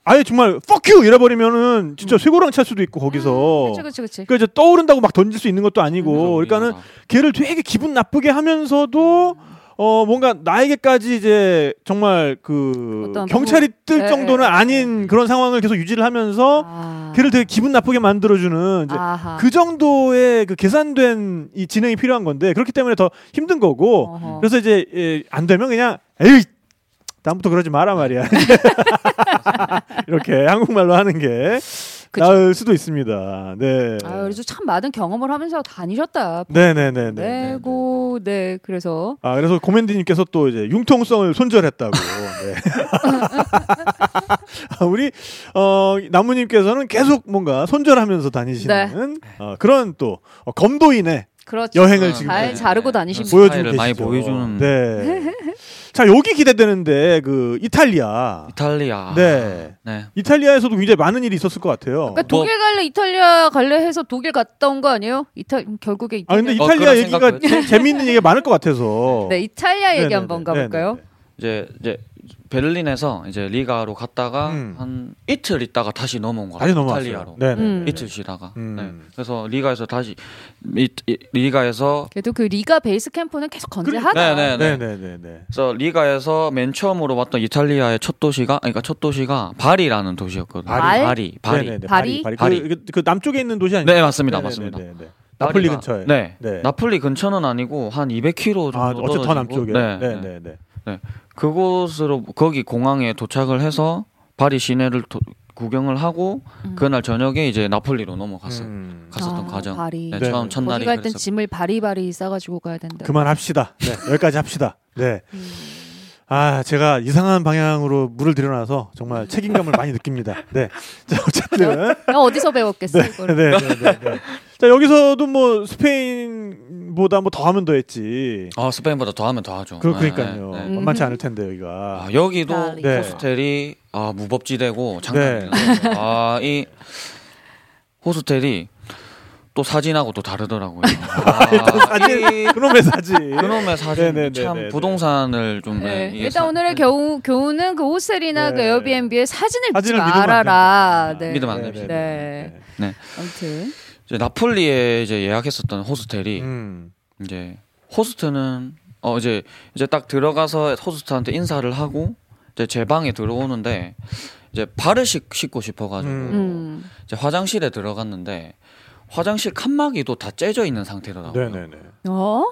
S1: 아예 정말 fuck you 이래버리면은 진짜 쇠고랑 찰 수도 있고 거기서.
S3: 음. 그치 그치 그치.
S1: 그러니까 이제 떠오른다고 막 던질 수 있는 것도 아니고,
S4: 그렇죠.
S1: 그러니까는
S4: 우리나라.
S1: 걔를 되게 기분 나쁘게 하면서도 어 뭔가 나에게까지 이제 정말 그
S3: 어떤
S1: 경찰이 뜰
S3: 예,
S1: 정도는
S3: 예, 예.
S1: 아닌 그런 상황을 계속 유지를 하면서
S3: 아.
S1: 걔를 되게 기분 나쁘게 만들어주는 이제
S3: 아하.
S1: 그 정도의 그 계산된 이 진행이 필요한 건데 그렇기 때문에 더 힘든 거고
S3: 어허.
S1: 그래서 이제 예, 안 되면 그냥 에이 다음부터 그러지 마라 말이야 이렇게 한국말로 하는 게
S3: 그쵸.
S1: 나을 수도 있습니다. 네.
S3: 아, 그래서 참 많은 경험을 하면서 다니셨다.
S1: 네네네네.
S3: 네고 네 그래서
S1: 아 그래서 고멘디님께서 또 이제 융통성을 손절했다고. 네. 아, 우리 어, 나무님께서는 계속 뭔가 손절하면서 다니시는
S3: 네.
S1: 어, 그런 또 어, 검도인의
S3: 그렇죠.
S1: 여행을
S4: 아,
S1: 지금
S3: 잘
S1: 보여주-
S3: 자르고
S4: 네.
S3: 다니십니다.
S1: 보여주고
S4: 스타일을 많이
S1: 계시죠.
S4: 보여주는.
S1: 네. 자 여기 기대되는데 그 이탈리아.
S4: 이탈리아
S1: 네.
S4: 네.
S1: 이탈리아에서도 굉장히 많은 일이 있었을 것 같아요.
S3: 그러니까
S4: 뭐-
S3: 독일 갈래 이탈리아 갈래 해서 독일 갔다 온 거 아니에요? 이탈 음, 결국에
S1: 아
S3: 이탈리아.
S1: 근데
S4: 어,
S1: 이탈리아
S4: 그런
S1: 얘기가
S4: 생각을
S1: 재- 재미있는 얘기가 많을 것 같아서.
S3: 네 이탈리아 얘기
S1: 네네네.
S3: 한번 가볼까요?
S1: 네네네.
S4: 이제 이제 베를린에서 이제 리가로 갔다가
S1: 음.
S4: 한 이틀 있다가 다시 넘어온 거같
S1: 다시
S4: 요
S1: 넘어왔어요.
S4: 이탈리아로
S1: 네. 네.
S3: 음.
S4: 이틀 쉬다가
S1: 음.
S4: 네. 그래서 리가에서 다시 이, 이- 리가에서
S3: 그래도 그 리가 베이스 캠프는 계속 건재하다.
S4: 네네네.
S1: 네. 네. 네. 네.
S4: 그래서 리가에서 맨 처음으로 왔던 이탈리아의 첫 도시가 아니, 그러니까 첫 도시가 바리라는 도시였거든요.
S3: 바리?
S4: 바리. 바리.
S1: 네네네,
S3: 바리?
S1: 바리.
S4: 바리.
S1: 그, 그, 그 남쪽에 있는 도시 아니에요?
S4: 네 맞습니다 맞습니다.
S1: 네네네네. 나폴리
S4: 바리가-
S1: 근처에.
S4: 네.
S1: 네.
S4: 나폴리 근처는 아니고 한 200km 정도
S1: 아, 어째 더
S4: 떨어지고,
S1: 남쪽에.
S4: 네, 네.
S1: 네네네. 네.
S4: 그곳으로 거기 공항에 도착을 해서 파리 시내를 도- 구경을 하고
S3: 음.
S4: 그날 저녁에 이제 나폴리로 넘어갔어요.
S1: 음.
S4: 갔었던
S3: 아,
S4: 과정.
S3: 발이.
S4: 네,
S1: 네.
S4: 처음
S3: 거기
S4: 첫날이
S3: 갈 땐
S4: 그랬었고.
S3: 짐을 바리바리 싸가지고 가야 된다.
S1: 그만합시다. 네. 여기까지 합시다. 네. 아, 제가 이상한 방향으로 물을 들여놔서 정말 책임감을 많이 느낍니다. 네. 자, 어쨌든.
S3: 야, 어디서 배웠겠어?
S1: 네,
S3: 이거를.
S1: 네, 네, 네. 자, 여기서도 뭐 스페인보다 뭐 더 하면 더 했지.
S4: 아 스페인보다 더하면 더하죠.
S1: 그,
S4: 네,
S1: 그러니까요.
S3: 음.
S4: 네, 네.
S1: 만만치 않을 텐데, 여기가.
S4: 아, 여기도
S3: 이탈리아.
S1: 네.
S4: 호스텔이 아
S1: 네.
S4: 무법지대고 장난 아니에요. 아이 호스텔이 또 사진하고 또 다르더라고요. 아, 이
S1: 그놈의 사지.
S4: 그놈의 사진
S1: 네, 네,
S4: 참
S1: 네, 네.
S4: 부동산을 좀
S3: 네.
S4: 네, 이게
S3: 일단
S4: 사-
S3: 오늘의 겨우, 교훈은 그 호스텔이나
S1: 네.
S3: 그 에어비앤비에 사진을 믿지
S1: 사진을 믿으면 안
S3: 말아라.
S1: 됩니다.
S3: 네.
S4: 믿으면 안 됩니다.
S3: 네. 아무튼
S4: 이제 나폴리에 이제 예약했었던 호스텔이
S1: 음.
S4: 이제 호스트는 어 이제 이제 딱 들어가서 호스트한테 인사를 하고 이제 제 방에 들어오는데 이제 발을 씻, 고 싶어가지고
S1: 음.
S3: 음.
S4: 이제 화장실에 들어갔는데 화장실 칸막이도 다 째져 있는 상태더라고요.
S1: 네네네.
S3: 어?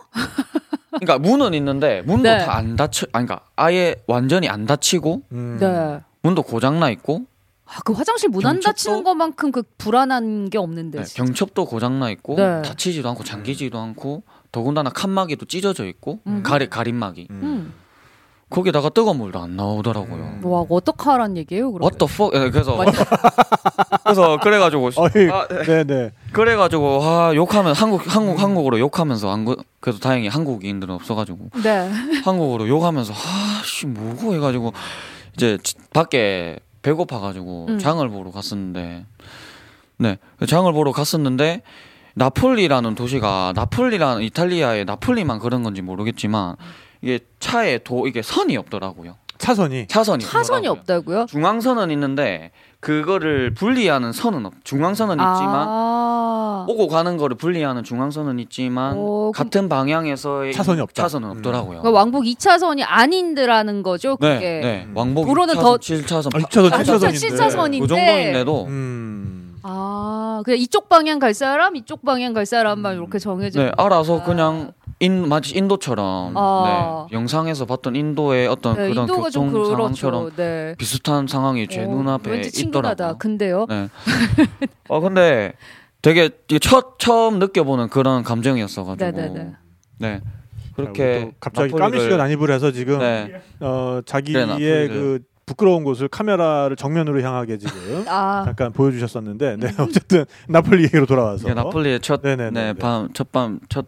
S4: 그러니까 문은 있는데 문도
S3: 네.
S4: 다 안 닫혀, 아니, 그러니까 아예 완전히 안 닫히고
S1: 음.
S3: 네.
S4: 문도 고장 나 있고
S3: 아, 그 화장실 문 안
S4: 경첩도?
S3: 닫히는 것만큼 그 불안한 게 없는데.
S4: 네,
S3: 진짜.
S4: 경첩도 고장 나 있고
S3: 네.
S4: 닫히지도 않고 잠기지도 않고 더군다나 칸막이도 찢어져 있고
S3: 음.
S4: 가리 가림막이
S3: 음.
S4: 거기다가 뜨거운 물도 안 나오더라고요.
S1: 음.
S3: 와, 어떡하란 얘기예요, 그럼?
S4: What the fuck? 예, 그래서
S3: 완전-
S4: 그래서 그래가지고
S1: 어이,
S4: 아, 네.
S1: 네네.
S4: 그래가지고 아 욕하면 한국 한국 한국어로 욕하면서 안 그- 그래도 다행히 한국인들은 없어가지고
S3: 네.
S4: 한국어로 욕하면서 아씨 뭐고 해가지고 이제 지- 밖에 배고파가지고
S3: 음.
S4: 장을 보러 갔었는데 네그 장을 보러 갔었는데 나폴리라는 도시가 나폴리라는 이탈리아의 나폴리만 그런 건지 모르겠지만 이게 차에 도 이게 선이 없더라고요
S1: 차선이.
S4: 차선이
S3: 차선이
S4: 없더라고요.
S3: 없다고요?
S4: 중앙선은 있는데 그거를 분리하는 선은 없 중앙선은 있지만 어.
S3: 아.
S4: 오고 가는 거를 분리하는 중앙선은 있지만
S3: 오, 그럼-
S4: 같은 방향에서의
S1: 차선이 없다.
S4: 차선은 없더라고요.
S3: 그러니까 왕복 2차선이 아닌드라는 거죠,
S4: 네,
S3: 그게.
S4: 네.
S1: 음.
S4: 왕복
S3: 도로는
S4: 6차선,
S3: 더-
S4: 7차선,
S1: 아, 6차선,
S3: 아,
S1: 7차선인데.
S3: 7차선인데.
S4: 그 정도인데도
S1: 음.
S3: 아, 그냥 이쪽 방향 갈 사람, 이쪽 방향 갈 사람만 이렇게 정해져.
S4: 네, 알아서 그냥 인 마치 인도처럼
S3: 아.
S4: 네, 영상에서 봤던 인도의 어떤
S3: 네,
S4: 아, 그런
S3: 인도가 좀
S4: 교통 상황처럼
S3: 그렇죠. 네.
S4: 비슷한 상황이 제
S3: 어,
S4: 눈앞에
S3: 왠지 친근하다.
S4: 있더라고요.
S3: 근데요.
S4: 네. 어 근데 되게 이게 첫 처음 느껴보는 그런 감정이었어가지고
S3: 네네네.
S4: 네
S1: 자, 아, 우리
S4: 그렇게
S1: 또 갑자기
S4: 나폴리를-
S1: 까미 씨가 난입을 해서 지금
S4: 네.
S1: 어,
S4: 그래,
S1: 자기의
S4: 나폴리를.
S1: 그 부끄러운 곳을 카메라를 정면으로 향하게 지금
S4: 네.
S3: 아,
S1: 잠깐 보여주셨었는데 네, 어쨌든 나폴리 얘기로 돌아와서
S4: 이게 네, 나폴리의
S1: 네네네.
S4: 첫네밤첫밤첫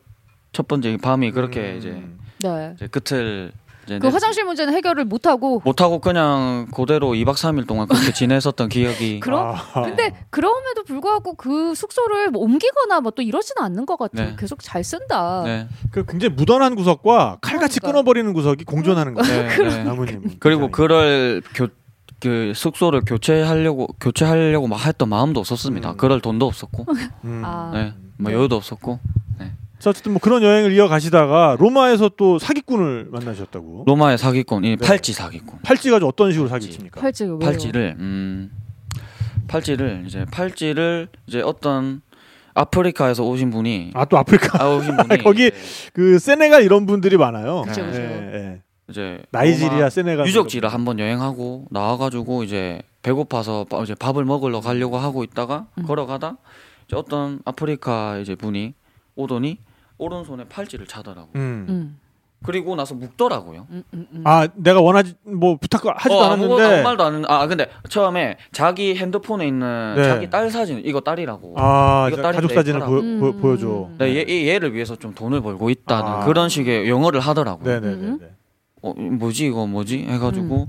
S4: 첫 번째 밤이 그렇게
S1: 음.
S4: 이제,
S3: 네.
S4: 이제 끝을 이제
S3: 그
S4: 내-
S3: 화장실 문제는 해결을 못 하고
S4: 못하고 그냥 그대로 2박 3일 동안 그렇게 지냈었던 기억이
S3: 그럼
S1: 아,
S3: 근데 그럼에도 불구하고 그 숙소를 뭐 옮기거나 뭐 또 이러진 않는 것 같아요.
S4: 네.
S3: 계속 잘 쓴다.
S4: 네,
S1: 그 굉장히 무던한 구석과 칼같이
S3: 그러니까.
S1: 끊어버리는 구석이 공존하는 거예요.
S4: 네, 네.
S1: 나무님.
S4: 그리고 그럴 교, 그 숙소를 교체하려고 교체하려고 막 했던 마음도 없었습니다
S1: 음.
S4: 그럴 돈도 없었고
S1: 음.
S3: 아.
S4: 네, 뭐
S3: 네.
S4: 여유도 없었고
S1: 자, 어쨌든 뭐 그런 여행을 이어가시다가 로마에서 또 사기꾼을 만나셨다고.
S4: 로마의 사기꾼 이
S1: 어? 네.
S4: 팔찌 사기꾼
S1: 팔찌가 어떤 식으로 사기칩니까?
S3: 팔찌 왜요?
S4: 팔찌를 음 팔찌를 이제 팔찌를 이제 어떤 아프리카에서 오신 분이
S1: 아 또 아프리카
S4: 아 오신 분이
S1: 거기
S4: 이제-
S1: 그 세네갈 이런 분들이 많아요.
S4: 그쵸, 그쵸.
S1: 예.
S4: 이제
S1: 나이지리아, 세네갈
S4: 로마 유적지를
S1: 이런
S4: 한번 여행하고 나와가지고 이제 배고파서 바- 이제 밥을 먹으러 가려고 하고 있다가
S3: 음.
S4: 걸어가다 이제 어떤 아프리카 이제 분이 오더니 오른손에 팔찌를 차더라고.
S1: 분들. 음.
S3: 음,
S4: 그리고 나서 묵더라고요.
S3: 음, 음, 음.
S1: 아 내가 원하지 뭐 부탁하지도
S4: 어, 아무-
S1: 않았는데.
S4: 아무 말도 안 했는데 아 근데 처음에 자기 핸드폰에 있는
S1: 네.
S4: 자기 딸 사진 이거 딸이라고.
S1: 아
S4: 이거
S1: 이제
S4: 딸인데
S1: 가족 사진을
S4: 이거
S1: 보여,
S3: 하라고.
S1: 보, 보여줘.
S3: 음.
S4: 네, 얘, 얘- 얘를 위해서 좀 돈을 벌고 있다는
S1: 아.
S4: 그런 식의 영어를 하더라고요.
S3: 음.
S1: 네네네.
S4: 어, 이 뭐지 이거 뭐지 해가지고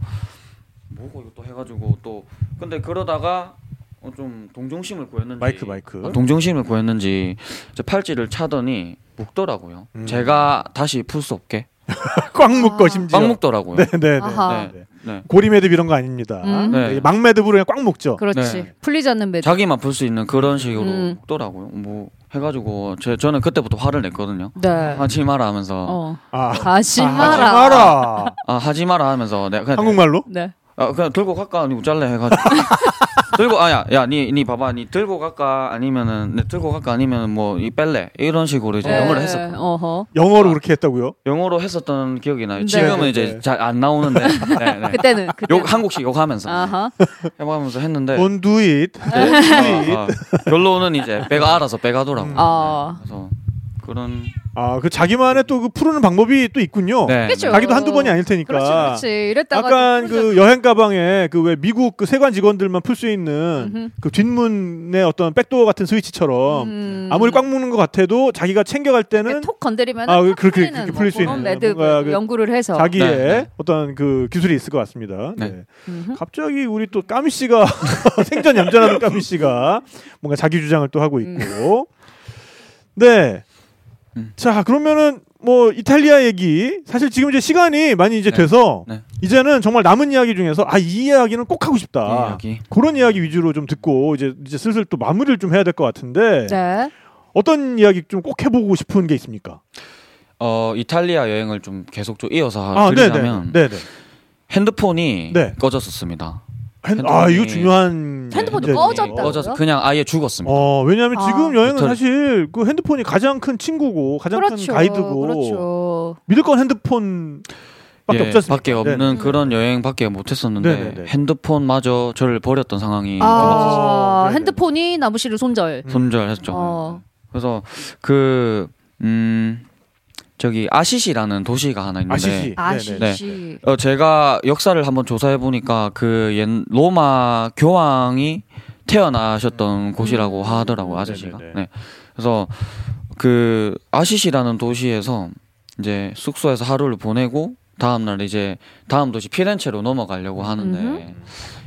S4: 뭐고 이거 또 해가지고 또 근데 그러다가 어, 좀 동정심을 구했는지
S1: 마이크 마이크.
S4: 아, 동정심을 구했는지 이제 팔찌를 차더니 묵더라고요.
S1: 음.
S4: 제가 다시 풀 수 없게
S1: 꽉 묶어
S3: 아.
S1: 심지어.
S4: 꽉 묵더라고요.
S1: 음. 네네네.
S3: 아하.
S1: 네.
S4: 네.
S1: 고리 매듭 이런 거 아닙니다.
S3: 음.
S4: 네.
S1: 막 매듭으로 그냥 꽉 묶죠.
S3: 그렇지.
S4: 네.
S3: 풀리지 않는 매듭.
S4: 자기만 풀 수 있는 그런 식으로
S3: 음.
S4: 묵더라고요. 뭐 해가지고 제, 저는 그때부터 화를 냈거든요.
S3: 네.
S4: 하지 마라 하면서
S3: 어.
S1: 아
S3: 가지
S1: 아, 하지
S3: 마라.
S1: 마라.
S4: 아 하지 마라 하면서 내가 그냥
S1: 한국말로?
S3: 네.
S4: 아 그냥 들고 갈까 아니고 잘래 해가지고 들고 아야 야니니 봐봐 니 들고 갈까 아니면은 내 들고 갈까 아니면 뭐이 뺄래 이런 식으로 이제
S3: 네.
S4: 영어를 했었고
S3: 어허.
S1: 영어로
S4: 아.
S1: 그렇게 했다고요?
S4: 영어로 했었던 기억이 나요
S3: 네.
S4: 지금은
S1: 네, 네.
S4: 이제 잘 안 나오는데 네, 네.
S3: 그때는 그때.
S4: 욕 네. 한국식 욕하면서
S3: 아하.
S4: 해보면서 했는데
S1: Don't do it.
S4: 네. 아, 아, 결론은 이제 배가 알아서 배가 돌아고
S1: 음.
S3: 아.
S4: 그래서 그런
S1: 아 그 자기만의 또 그 푸르는 방법이 또 있군요.
S4: 네,
S3: 그렇죠.
S4: 네.
S1: 자기도 한두 번이 아닐 테니까.
S3: 그렇지, 그렇지. 이랬다가
S1: 그러니까 약간
S3: 또 풀리지
S1: 그 여행 가방에 그 왜 미국 그 세관 직원들만 풀 수 있는
S3: 음흠.
S1: 그 뒷문의 어떤 그, 백도어 같은 스위치처럼
S3: 음.
S1: 아무리 꽉 묶는 것 같아도 자기가 챙겨갈 때는
S3: 이렇게 톡 건드리면
S1: 아, 그렇게- 그렇게 풀릴 수 있는
S3: 매듭
S1: 뭔가 그
S3: 연구를 해서
S1: 자기의
S4: 네, 네.
S1: 어떤 그 기술이 있을 것 같습니다. 네.
S4: 네.
S3: 음흠.
S1: 갑자기 우리 또 까미 씨가 생전 얌전하던 까미 씨가 뭔가 자기 주장을 또 하고
S3: 음.
S1: 있고. 네.
S4: 음.
S1: 자 그러면은 뭐 이탈리아 얘기 사실 지금 이제 시간이 많이 이제
S4: 네.
S1: 돼서
S4: 네.
S1: 이제는 정말 남은 이야기 중에서 아 이 이야기는 꼭 하고 싶다.
S4: 이 이야기
S1: 그런 이야기 위주로 좀 듣고 이제 이제 슬슬 또 마무리를 좀 해야 될 것 같은데
S3: 네.
S1: 어떤 이야기 좀 꼭 해보고 싶은 게 있습니까?
S4: 어 이탈리아 여행을 좀 계속 좀 이어서 드리자면
S1: 아, 네네, 네네.
S4: 핸드폰이
S1: 네.
S4: 꺼졌었습니다.
S1: 핸- 아
S4: 핸드폰이-
S1: 이거 중요한
S3: 핸드폰도
S1: 문제네요.
S3: 꺼졌다고요?
S4: 꺼져서 그냥 아예 죽었습니다.
S1: 어 왜냐하면
S3: 아.
S1: 지금 여행은
S4: 배터리.
S1: 사실 그 핸드폰이 가장 큰 친구고 가장
S3: 그렇죠.
S1: 큰 가이드고
S3: 그렇죠.
S1: 믿을 건 핸드폰밖에
S4: 예,
S1: 없지 않습니까? 네.
S4: 밖에 없는 그런 여행밖에 못 했었는데
S1: 네네네.
S4: 핸드폰마저 저를 버렸던 상황이
S3: 아,
S1: 네네.
S3: 핸드폰이 나무씨를 손절.
S4: 손절했죠.
S3: 어.
S4: 그래서 그 음, 저기 아시시라는 도시가 하나 있는데
S1: 아시시
S3: 아시시.
S1: 네네.
S4: 어, 제가 역사를 한번 조사해 보니까 그 옛 로마 교황이 태어나셨던 곳이라고 하더라고요 아저씨가.
S1: 음. 네네네.
S4: 네. 그래서 그 아시시라는 도시에서 이제 숙소에서 하루를 보내고 다음 날 이제 다음 도시 피렌체로 넘어가려고 하는데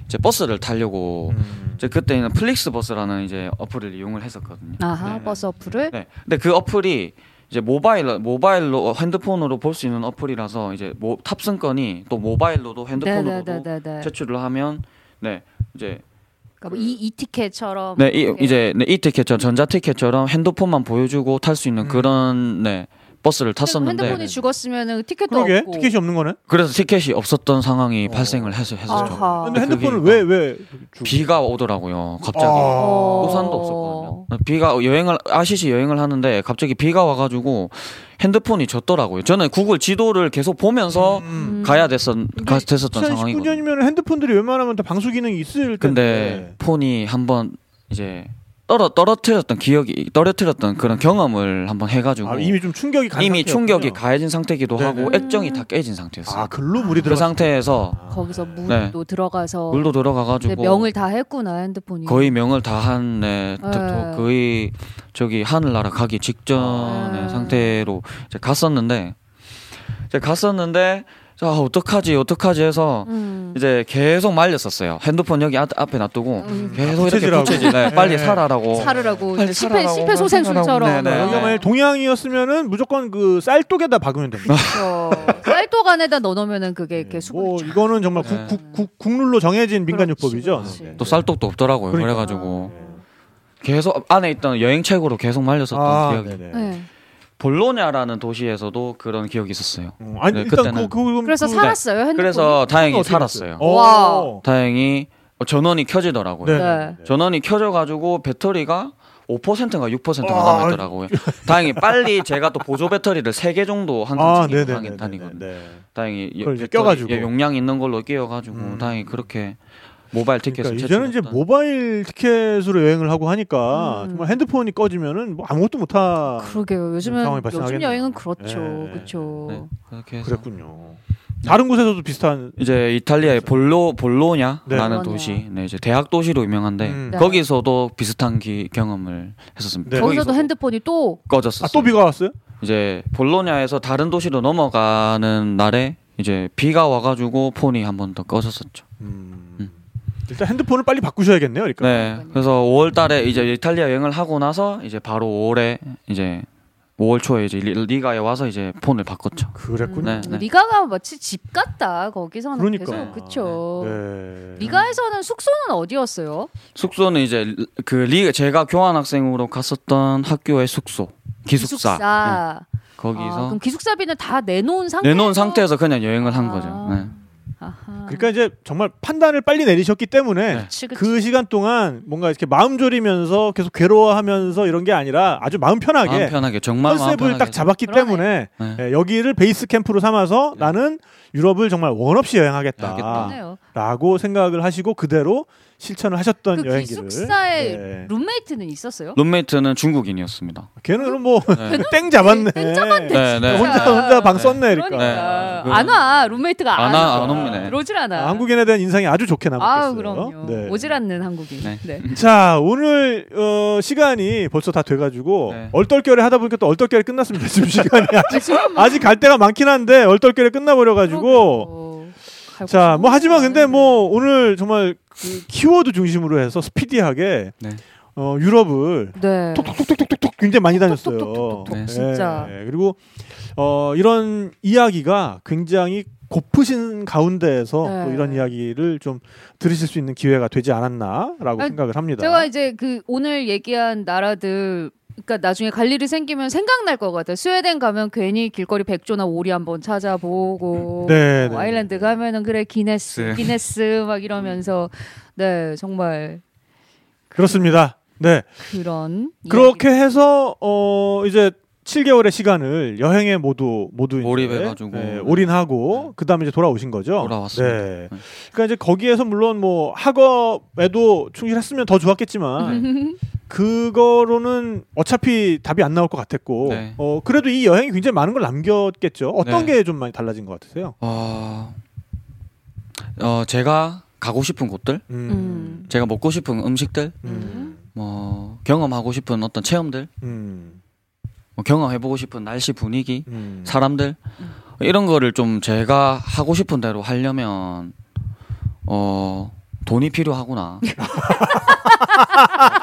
S4: 이제 버스를 타려고
S1: 음.
S4: 이제 그때는 플릭스 버스라는 이제 어플을 이용을 했었거든요.
S3: 아하
S4: 네.
S3: 버스 어플을
S4: 네. 근데 그 어플이 이제 모바일 모바일로 어, 핸드폰으로 볼 수 있는 어플이라서 이제 모, 탑승권이 또 모바일로도 핸드폰으로도
S3: 네네네네.
S4: 제출을 하면 네 이제
S3: 그러니까 뭐이 이 티켓처럼
S4: 네 이,
S3: 이렇게.
S4: 이제 네, 이 티켓처럼 전자 티켓처럼 핸드폰만 보여주고 탈 수 있는
S1: 음.
S4: 그런 네 버스를 탔었는데 네.
S3: 핸드폰이 죽었으면 티켓도
S1: 그러게
S3: 없고
S1: 티켓이 없는 거네.
S4: 그래서 티켓이 없었던 상황이
S1: 어.
S4: 발생을 해서 했었죠.
S3: 아하
S1: 근데
S4: 그게
S1: 핸드폰을
S4: 뭐-
S1: 왜 왜? 주-
S4: 비가 오더라고요. 갑자기.
S1: 아.
S3: 어.
S4: 우산도 없었거든요. 네, 비가 여행을 아시시 여행을 하는데 갑자기 비가 와가지고 핸드폰이 졌더라고요. 저는 구글 지도를 계속 보면서
S1: 음.
S4: 가야 됐었 가, 됐었던 상황이거든요.
S1: 2019년이면 핸드폰들이 웬만하면 다 방수 기능이 있을 텐데.
S4: 근데 폰이 한번 이제 떨어 떨어뜨렸던 기억이 떨어뜨렸던 그런 경험을 한번 해가지고
S1: 아,
S4: 이미,
S1: 이미 좀 충격이 간
S4: 충격이
S1: 상태였군요.
S4: 가해진 상태기도
S1: 네네.
S4: 하고 액정이 다 깨진 상태였어요.
S1: 아 글로 물이
S4: 그
S1: 들어.
S4: 상태에서
S3: 거기서 물도
S4: 네.
S3: 들어가서
S4: 물도
S3: 이제
S4: 들어가가지고
S3: 네, 명을 다 했구나 핸드폰이
S4: 거의 명을 다한 네,
S3: 네.
S4: 덕후 거의 저기 하늘나라 가기 직전의
S3: 네.
S4: 상태로 이제 갔었는데 이제 갔었는데 자 어떡하지 어떡하지 해서
S3: 음.
S4: 이제 계속 말렸었어요 핸드폰 여기 앞, 앞에 놔두고
S3: 음.
S4: 계속 이렇게
S1: 부채질하고.
S4: 부채질 네,
S1: 네.
S4: 빨리 살아라고
S3: 살으라고
S4: 빨리
S3: 실패
S4: 살아라고
S3: 실패
S4: 네,
S3: 소생술처럼
S4: 네.
S1: 여기가 만약 동양이었으면은 무조건 그 쌀독에다 박으면 됩니다.
S3: 그렇죠. 쌀독 안에다 넣어놓으면은 그게 네, 이렇게 수분이
S1: 뭐
S3: 쫙
S1: 이거는 정말 국-
S4: 네.
S1: 국- 국- 국룰로 정해진 민간요법이죠.
S3: 그렇지, 그렇지.
S4: 또 쌀독도 없더라고요 그
S1: 그러니까.
S4: 래가지고 계속 안에 있던 여행책으로 계속 말렸었던
S1: 아,
S4: 기억이
S1: 네네.
S3: 네.
S4: 볼로냐라는 도시에서도 그런 기억이 있었어요
S1: 음, 아니
S4: 네,
S1: 일단
S4: 그때는.
S1: 그, 그,
S3: 그래서
S1: 그,
S3: 살았어요 핸드폰
S4: 네. 그래서 다행히
S1: 어떻게
S4: 살았어요
S1: 됐어요?
S3: 와.
S1: 오.
S4: 다행히 전원이 켜지더라고요
S1: 네.
S3: 네.
S4: 전원이 켜져가지고 배터리가 5%인가 6%가
S1: 아,
S4: 남았더라고요. 다행히 빨리 제가 또 보조 배터리를 3개 정도 한
S1: 아,
S4: 칸씩
S1: 네네.
S4: 하긴 다니거든요.
S1: 네.
S4: 다행히 예,
S1: 그걸 이제
S4: 배터리-
S1: 껴가지고.
S4: 예, 용량 있는 걸로 끼워가지고
S1: 음.
S4: 다행히 그렇게 모바일
S1: 그러니까
S4: 티켓을
S1: 이제는 이제
S4: 채취했던.
S1: 모바일 티켓으로 여행을 하고 하니까
S3: 음.
S1: 정말 핸드폰이 꺼지면은 뭐 아무것도 못 하.
S3: 그러게요 요즘은
S1: 상황이
S3: 요즘
S1: 발생하겠네요.
S3: 여행은 그렇죠
S1: 네.
S3: 그렇죠
S4: 네, 그렇게 해서
S1: 그랬군요. 다른 곳에서도 비슷한.
S4: 이제 이탈리아의 볼로
S1: 네.
S4: 볼로냐라는
S3: 볼로냐.
S4: 도시, 네, 이제 대학 도시로 유명한데
S1: 음.
S3: 네.
S4: 거기서도 비슷한 기- 경험을 했었습니다.
S1: 네.
S3: 거기서도 핸드폰이 또
S1: 아
S4: 꺼졌었어요.
S1: 또 비가 왔어요?
S4: 이제 볼로냐에서 다른 도시로 넘어가는 날에 이제 비가 와가지고 폰이 한 번 더 꺼졌었죠.
S1: 음. 일단 핸드폰을 빨리 바꾸셔야겠네요. 그러니까.
S4: 네. 그래서 5월달에 이제 이탈리아 여행을 하고 나서 이제 바로 5월에 이제 5월 초에 이제 리- 리가에 와서 이제 폰을 바꿨죠.
S1: 그랬군요.
S4: 네, 네.
S3: 리가가 마치 집 같다 거기서는
S1: 그러니까.
S3: 계속 그쵸
S1: 네.
S3: 리가에서는 숙소는 어디였어요?
S4: 숙소는 이제 리- 그 리, 제가 교환학생으로 갔었던 학교의 숙소 기숙사 네,
S3: 기숙사. 아,
S4: 거기서
S3: 그럼 기숙사비는 다 내놓은 상태.
S4: 내놓은 상태에서 그냥 여행을 한
S3: 아.
S4: 거죠. 네.
S3: 아하.
S1: 그러니까 이제 정말 판단을 빨리 내리셨기 때문에
S4: 네.
S3: 그치, 그치.
S1: 그 시간 동안 뭔가 이렇게 마음 졸이면서 계속 괴로워하면서 이런 게 아니라 아주 마음
S4: 마음
S1: 편하게
S4: 편하게 정말 마음
S1: 컨셉을
S4: 편하게
S1: 딱 잡았기
S3: 그러네.
S1: 때문에
S4: 네.
S1: 예, 여기를 베이스 캠프로 삼아서 나는 유럽을 정말 원 없이 여행하겠다라고
S3: 그러네요.
S1: 생각을 하시고 그대로 실천을 하셨던
S3: 그
S1: 여행기를.
S3: 기숙사에
S1: 네.
S3: 룸메이트는 있었어요?
S4: 룸메이트는 중국인이었습니다.
S1: 걔는 뭐 땡
S4: 네.
S3: 그
S1: 잡았네.
S4: 네, 네.
S1: 혼자 혼자 방 썼네, 그러니까.
S3: 그러니까.
S4: 네.
S3: 안 와. 룸메이트가 안,
S4: 안 와, 안
S1: 옵니다.
S3: 오질 않아.
S1: 아, 한국인에 대한 인상이 아주 좋게 남았겠어요.
S3: 아, 그럼요.
S1: 네.
S3: 오질 않는 한국인.
S4: 네.
S3: 네.
S1: 자 오늘 어, 시간이 벌써 다 돼가지고
S4: 네.
S1: 얼떨결에 하다 보니까 또 얼떨결에 끝났습니다. 지금 시간이 아직,
S3: 지금
S1: 아직 갈 데가 많긴 한데 얼떨결에 끝나버려가지고 자 뭐 하지만 근데
S3: 네.
S1: 뭐 오늘 정말 그 키워드 중심으로 해서 스피디하게
S4: 네.
S1: 어, 유럽을
S3: 네.
S1: 톡톡톡톡톡톡 굉장히 많이 다녔어요.
S4: 톡톡톡톡톡,
S1: 예,
S3: 진짜.
S1: 예. 그리고 어, 이런 이야기가 굉장히 고프신 가운데에서
S3: 네.
S1: 또 이런 이야기를 좀 들으실 수 있는 기회가 되지 않았나라고
S3: 아니,
S1: 생각을 합니다.
S3: 제가 이제 그 오늘 얘기한 나라들 그러니까 나중에 갈 일이 생기면 생각날 것 같아요. 스웨덴 가면 괜히 길거리 백조나 오리 한번 찾아보고
S1: 네,
S3: 뭐
S1: 네.
S3: 아일랜드 가면은 그래 기네스
S4: 네.
S3: 기네스 막 이러면서 네 정말
S1: 그렇습니다. 네.
S3: 그런
S1: 그렇게 해서 어 이제 7개월의 시간을 여행에 모두 모두 이제,
S4: 몰입해가지고. 네.
S1: 예, 올인하고 그다음에 이제 돌아오신 거죠.
S4: 돌아왔습니다.
S1: 네.
S4: 네.
S1: 그러니까 이제 거기에서 물론 뭐 학업에도 충실했으면 더
S4: 네.
S3: 음.
S1: 좋았겠지만 그거로는 어차피 답이 안 나올 것 같았고
S4: 네.
S1: 어 그래도 이 여행이 굉장히 많은 걸 남겼겠죠. 어떤
S4: 네.
S1: 게 좀 많이 달라진 것 같으세요?
S4: 어, 어 제가 가고 싶은 곳들,
S1: 음.
S3: 음.
S4: 제가 먹고 싶은 음식들,
S1: 음.
S4: 뭐 경험하고 싶은 어떤 체험들,
S1: 음.
S4: 뭐 경험해보고 싶은 날씨 분위기,
S1: 음.
S4: 사람들 이런 거를 좀 제가 하고 싶은 대로 하려면 어 돈이 필요하구나.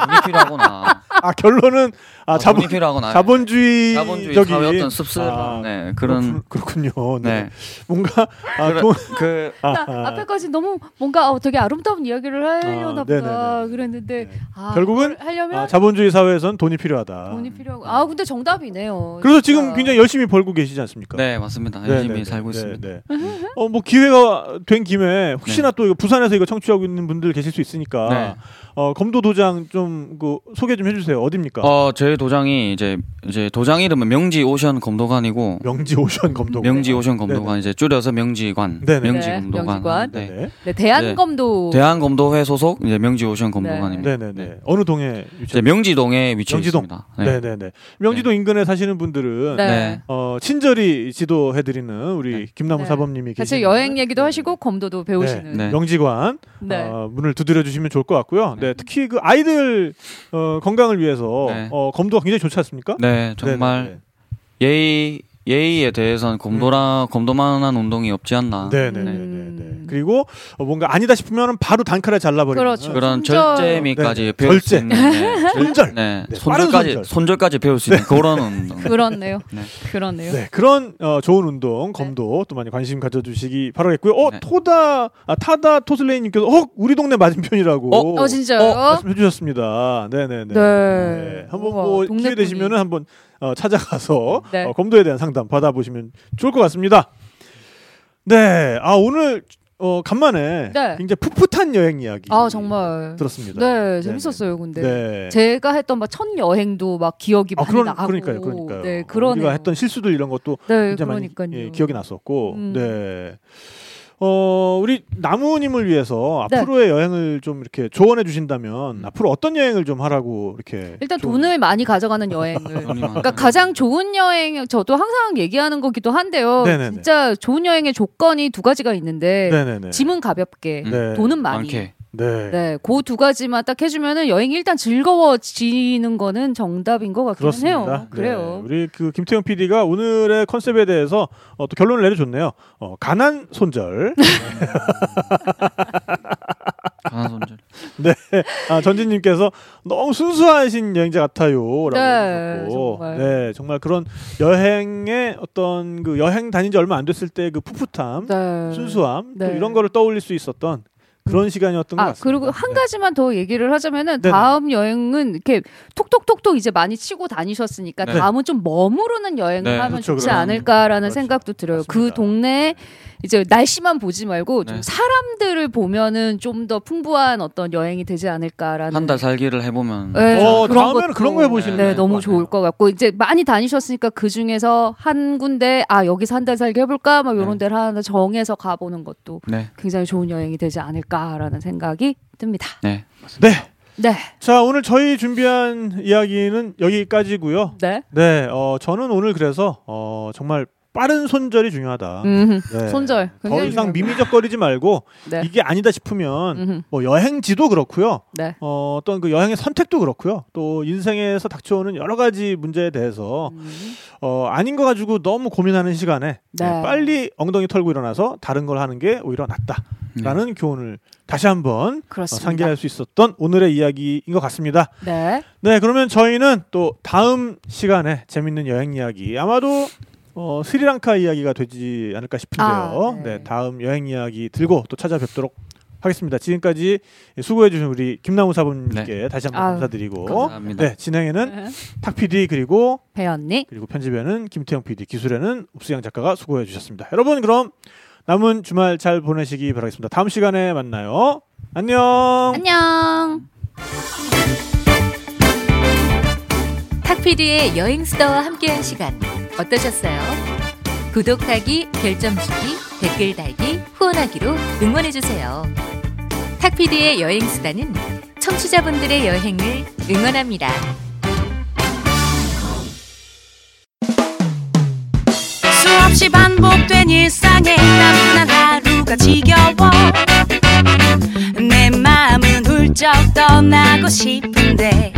S4: 돈이 필요하구나.
S1: 아 결론은 아
S4: 아,
S1: 자본
S4: 돈이 필요하구나.
S1: 자본주의
S4: 자본주의
S1: 적인-
S4: 사회 어떤 씁쓸
S1: 아,
S4: 한네 그런
S1: 그렇군, 요 네.
S4: 네.
S1: 뭔가 아,
S4: 그런-
S1: 돈,
S4: 그
S1: 아,
S3: 나
S1: 아,
S3: 앞에까지 너무 뭔가 어, 되게 아름다운 이야기를 하려나
S1: 아,
S3: 보다
S1: 네네네.
S3: 그랬는데
S1: 네.
S3: 아,
S1: 결국은
S3: 그걸 하려면
S1: 아, 자본주의 사회에선 돈이 필요하다.
S3: 돈이 필요하고 아 근데 정답이네요.
S1: 그래서
S3: 진짜.
S1: 지금 굉장히 열심히 벌고 계시지 않습니까?
S4: 네 맞습니다.
S1: 네,
S4: 열심히
S1: 네, 네,
S4: 살고
S1: 네,
S4: 있습니다.
S1: 네.
S3: 음.
S1: 어뭐 기회가 된 김에 혹시나 또 이거 부산에서 이거 청취하고 있는 분들 계실 수 있으니까
S4: 네.
S1: 어 검도 도장 좀 그 소개 좀 해주세요. 어딥니까?
S4: 어, 제 도장이 이제 이제 도장 이름은 명지 오션 검도관이고
S1: 명지 오션 검도.
S4: 명지 오션 검도관 이제 줄여서 명지관,
S1: 네, 네.
S4: 명지
S3: 네,
S4: 검도관,
S3: 명지관.
S4: 네.
S1: 네네.
S3: 네, 대한검도
S4: 대한 검도회 소속 이제 명지 오션 검도관입니다.
S1: 네네네.
S4: 네.
S1: 어느 동에
S4: 이제
S1: 위치해?
S4: 명지동에 위치해
S1: 명지동.
S4: 있습니다. 네.
S1: 네네네. 명지동 인근에 사시는 분들은
S3: 네.
S4: 네.
S1: 어 친절히 지도해드리는 우리 김남우
S3: 네.
S1: 사범님이
S3: 같이
S1: 계시는
S3: 여행 얘기도
S1: 네.
S3: 하시고 검도도 배우시는.
S4: 네.
S3: 네.
S1: 명지관 어, 문을 두드려 주시면 좋을 것 같고요. 네, 특히 그 아이들 어, 건강을 위해서
S4: 네.
S1: 어, 검도가 굉장히 좋지 않습니까?
S4: 네, 정말
S1: 네.
S4: 예의 예의에 대해서는 검도라 검도만한 운동이 없지 않나.
S1: 음. 네네네. 네,
S3: 음.
S1: 네, 네. 그리고 어, 뭔가 아니다 싶으면 바로 단칼에 잘라버리는
S3: 그렇죠.
S4: 그런
S3: 손절.
S4: 절제미까지
S1: 네, 네.
S4: 배울
S1: 절제.
S4: 수 있는 네.
S1: 손절.
S4: 네.
S1: 네, 빠른
S4: 손절까지
S1: 손절.
S4: 손절까지 배울 수 있는 그런 운동.
S3: 그렇네요.
S4: 네.
S3: 그렇네요. 네.
S1: 네, 그런 어, 좋은 운동 검도 또 많이 관심 가져주시기 바라겠고요. 어,
S4: 네.
S1: 토다 아, 타다 토슬레이님께서 어 우리 동네 맞은편이라고
S3: 어, 진짜요?
S1: 말씀해 주셨습니다. 네네네.
S3: 네.
S1: 한번
S3: 우와,
S1: 뭐
S3: 동네
S1: 기회 되시면은
S3: 분이.
S1: 한번 어, 찾아가서
S3: 네.
S1: 어, 검도에 대한 상담 받아보시면 좋을 것 같습니다. 네, 아 오늘 어, 간만에
S3: 네.
S1: 굉장히 풋풋한 여행 이야기
S3: 아 정말.
S1: 들었습니다.
S3: 네, 재밌었어요. 근데
S1: 네.
S3: 제가 했던 막 첫 여행도 막 기억이
S1: 아,
S3: 많이
S1: 그런,
S3: 나고.
S1: 그러니까요, 그러니까요. 어,
S3: 네, 그러네요.
S1: 우리가 했던 실수들 이런 것도
S3: 네,
S1: 굉장히 많이
S3: 그러니까요.
S1: 예, 기억이 났었고
S3: 음.
S1: 네. 어 우리 나무님을 위해서
S3: 네.
S1: 앞으로의 여행을 좀 이렇게 조언해 주신다면
S4: 음.
S1: 앞으로 어떤 여행을 좀 하라고 이렇게
S3: 일단
S1: 좀-
S3: 돈을 많이 가져가는 여행을.
S4: 그러니까
S1: 네.
S3: 그러니까 가장 좋은 여행 저도 항상 얘기하는 거기도 한데요.
S1: 네네네.
S3: 진짜 좋은 여행의 조건이 두 가지가 있는데
S1: 네네네
S3: 짐은 가볍게,
S1: 네.
S3: 돈은 많이.
S4: 많게.
S1: 네,
S3: 네, 그 두 가지만 딱 해주면은 여행이 일단 즐거워지는 거는 정답인 것 같긴
S1: 그렇습니다.
S3: 해요.
S1: 네.
S3: 그래요.
S1: 우리 그 김태형 PD가 오늘의 컨셉에 대해서 어, 또 결론을 내려줬네요. 어, 가난 손절.
S4: 강한 손절.
S1: 아, 전진님께서 너무 순수하신 여행자 같아요라고
S3: 네,
S1: 하셨고,
S3: 정말.
S1: 네 정말 그런 여행의 어떤 그 여행 다닌 지 얼마 안 됐을 때 그 풋풋함,
S3: 네.
S1: 순수함 또
S3: 네.
S1: 이런 거를 떠올릴 수 있었던 그런 시간이었던 것
S3: 아
S1: 같습니다. 네.
S3: 그리고 한 가지만 더 얘기를 하자면은
S1: 네네.
S3: 다음 여행은 이렇게 톡톡톡톡 이제 많이 치고 다니셨으니까
S4: 네.
S3: 다음은 좀 머무르는 여행을
S4: 네,
S3: 하면
S1: 그렇죠,
S3: 좋지
S1: 그럼.
S3: 않을까라는
S1: 그렇죠.
S3: 생각도 들어요.
S1: 맞습니다.
S3: 그 동네 이제 날씨만 보지 말고 좀
S4: 네.
S3: 사람들을 보면은 좀 더 풍부한 어떤 여행이 되지 않을까라는
S4: 한 달 살기를 해보면.
S3: 네,
S1: 어,
S3: 그런
S1: 다음에는
S3: 것도-
S1: 그런 거 해보시는
S3: 네,
S1: 거
S3: 너무
S1: 같아요.
S3: 좋을 것 같고 이제 많이 다니셨으니까 그 중에서 한 군데 아 여기서 한 달 살게 해볼까 막 이런
S4: 네.
S3: 데를 하나 정해서 가보는 것도
S4: 네.
S3: 굉장히 좋은 여행이 되지 않을까라는 생각이 듭니다.
S4: 네.
S1: 네,
S3: 네,
S1: 자 오늘 저희 준비한 이야기는 여기까지고요.
S3: 네,
S1: 네, 어, 저는 오늘 그래서 어, 정말 빠른 손절이 중요하다.
S3: 음,
S1: 네.
S3: 손절.
S1: 더
S3: 굉장히
S1: 이상
S3: 중요해요.
S1: 미미적거리지 말고
S3: 네,
S1: 이게 아니다 싶으면
S3: 음,
S1: 뭐 여행지도 그렇고요.
S3: 네.
S1: 어, 어떤 그 여행의 선택도 그렇고요. 또 인생에서 닥쳐오는 여러 가지 문제에 대해서
S3: 음.
S1: 어, 아닌 거 가지고 너무 고민하는 시간에
S3: 네.
S1: 네, 빨리 엉덩이 털고 일어나서 다른 걸 하는 게 오히려 낫다라는
S4: 네.
S1: 교훈을 다시 한번 어,
S3: 그렇습니다.
S1: 상기할 수 있었던 오늘의 이야기인 것 같습니다.
S3: 네,
S1: 네, 그러면 저희는 또 다음 시간에 재밌는 여행 이야기 아마도 어, 스리랑카 이야기가 되지 않을까 싶은데요.
S3: 아,
S1: 네.
S3: 네.
S1: 다음 여행 이야기 들고 또 찾아뵙도록 하겠습니다. 지금까지 수고해주신 우리 김남우 사부님께 다시 한번
S3: 아유,
S1: 감사드리고,
S4: 네. 감사합니다.
S1: 네 진행에는 탁 PD 그리고
S3: 배 언니.
S1: 그리고 편집에는 김태형 PD, 기술에는 읍수양 작가가 수고해 주셨습니다. 여러분 그럼 남은 주말 잘 보내시기 바라겠습니다. 다음 시간에 만나요. 안녕.
S3: 안녕.
S7: 탁피디의 여행스타와 함께한 시간 어떠셨어요? 구독하기, 별점 주기, 댓글 달기, 후원하기로 응원해주세요. 탁피디의 여행스타는 청취자분들의 여행을 응원합니다.
S2: 수없이 반복된 일상에 나른한 하루가 지겨워 슬쩍 떠나고 싶은데